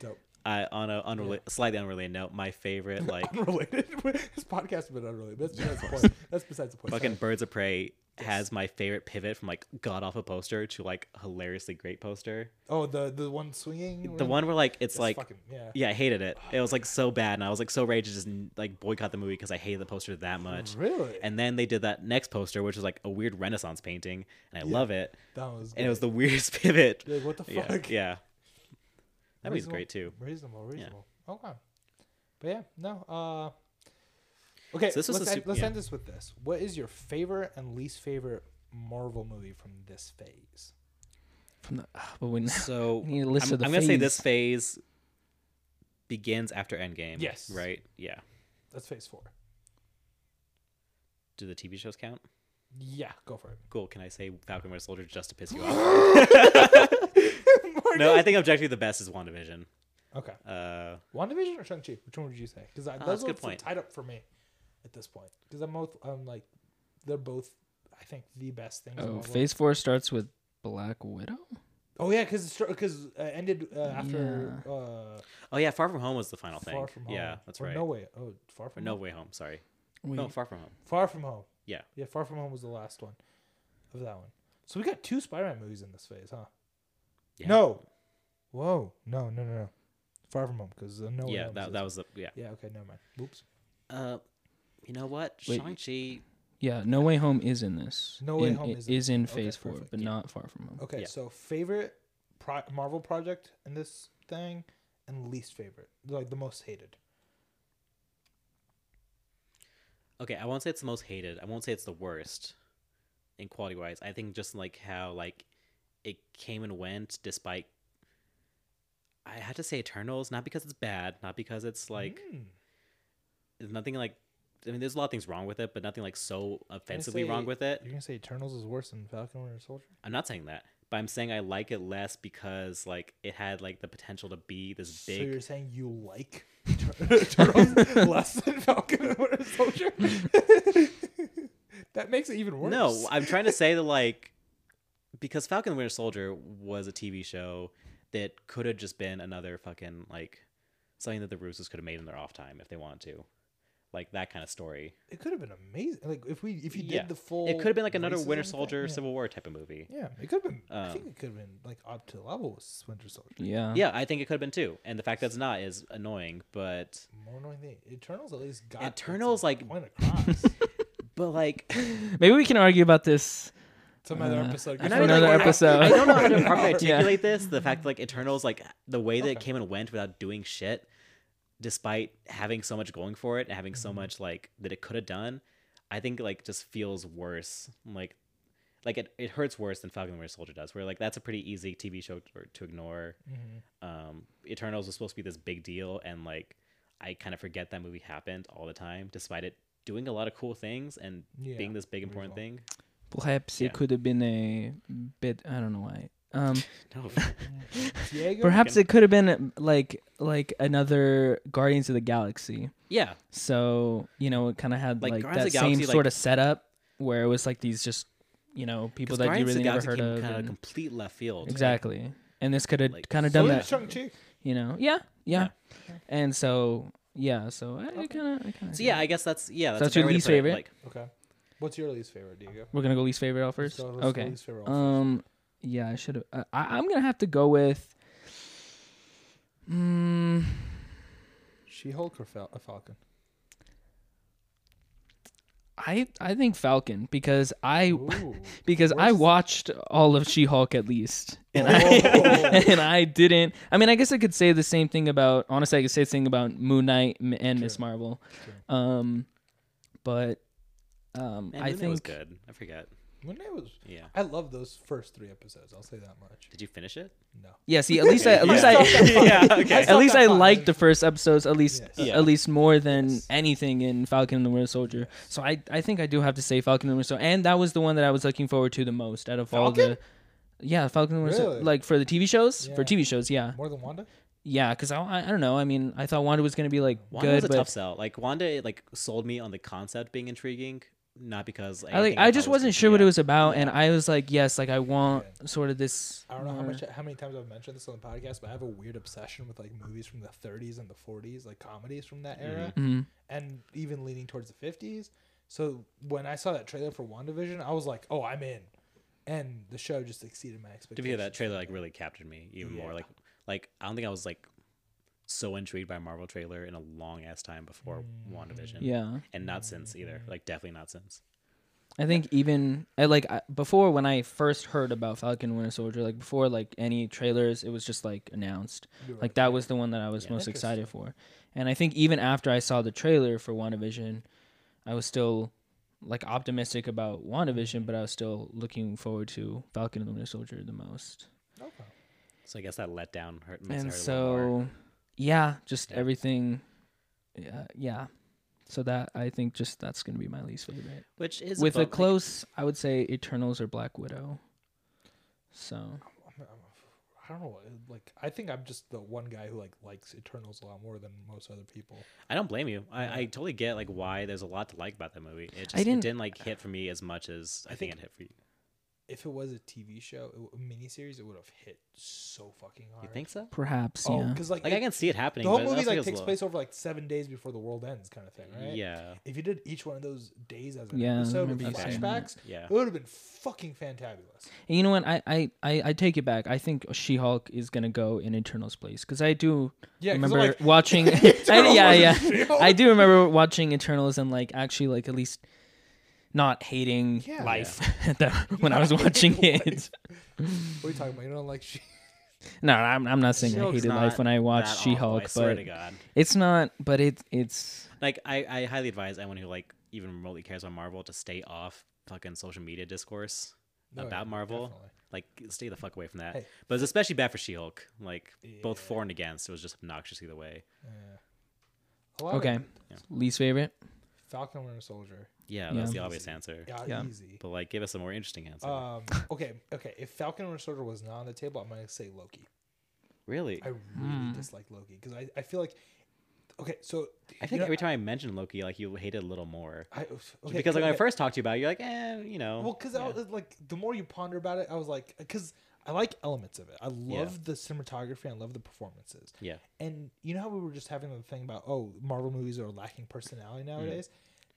S2: Dope.
S1: I, on a unrela- slightly unrelated note, my favorite like
S2: Unrelated. this podcast has been unrelated. but That's besides the point. That's besides the point.
S1: fucking Birds of Prey has my favorite pivot from like god awful poster to like hilariously great poster.
S2: Oh, the the one swinging.
S1: The one where like it's
S2: That's
S1: like
S2: fucking- yeah.
S1: yeah, I hated it. It was like so bad, and I was like so raged to just like boycott the movie because I hated the poster that much.
S2: Really?
S1: And then they did that next poster, which was like a weird Renaissance painting, and I love it.
S2: that was.
S1: And it was
S2: great.
S1: the weirdest pivot.
S2: You're like, what the
S1: Yeah,
S2: fuck?
S1: yeah. That movie's
S2: Reasonable-
S1: great too.
S2: Reasonable, reasonable. Okay. But yeah, no. Uh, okay,
S1: So this was
S2: let's,
S1: a
S2: end,
S1: sup-
S2: let's
S1: yeah.
S2: end this with this. What is your favorite and least favorite Marvel movie from this phase?
S3: From the, ah, but we,
S1: So
S3: We need a list
S1: I'm,
S3: of the
S1: I'm gonna say this phase begins after Endgame.
S2: Yes.
S1: Right. Yeah.
S2: That's phase four.
S1: Do the TV shows count?
S2: Yeah, go for it.
S1: Cool. Can I say Falcon Winter Soldier just to piss you off? no, I think objectively the best is WandaVision.
S2: Okay.
S1: Uh,
S2: WandaVision or Shang-Chi? Which one would you say? Because
S1: that's
S2: those
S1: a
S2: are
S1: good point.
S2: tied up for me at this point. Because I'm both, I'm like, they're both, I think, the best things. in
S3: oh,
S2: Marvel.
S3: phase four starts with Black Widow.
S2: Oh, yeah, because because uh, ended uh, after uh,
S1: oh yeah, Far From Home was the final thing.
S2: Far From Home.
S1: Yeah, that's
S2: Or
S1: right.
S2: No way. Oh, Far
S1: Or
S2: From
S1: no
S2: Home?
S1: Way Home. Sorry.
S3: Wait,
S1: No, Far From Home.
S2: Far From Home.
S1: Yeah.
S2: Yeah, Far From Home was the last one of that one. So we got two Spider-Man movies in this phase, huh?
S1: Yeah.
S2: No. Whoa. No, no, no, no. Far From Home because uh, no. Way
S1: yeah,
S2: Home
S1: that
S2: is-
S1: that was the yeah.
S2: Yeah. Okay. Never mind. Whoops.
S1: Uh, you know what?
S3: Wait.
S1: Shang Chi.
S3: yeah, No Way Home is in this.
S2: No Way
S3: In-
S2: Home
S3: i-
S2: is
S3: is
S2: in
S3: in,
S2: this. Okay,
S3: phase four,
S2: perfect.
S3: but not far from home.
S2: Okay.
S1: Yeah.
S2: So favorite pro- Marvel project in this thing, and least favorite, like the most hated.
S1: Okay, I won't say it's the most hated. I won't say it's the worst, in quality wise. I think just like how like it came and went, despite. I had to say Eternals, not because it's bad, not because it's like
S2: Hmm.
S1: there's nothing like. I mean, there's a lot of things wrong with it, but nothing like so offensively wrong
S2: say-
S1: with it.
S2: You're gonna say Eternals is worse than Falcon Winter Soldier?
S1: I'm not saying that, but I'm saying I like it less because like it had like the potential to be this
S2: So
S1: big.
S2: you're saying you like Eter- Eternals less than Falcon and Winter Soldier? that makes it even worse.
S1: no, I'm trying to say that like because Falcon and the Winter Soldier was a TV show that could have just been another fucking like something that the Russos could have made in their off time if they wanted to. Like that kind of story.
S2: it could have been amazing. Like if we if you
S1: Yeah.
S2: did the full,
S1: It could have been like another
S2: racism
S1: Winter
S2: thing,
S1: Soldier
S2: Yeah.
S1: Civil War type of movie.
S2: Yeah, it could have been. I think
S1: Um,
S2: it could have been like up to level with Winter Soldier.
S3: Yeah.
S1: Yeah, I think it could have been too. And the fact that it's not is annoying, but
S2: More annoying thing, Eternals at least got its
S1: Eternals, like-
S2: point across.
S1: but like
S3: Maybe we can argue about this.
S2: Some other
S3: Uh,
S2: episode.
S1: I
S2: It's
S1: don't
S2: like
S1: know-
S3: another
S2: we're-
S3: episode.
S1: I don't know how to properly
S3: Yeah.
S1: articulate this. The fact that like Eternals, like the way that it
S2: Okay.
S1: came and went without doing shit, despite having so much going for it and having so much like that it could have done, I think like just feels worse. Like, like it, it hurts worse than Falcon and Winter Soldier does. Where like that's a pretty easy TV show to, to ignore.
S2: Mhm.
S1: Mm-hmm. Um, Eternals was supposed to be this big deal, and like I kind of forget that movie happened all the time, despite it doing a lot of cool things and
S2: Yeah,
S1: being this big important thing.
S3: Perhaps
S1: Yeah.
S3: it could have been a bit. I don't know why. Um,
S1: No,
S2: Diego.
S3: perhaps
S1: can-
S3: it could have been like like another Guardians of the Galaxy.
S1: yeah,
S3: So you know, it kind of had
S1: Like,
S3: like,
S1: Guardians
S3: that
S1: of the Galaxy,
S3: same
S1: like-
S3: sort of setup where it was like these just you know
S1: because
S3: people that you
S1: Guardians
S3: really
S1: of the
S3: never
S1: Galaxy
S3: heard
S1: came
S3: of.
S1: kind of
S3: and-
S1: complete left field. Like,
S3: exactly. And this could have
S1: like,
S3: kind of
S2: So is
S3: done that.
S2: Shang-Chi.
S3: You know? Yeah, yeah.
S2: Yeah.
S3: And so yeah, so I kind of. I kinda
S1: so
S3: get
S1: yeah,
S3: it.
S1: I guess that's yeah. That's,
S3: that's
S1: a fair
S3: your
S1: way to
S3: least
S1: put it.
S3: favorite?
S1: Like,
S2: Okay. What's your least favorite, Diego?
S3: we're gonna go least favorite out
S2: Let's
S3: first.
S2: go- let's go
S3: okay.
S2: least favorite one
S3: Um, yeah, I should have. I, I- I'm gonna have to go with. Mm,
S2: first. She-Hulk or Fal- uh, Falcon?
S3: I I think Falcon because I
S2: Ooh.
S3: because I
S2: where's-
S3: watched all of She-Hulk at least, and I
S2: Oh.
S3: and I didn't. I mean, I guess I could say the same thing about. Honestly, I could say the same about Moon Knight m- and Miss
S2: True.
S3: Marvel. Um, but um,
S1: man,
S3: I
S1: Moon Knight
S3: think
S1: was good. I forget.
S2: When I was,
S1: Yeah,
S2: I love those first three episodes. I'll say that much.
S1: did you finish it?
S2: No.
S3: yeah. See, at least I at least I.
S1: yeah, okay.
S3: at least
S2: that
S3: I
S2: fun.
S3: liked the first episodes at least
S2: Yes.
S1: Yeah.
S3: at least more than
S2: Yes.
S3: anything in Falcon and the Winter Soldier. So I I think I do have to say Falcon and the Winter Soldier, and that was the one that I was looking forward to the most out of all
S2: Falcon?
S3: the. Yeah, Falcon and the Winter Soldier.
S2: Really?
S3: Like for the TV shows, for
S2: Yeah.
S3: TV shows, yeah,
S2: More than Wanda?
S3: yeah. Because I, I I don't know. I mean, I thought Wanda was gonna be like
S1: Wanda
S3: good,
S1: was a
S3: but
S1: tough sell. Like Wanda, it, like sold me on the concept being intriguing, not because
S3: I like
S1: anything
S3: I
S1: thought
S3: just
S1: was
S3: wasn't
S1: good.
S3: sure what it
S1: Yeah.
S3: was about, and I was like, yes, like I want
S2: Yeah.
S3: sort of this.
S2: I don't know how
S3: more-
S2: much, how many times I've mentioned this on the podcast, but I have a weird obsession with like movies from the 30s and the 40s, like comedies from that era,
S3: Mhm.
S2: and even leaning towards the 50s. So when I saw that trailer for WandaVision, I was like, "Oh, I'm in," and the show just exceeded my expectations.
S1: to be fair, that trailer like really captured me even more
S2: Yeah.
S1: like like i don't think i was like so intrigued by a marvel trailer in a long ass time before wandavision
S3: Mm, Yeah.
S1: and not since either like definitely not since
S3: I think even I like I, before when I first heard about Falcon and Winter Soldier, like before like any trailers, it was just like announced.
S2: You're right.
S3: Like that was the one that I was most excited for. And I think even after I saw the trailer for WandaVision, I was still like optimistic about WandaVision, but I was still looking forward to Falcon and the Winter Soldier the most.
S2: Okay.
S1: so i guess that let down hurt makes it
S3: And
S1: hurt a little more.
S3: so yeah, just
S1: Yeah.
S3: everything yeah, yeah. So that I think just that's going to be my least favorite
S1: which is
S3: with a
S1: above- like,
S3: close, I would say Eternals or Black Widow. So
S2: I'm, I'm, I don't know. Like, I think I'm just the one guy who like likes Eternals a lot more than most other people.
S1: i don't blame you I, I totally get like why there's a lot to like about that movie it just it
S3: didn't-
S1: didn't like hit for me as much as i, think,
S2: think-
S1: it hit for you
S2: If it was a TV show, it, w- a miniseries, it would have hit so fucking hard.
S1: you think so
S3: perhaps,
S2: Oh,
S3: yeah.
S2: because like,
S1: like
S2: it-
S1: i can see it happening
S2: the whole
S1: but it
S2: movie
S1: also
S2: like
S1: feels
S2: takes
S1: low.
S2: place over like seven days before the world ends, kind of thing, right?
S1: yeah
S2: If you did each one of those days as an
S3: Yeah, I
S2: episode with
S3: remember
S1: you saying
S2: flashbacks,
S1: yeah
S2: it would have been fucking fantabulous.
S3: And you know what? I, I, I, I take it back. I think She Hulk is gonna go in Eternals place because I do
S2: Yeah, 'cause I'm
S3: remember
S2: like,
S3: watching. I,
S2: Eternals
S3: yeah,
S2: wasn't
S3: yeah.
S2: She-Hulk.
S3: I do remember watching Eternals and like actually like at least not hating
S2: Yeah.
S3: life at that, when I was watching it.
S2: What are you talking about? You don't like she?
S3: No, I'm, I'm not saying I
S1: She-Hulk's
S3: hated
S1: not
S3: life when I
S1: that
S3: watched
S1: awful,
S3: She Hulk,
S1: I swear
S3: but
S1: to God.
S3: it's not. But it it's
S1: Like I, I highly advise anyone who like even remotely cares about Marvel to stay off fucking social media discourse
S2: No,
S1: about
S2: Oh, yeah,
S1: Marvel.
S2: definitely.
S1: Like stay the fuck away from that.
S2: Hey.
S1: But it's especially bad for She-Hulk. Like both
S2: Yeah.
S1: for and against, it was just obnoxious either way.
S2: Yeah. A lot of
S3: okay.
S1: Yeah.
S3: Least favorite.
S2: Falcon and Winter Soldier.
S1: Yeah, that's
S3: Yeah.
S1: the obvious answer.
S2: Yeah,
S3: Yeah.
S2: easy.
S1: But like, give us a more interesting answer.
S2: Um, okay, okay. If Falcon and Winter Soldier was not on the table, I'm gonna say Loki.
S1: really,
S2: I
S1: I,
S2: really
S3: Hmm.
S2: dislike Loki because I, I feel like okay. So you
S1: think
S2: know,
S1: every time I mentioned Loki, like you hate it a little more
S2: I, okay,
S1: because like when I
S2: okay.
S1: first talked to you about, it, you're like, eh, you know.
S2: Well, because
S1: yeah.
S2: like the more you ponder about it, I was like, because I like elements of it. I love the cinematography. I love the performances.
S1: yeah,
S2: And you know how we were just having the thing about oh, Marvel movies are lacking personality nowadays.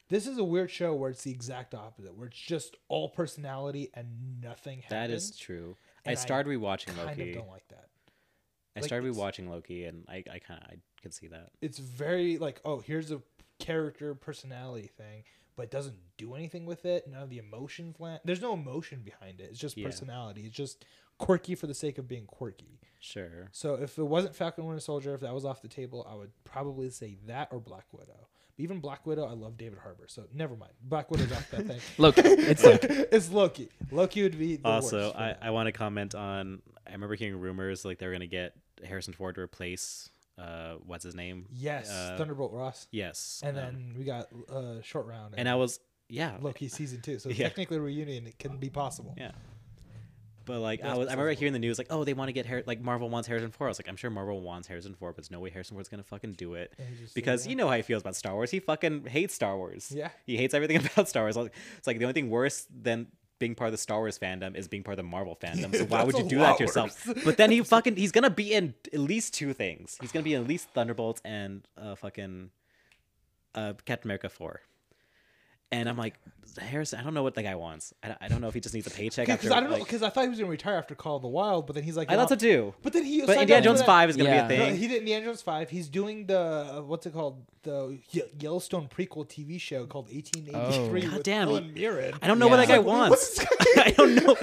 S2: This is a weird show where it's the exact opposite, where it's just all personality and nothing.
S1: that
S2: happens.
S1: is true.
S2: And
S1: I
S2: I
S1: started rewatching
S2: kind
S1: Loki.
S2: of don't like that.
S1: I
S2: like,
S1: started
S2: it's-
S1: rewatching Loki, and I, I kind of I could see that.
S2: It's very like oh, here's a character personality thing, but it doesn't do anything with it. None of the emotions land. There's no emotion behind it. It's just
S1: Yeah.
S2: personality. It's just quirky for the sake of being quirky.
S1: Sure.
S2: So if it wasn't Falcon Winter Soldier, if that was off the table, I would probably say that or Black Widow. But even Black Widow, I love David Harbour, so never mind. Black Widow's off that thing.
S3: Look, it's like
S2: it's Loki. Loki would be the
S1: also
S2: worst for
S1: Uh, i,
S2: that.
S1: I want to comment on i remember hearing rumors like they were going to get harrison ford to replace uh, what's his name?
S2: Yes,
S1: Uh,
S2: Thunderbolt Ross.
S1: Yes.
S2: And
S1: um,
S2: then we got uh, short round
S1: and I was yeah
S2: Loki season two. So
S1: Yeah.
S2: technically, reunion it can be possible.
S1: yeah. But like I
S2: That's
S1: was, I remember
S2: possible.
S1: hearing the news like, oh, they want to get Har- like Marvel wants Harrison Ford. I was like, I'm sure Marvel wants Harrison Ford, but there's no way Harrison Ford's gonna fucking do it
S2: And he just said,
S1: because
S2: yeah.
S1: you know how he feels about Star Wars. He fucking hates Star Wars.
S2: Yeah.
S1: he hates everything about Star Wars. Like, It's like the only thing worse than being part of the Star Wars fandom is being part of the Marvel fandom. So why
S2: That's
S1: would you
S2: a
S1: do that
S2: lot
S1: to yourself? But then he fucking he's gonna be in at least two things. He's gonna be in at least Thunderbolts and uh, fucking uh, Captain America four. And I'm like Harrison. I don't know what the guy wants. I don't, I don't know if he just needs a paycheck.
S2: Because
S1: After,
S2: I don't know.
S1: like-
S2: Because I thought he was going to retire after Call of the Wild, but then he's like,
S1: I
S2: "No."
S1: thought so too.
S2: But then he.
S1: But
S2: signed
S1: Indiana
S2: up for
S1: Jones
S2: that-
S1: Five is gonna
S3: Yeah.
S1: be a
S2: No,
S1: thing.
S2: he did Indiana Jones Five. He's doing the uh, what's it called the Ye- Yellowstone prequel TV show called 1883
S3: Oh.
S2: with
S1: Goddamn.
S2: Helen Mirren.
S1: I don't know what
S3: Yeah.
S1: that guy
S2: Like, what- what's
S1: wants.
S2: this guy-
S1: I don't know.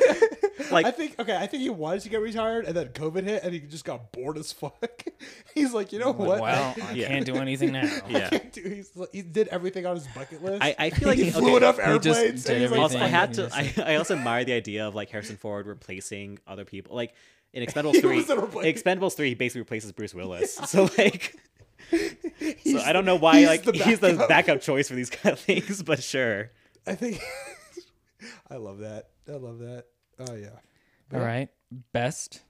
S1: Like
S2: I think okay, I think he wanted to get retired, and then COVID hit, and he just got bored as fuck. He's like, you know what?
S3: Well, I
S1: Yeah.
S3: can't do anything now.
S1: Yeah.
S2: Dude, he's like- he did everything on his bucket list.
S1: I- I feel like-
S2: he flew
S1: okay,
S2: enough
S3: he just
S2: airplanes.
S3: did
S2: and he's like,
S1: also, I
S3: everything.
S2: "Fuck
S1: had to. I, I also admire the idea of like Harrison Ford replacing other people. Like in Expendables three,
S2: was the replace-
S1: Expendables three, he basically replaces Bruce Willis. So like,
S2: it."
S1: so
S2: He's-
S1: I don't know why like he's the
S2: backup.
S1: backup choice for these kind of things. But sure,
S2: I think. I love that. I love that. Oh yeah.
S3: All right, best.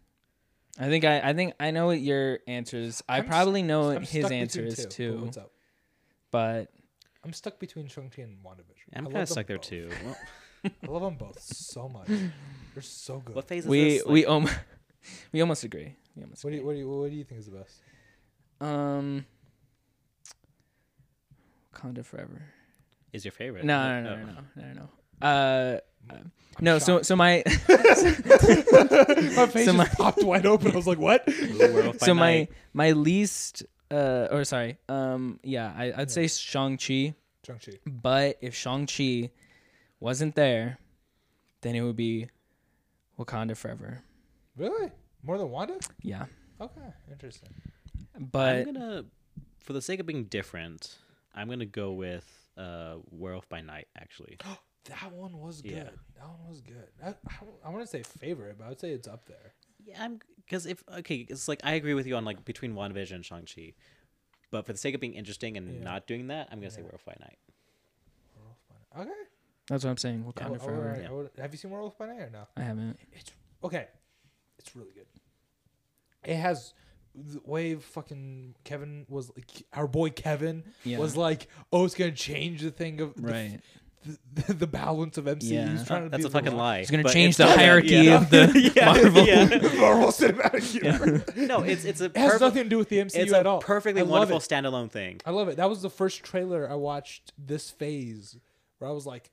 S3: I think I, I think I know what your answer is. I
S2: I'm s-
S3: probably know
S2: I'm
S3: what his
S2: stuck between
S3: answer
S2: two,
S3: is
S2: but
S3: too,
S2: What's up?
S3: but
S2: I'm stuck between Shang-Chi and WandaVision. I
S1: I'm
S2: love
S1: kind of
S2: them
S1: stuck there
S2: both.
S1: too. Well,
S2: I love them both so much. They're so good.
S1: what phase is
S3: we
S1: this? Like,
S3: we om- we almost agree. We almost
S2: What do
S3: agree.
S2: you what do you what do you think is the best?
S3: um, Wakanda Forever.
S1: is your favorite?
S3: No, no,
S1: Oh.
S3: no, no, no, no, no. Uh,
S2: I'm
S3: no. So
S2: shocked.
S3: so my
S2: my face
S3: so
S2: just
S3: my-
S2: popped wide open. I was like, "What?"
S1: Blue World by
S3: so my
S1: Night.
S3: my least uh or sorry um yeah I, I'd say Shang Chi.
S2: Shang-Chi.
S3: But if Shang-Chi wasn't there, then it would be Wakanda Forever.
S2: Really? More than Wanda?
S3: Yeah.
S2: Okay, interesting.
S3: But
S1: I'm gonna, for the sake of being different, I'm gonna go with uh, Werewolf by Night. Actually,
S2: That one was good.
S1: Yeah.
S2: That one was good. I, I, want to say favorite, but I would say it's up there.
S1: Yeah, I'm because if okay, it's like I agree with you on like between WandaVision and Shang Chi, but for the sake of being interesting and not doing that, I'm gonna say Werewolf by Night.
S2: Okay.
S3: that's what I'm saying.
S2: I
S3: Wakanda
S2: would- I would-
S3: Forever.
S2: I would- have you seen Werewolf by Night or no?
S3: I haven't.
S2: It's okay. It's really good. It has the way fucking Kevin was like our boy Kevin
S3: Yeah.
S2: was like, oh, it's gonna change the thing of the,
S3: Right.
S2: the, the balance of MCU.
S3: Yeah.
S2: He's trying to
S1: That's
S2: be
S1: a fucking
S2: the
S1: lie.
S3: It's gonna
S1: but
S3: change the
S1: still there.
S3: hierarchy
S1: Yeah.
S3: of the
S1: Yeah,
S3: Marvel.
S1: yeah.
S2: Marvel Cinematic Universe.
S1: No, it's it's a
S2: It has
S1: perfect-
S2: nothing to do with the MCU
S1: it's
S2: at
S1: a
S2: all.
S1: perfectly
S2: I love
S1: wonderful
S2: it.
S1: standalone thing.
S2: I love it. That was the first trailer I watched this phase where I was like,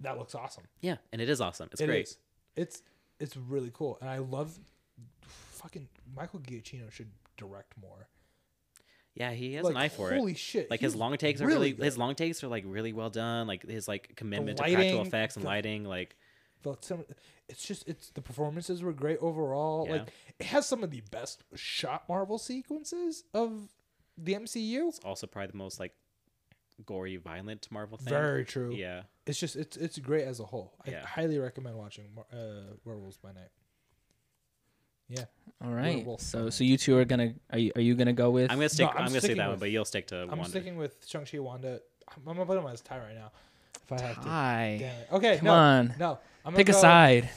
S2: that looks awesome.
S1: Yeah, and it is awesome. It's
S2: It
S1: great.
S2: is. It's it's really cool, and I love fucking Michael Giacchino should direct more.
S1: Yeah, he has
S2: Like,
S1: an eye for
S2: holy
S1: it.
S2: shit!
S1: Like his
S2: he's
S1: long takes are
S2: really
S1: really,
S2: good.
S1: his long takes are like really well done. Like his like commitment to
S2: lighting,
S1: practical effects and
S2: the-
S1: lighting. Like
S2: But some- it's just it's the performances were great overall.
S1: Yeah.
S2: Like it has some of the best shot Marvel sequences of the MCU.
S1: it's also probably the most like gory, violent Marvel thing.
S2: Very true.
S1: Yeah.
S2: It's just it's it's great as a whole. I
S1: Yeah.
S2: highly recommend watching Mar- uh, Werewolves by Night. Yeah,
S3: All right.
S2: Werewolf
S3: So
S2: Forever.
S3: so you two are gonna are you, are you gonna go with?
S1: I'm gonna stick.
S2: I'm
S1: I'm, gonna say
S2: sticking
S1: that one,
S2: with-
S1: but you'll stick to
S2: I'm
S1: one.
S2: sticking with Shang Chi Wanda. I'm, I'm gonna put him as tie right now. If I have to.
S3: Hi.
S2: Damn it. Okay,
S3: Come
S2: no,
S3: on.
S2: no. I'm gonna
S3: Pick a
S2: go
S3: side.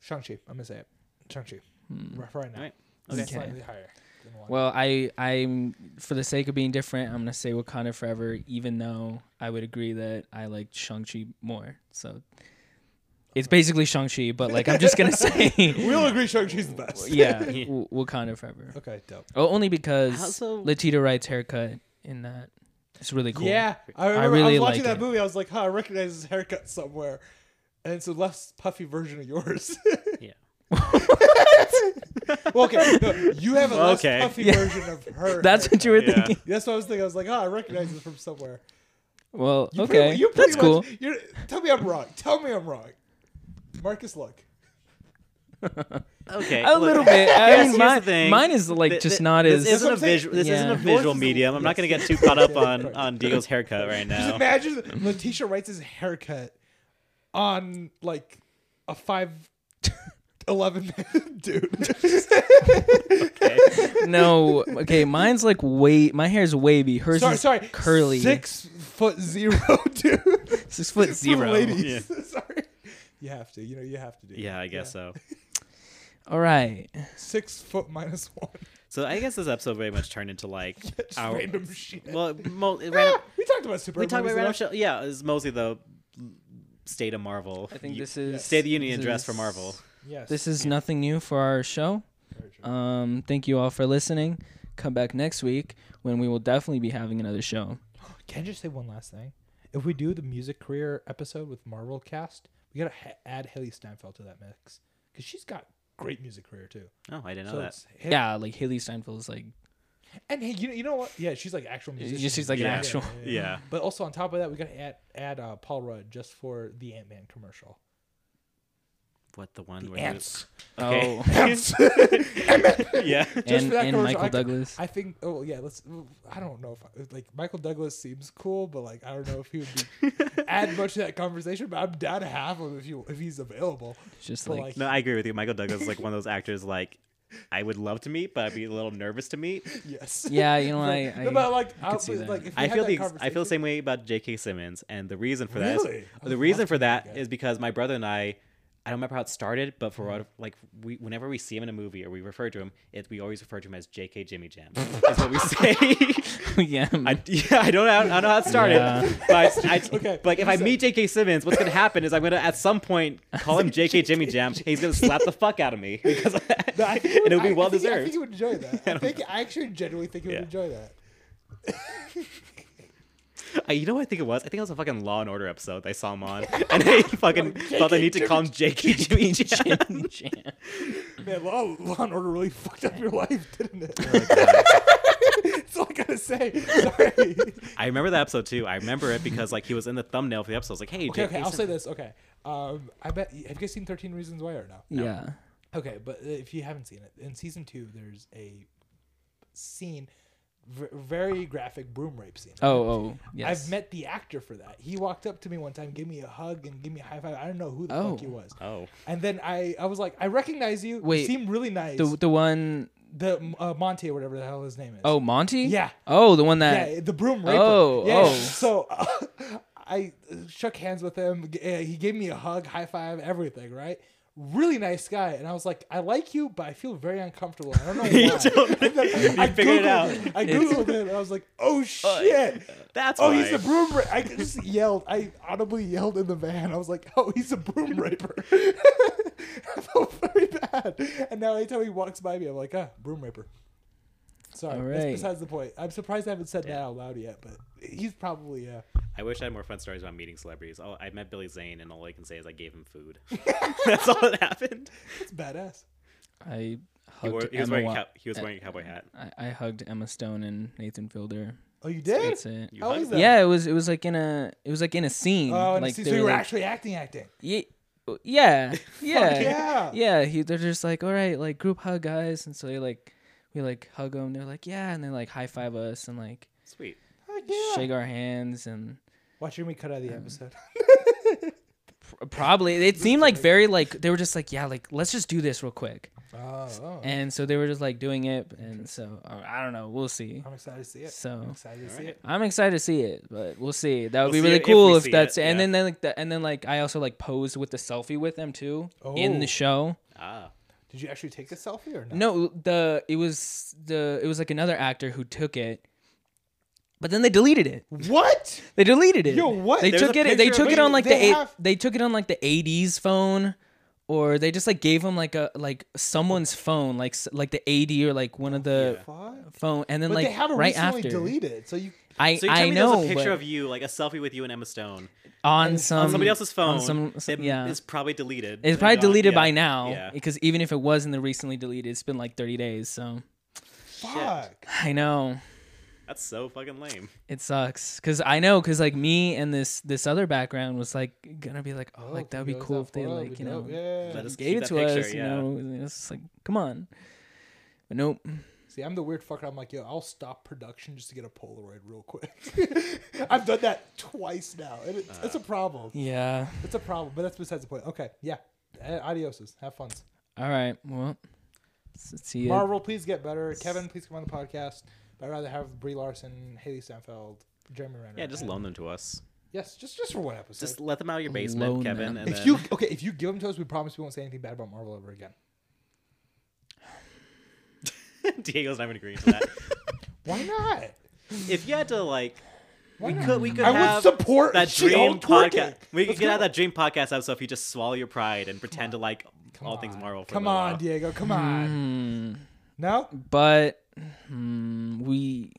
S2: Shang-Chi. I'm gonna say it. Shang-Chi.
S3: Hmm.
S2: Right, right now.
S1: Alright.
S2: It's
S3: Okay.
S2: Slightly higher. Than one.
S3: Well, I I'm for the sake of being different, I'm gonna say Wakanda Forever, even though I would agree that I liked Shang Chi more. So it's basically Shang Chi, but like I'm just gonna say,
S2: we'll agree Shang-Chi's the best.
S3: yeah, w- Wakanda Forever.
S2: Okay, dope.
S3: Oh, only because
S1: Also-
S3: Letitia Wright's haircut in that it's really cool.
S2: Yeah, I remember. I,
S3: really
S2: was watching
S3: like
S2: that
S3: it.
S2: movie. I was like, "Huh, I recognize this haircut somewhere." And it's a less puffy version of yours.
S1: Yeah.
S2: well, okay, no, you have a less
S1: Okay.
S2: puffy
S3: Yeah.
S2: version of her.
S3: that's what you were
S1: Yeah.
S3: thinking.
S2: That's what I was thinking. I was like, "Oh, I recognize this from somewhere."
S3: Well,
S2: You
S3: okay,
S2: pretty, you pretty
S3: that's
S2: much,
S3: cool.
S2: You're, tell me I'm wrong. Tell me I'm wrong. Marcus, look.
S1: Okay.
S3: A
S1: look.
S3: little bit. I
S1: Here's-
S3: mean,
S1: here's the
S3: mine,
S1: thing.
S3: mine is like
S1: Th-
S3: just
S1: th-
S3: not
S1: this
S3: as.
S1: isn't a
S2: That's what I'm
S1: visual. This
S3: saying.
S1: isn't a
S3: Yeah.
S1: visual
S2: Yours is-
S1: medium. I'm not going to get too
S2: yes.
S1: caught up on
S2: Right.
S1: on Diego's haircut right
S2: Just
S1: now.
S2: imagine Letitia Wright's haircut on like a five eleven minute dude.
S3: no, okay, mine's like way. My hair's wavy. Hers
S2: sorry,
S3: is
S2: sorry,
S3: curly.
S2: six foot zero dude. For
S3: six foot zero.
S2: ladies. sorry, you have to. You know, you have to do.
S1: Yeah, I guess so.
S3: All right.
S2: Six foot minus one.
S1: So I guess this episode very much turned into like
S2: Just
S1: our
S2: random shit.
S1: well, mo- it ran-
S2: Ah, we talked about super.
S1: we talked about
S2: Mario
S1: random
S2: stuff.
S1: show. Yeah, it's mostly the state of Marvel.
S3: I think
S1: You-
S3: this is
S1: State of the Union
S3: this
S1: address for
S3: is-
S1: Marvel.
S2: Yes.
S3: This is nothing new for our show.
S2: Very true.
S3: Um, thank you all for listening. Come back next week when we will definitely be having another show.
S2: Can I just say one last thing? If we do the music career episode with Marvel Cast, we gotta ha- add Haley Steinfeld to that mix because she's got great music career too.
S1: Oh, I didn't know
S2: So
S1: that.
S2: it's Haley-
S3: Yeah, like Haley Steinfeld is like
S2: and hey, you know, you know what? Yeah, she's like actual music.
S3: she's like an
S1: Yeah.
S3: actual.
S1: Yeah.
S2: But also on top of that, we gotta add add uh, Paul Rudd just for the Ant Man commercial.
S1: What the one where he was-
S2: Ants.
S1: Okay.
S3: Oh,
S2: Ants.
S1: yeah.
S2: Just
S3: and,
S2: for that
S3: and
S2: commercial,
S3: Michael
S2: I-
S3: Douglas.
S2: I think. Oh yeah. Let's. I don't know if I, like Michael Douglas seems cool, but like I don't know if he would be, add much to that conversation. But I'm down to have him if you if he's available.
S3: just
S2: But,
S3: like,
S2: like,
S1: No, I agree with you. Michael Douglas is like one of those actors like I would love to meet, but I'd be a little nervous to meet.
S2: Yes.
S3: yeah, you know, I,
S2: no, but
S3: I
S2: like, I
S3: see that.
S2: like if we
S1: I
S2: had
S1: feel
S2: that
S1: the ex- I feel the
S2: conversation-
S1: same way about J.K. Simmons, and the reason for that
S2: Really?
S1: is,
S2: I
S1: the
S2: would
S1: reason
S2: love
S1: for
S2: to meet that
S1: that
S2: guy.
S1: is because my brother and I, I don't remember how it started, but for what like we whenever we see him in a movie or we refer to him, it, we always refer to him as J.K. Jimmy Jam. That's what we say.
S3: yeah,
S1: I, yeah, I don't know, I don't know how it started,
S3: Yeah.
S1: but I,
S2: Okay,
S1: but if I
S2: listen.
S1: meet J.K. Simmons, what's gonna happen is I'm gonna at some point call him J.K. Jimmy Jam. and he's gonna slap the fuck out of me because
S2: No, I think he
S1: and
S2: would-
S1: it'll
S2: I-
S1: be well
S2: I think- I think
S1: deserved.
S2: you would enjoy that. I,
S1: don't
S2: think I actually genuinely think you would
S1: Yeah.
S2: enjoy that.
S1: Uh, you know what I think it was? I think it was a fucking Law and Order episode they saw him on. And they fucking felt they need to call him Jakey Jimmy Jam.
S2: Man, Law, Law and Order really fucked up your life, didn't it? That's all I gotta say. Sorry.
S1: I remember that episode too. I remember it because like he was in the thumbnail for the episode. I was like,
S2: okay,
S1: hey, J.K.
S2: okay, I'll say
S1: Simmons.
S2: this. Okay, um, I bet. Have you guys seen Thirteen Reasons Why or no?
S3: yeah.
S2: Okay, but if you haven't seen it, in season two, there's a scene, v- very graphic broom rape scene.
S3: Oh, oh, yes.
S2: I've met the actor for that. He walked up to me one time, gave me a hug and gave me a high five. I don't know who the
S3: Oh.
S2: fuck he was.
S1: Oh.
S2: And then I, I was like, I recognize you.
S3: Wait.
S2: you seem really nice.
S3: the
S2: The,
S3: the one
S2: uh, Monte or whatever the hell his name is.
S3: oh Monty.
S2: Yeah.
S3: Oh, the one that
S2: yeah, the broom raper.
S3: Oh,
S2: yeah.
S3: oh.
S2: So uh, I shook hands with him. G- uh, He gave me a hug, high five, everything. Right. Really nice guy, and I was like, I like you, but I feel very uncomfortable. I don't know why. And then I
S1: figured it
S2: Googled
S1: out.
S2: I googled it, and I was like, oh shit.
S1: That's
S2: Oh,
S1: why.
S2: he's a broom raper. I just yelled. I audibly yelled in the van. I was like, oh, he's a broom raper. I felt very bad. And now anytime he walks by me, I'm like, ah, broom raper. Sorry,
S3: All
S2: that's
S3: right.
S2: besides the point. I'm surprised I haven't said that out loud yet, but he's probably, uh, yeah.
S1: I wish I had more fun stories about meeting celebrities. Oh, I met Billy Zane, and all I can say is I gave him food. That's all that happened.
S2: It's badass.
S3: I
S1: He, wore,
S3: hugged
S1: he was
S3: Oh, Emma.
S1: wearing a
S3: Wa-
S1: cow- he was
S3: uh,
S1: wearing a cowboy hat.
S3: I, I hugged Emma Stone and Nathan Fielder.
S2: Oh, you did?
S3: That's it.
S1: You
S2: How
S1: hugged
S2: is
S1: him.
S2: that?
S3: Yeah, it was it was like in a it was like in a scene.
S2: Oh, and
S3: like
S2: see,
S3: they
S2: so you were
S3: like-
S2: actually acting, acting.
S3: Ye- oh, yeah, yeah,
S2: yeah.
S3: yeah. He, they're just like, all right, like group hug, guys, and so they like, we like hug them. They're like, yeah, and they like high five us and like
S1: Sweet.
S2: Heck yeah.
S3: shake our hands and
S2: Watch your me cut out of the episode.
S3: pr- probably it seemed like very like they were just like, yeah, like let's just do this real quick,
S2: oh, oh.
S3: and so they were just like doing it, and so uh, I don't know, we'll see.
S2: I'm excited to see it.
S3: So-
S2: I'm excited to see
S1: Alright.
S2: it.
S3: I'm excited to see it, but we'll see. That would
S1: We'll
S3: be
S1: see
S3: really
S1: it if we
S3: cool if,
S1: see
S3: that's
S1: it,
S3: and
S1: yeah.
S3: then, then like the, and then like I also like posed with the selfie with them too in
S2: Oh.
S3: the show.
S1: Ah.
S2: Did you actually take a selfie or not?
S3: No, the it was the it was like another actor who took it, but then they deleted it.
S2: What?
S3: They deleted it.
S2: Yo, what?
S3: They
S1: There's
S3: took
S1: a
S3: it. They
S1: picture of
S3: took it
S1: him.
S3: on like the
S2: They
S3: eight,
S2: have-
S3: they took it on like the '80s phone, or they just like gave him like a like someone's phone, like s- like the AD or like one of the
S2: Fuck.
S3: phone, and then
S2: But
S3: like
S2: they have it
S3: right
S2: recently
S3: after.
S2: deleted. So you
S3: I
S1: So you tell
S3: I
S1: me
S3: know
S1: there's a picture
S3: but
S1: of you, like a selfie with you and Emma Stone,
S3: on some
S1: on somebody else's phone.
S3: on some,
S1: it,
S3: yeah.
S1: It's probably deleted.
S3: It's probably
S1: Gone.
S3: deleted
S1: Yeah.
S3: by now
S1: Yeah.
S3: because even if it was in the recently deleted, it's been like 30 days. So
S2: fuck.
S3: I know
S1: That's so fucking lame.
S3: it sucks because I know because like me and this this other background was like gonna be like, oh, like that'd be cool if they like you know
S2: Yeah.
S1: Let us keep
S3: gave it
S1: that
S3: to
S1: picture,
S3: us. You
S1: yeah.
S3: know, And it's just like come on, but nope.
S2: See, I'm the weird fucker. I'm like, yo, I'll stop production just to get a Polaroid real quick. I've done that twice now, and it's, it's a problem.
S3: Yeah.
S2: It's a problem, but that's besides the point. Okay, yeah. Uh, Eh, Adioses. Have fun.
S3: All right. Well, let's see. it.
S2: Marvel, please get better. Kevin, please come on the podcast. But I'd rather have Brie Larson, Haley Steinfeld, Jeremy Renner.
S1: Yeah, just loan them to us.
S2: Yes, just just for one episode.
S1: Just let them out of your basement,
S3: Loan
S1: Kevin.
S3: them.
S1: And
S2: if
S1: then,
S2: you okay, if you give them to us, we promise we won't say anything bad about Marvel ever again.
S1: Diego's not even agreeing to that.
S2: Why not?
S1: if you had to like,
S2: Why
S1: we
S2: not?
S1: could we could
S2: I would
S1: have
S2: support
S1: that dream podcast. We could
S2: Let's
S1: get
S2: go.
S1: out of that dream podcast episode if you just swallow your pride and pretend to like all things Marvel. For a
S2: Come
S1: little
S2: on,
S1: while.
S2: Diego. Come on.
S3: Hmm,
S2: No,
S3: but hmm, we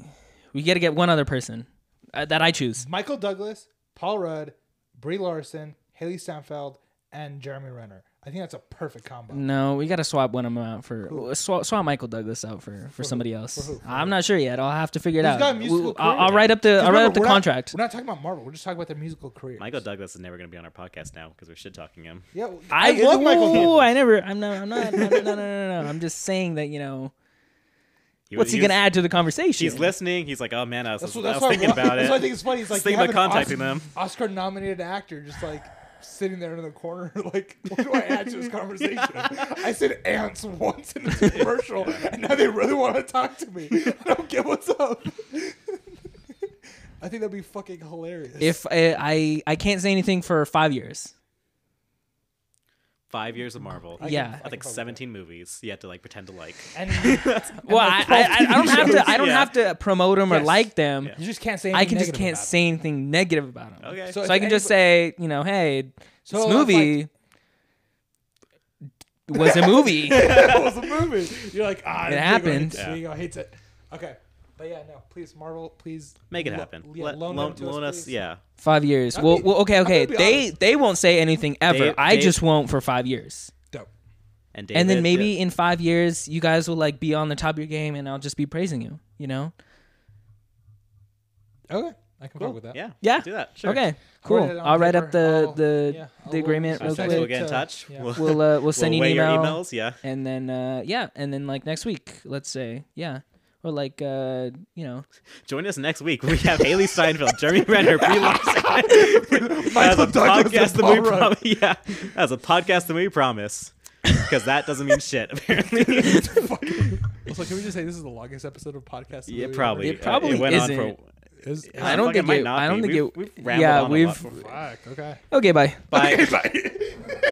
S3: we got to get one other person uh, that I choose.
S2: Michael Douglas, Paul Rudd, Brie Larson, Haley Steinfeld, and Jeremy Renner. I think that's a perfect combo.
S3: No, we got to swap one of them out for swap, swap Michael Douglas out for, for, somebody else.
S2: who? For
S3: I'm not sure yet. I'll have to figure it
S2: Who's
S3: out.
S2: got a musical
S3: We'll- I'll, I'll
S2: career?
S3: write up the
S2: 'Cause
S3: I'll write up
S2: remember,
S3: the
S2: we're not-
S3: contract.
S2: we're not talking about Marvel. We're just talking about their musical careers.
S1: Michael Douglas is never going to be on our podcast now because we're shit talking him.
S2: Yeah, well,
S3: I,
S2: love Michael.
S3: whoa,
S2: Douglas.
S3: I never. I'm not. I'm not. No, no, no, no, no, no. I'm just saying that you know.
S1: He-
S3: What's he
S1: he's-
S3: gonna add to the conversation?
S1: He's listening. He's like, oh man, I was,
S2: That's, what-
S1: I
S2: that's
S1: was
S2: why I
S1: thinking
S2: love-
S1: about
S2: That's
S1: it.
S2: why I think it's funny. It's
S1: Just
S2: like
S1: thinking
S2: you
S1: about
S2: have an
S1: contacting them.
S2: Oscar nominated actor just like sitting there in the corner, like, what do I add to this conversation? I said ants once in this commercial, and now they really want to talk to me. I don't get what's up. I think that'd be fucking hilarious.
S3: If I, I I can't say anything for five years.
S1: Five years of Marvel.
S3: can- yeah. I
S1: I think
S2: probably do.
S1: 17 movies you had to like pretend to like.
S2: and
S3: Well, I, I, I I don't have to. I don't
S1: Yeah.
S3: have to promote them or
S2: Yes.
S3: like them.
S1: Yeah. Oh,
S2: you just can't say.
S3: I
S2: anything
S3: can just
S2: negative
S3: can't
S2: about
S3: say anything negative about them.
S1: Okay.
S2: So
S3: So,
S2: if
S3: I can just say, you know, hey,
S2: So
S3: this
S2: that's
S3: movie was a movie.
S2: it. that was a movie. You're like, ah, Diego
S3: happened.
S2: hates it.
S1: Yeah.
S2: Diego hates it. Okay, but yeah, no, please, Marvel, please
S1: Make it
S2: lo-
S1: happen.
S2: yeah,
S1: Let-
S2: loan,
S1: loan-
S2: them to
S1: loan
S2: us,
S1: us,
S2: please.
S1: yeah.
S3: five years.
S2: I
S3: well,
S2: mean,
S3: well, okay,
S2: I'm gonna
S3: okay.
S2: be
S3: They
S2: honest.
S3: they won't say anything ever.
S1: They-
S3: I
S1: they-
S3: just won't for five years.
S2: Dope.
S1: And,
S3: and then
S1: David
S3: maybe
S1: did-
S3: in five years, you guys will like be on the top of your game, and I'll just be praising you. You know?
S2: Okay, I can
S1: Cool.
S2: fuck with that.
S1: Yeah.
S3: Yeah.
S1: Do that. Sure.
S3: Okay.
S2: Record
S3: Cool.
S2: it on
S3: I'll write up
S2: paper.
S3: the
S2: I'll-
S3: the
S2: yeah, I'll
S3: the
S2: link
S3: agreement
S2: to
S3: real
S1: Actually,
S2: send
S3: quick.
S1: We'll
S2: it
S1: get in
S2: to-
S1: touch.
S2: yeah.
S1: We'll,
S3: We'll uh, we'll
S1: we'll
S3: send
S1: weigh
S3: an email.
S1: your emails. Yeah.
S3: and then uh yeah and then like next week let's say yeah or like uh you know
S1: Join us next week. We have Haley Steinfeld, Jeremy Renner, Brie Larson. As
S2: Michael
S1: a
S2: Douglas
S1: podcast
S2: and
S1: that we
S2: Paul Rudd.
S1: promise. Yeah. As a podcast that we promise. Because that doesn't mean shit, apparently.
S2: Also, can we just say this is the longest episode of podcast?
S1: yeah, probably.
S3: It
S1: uh,
S3: probably
S1: went on
S3: isn't.
S1: for.
S2: Is,
S1: I
S3: I
S1: don't
S3: don't
S1: fuck, it
S3: think
S1: might
S3: it-
S1: not
S3: I don't
S1: be.
S3: think
S1: We've-
S3: it-
S1: we've rambled
S3: yeah,
S1: on a lot
S3: we've-
S1: for-
S2: fuck. Okay.
S3: okay bye
S1: Bye.
S2: Bye.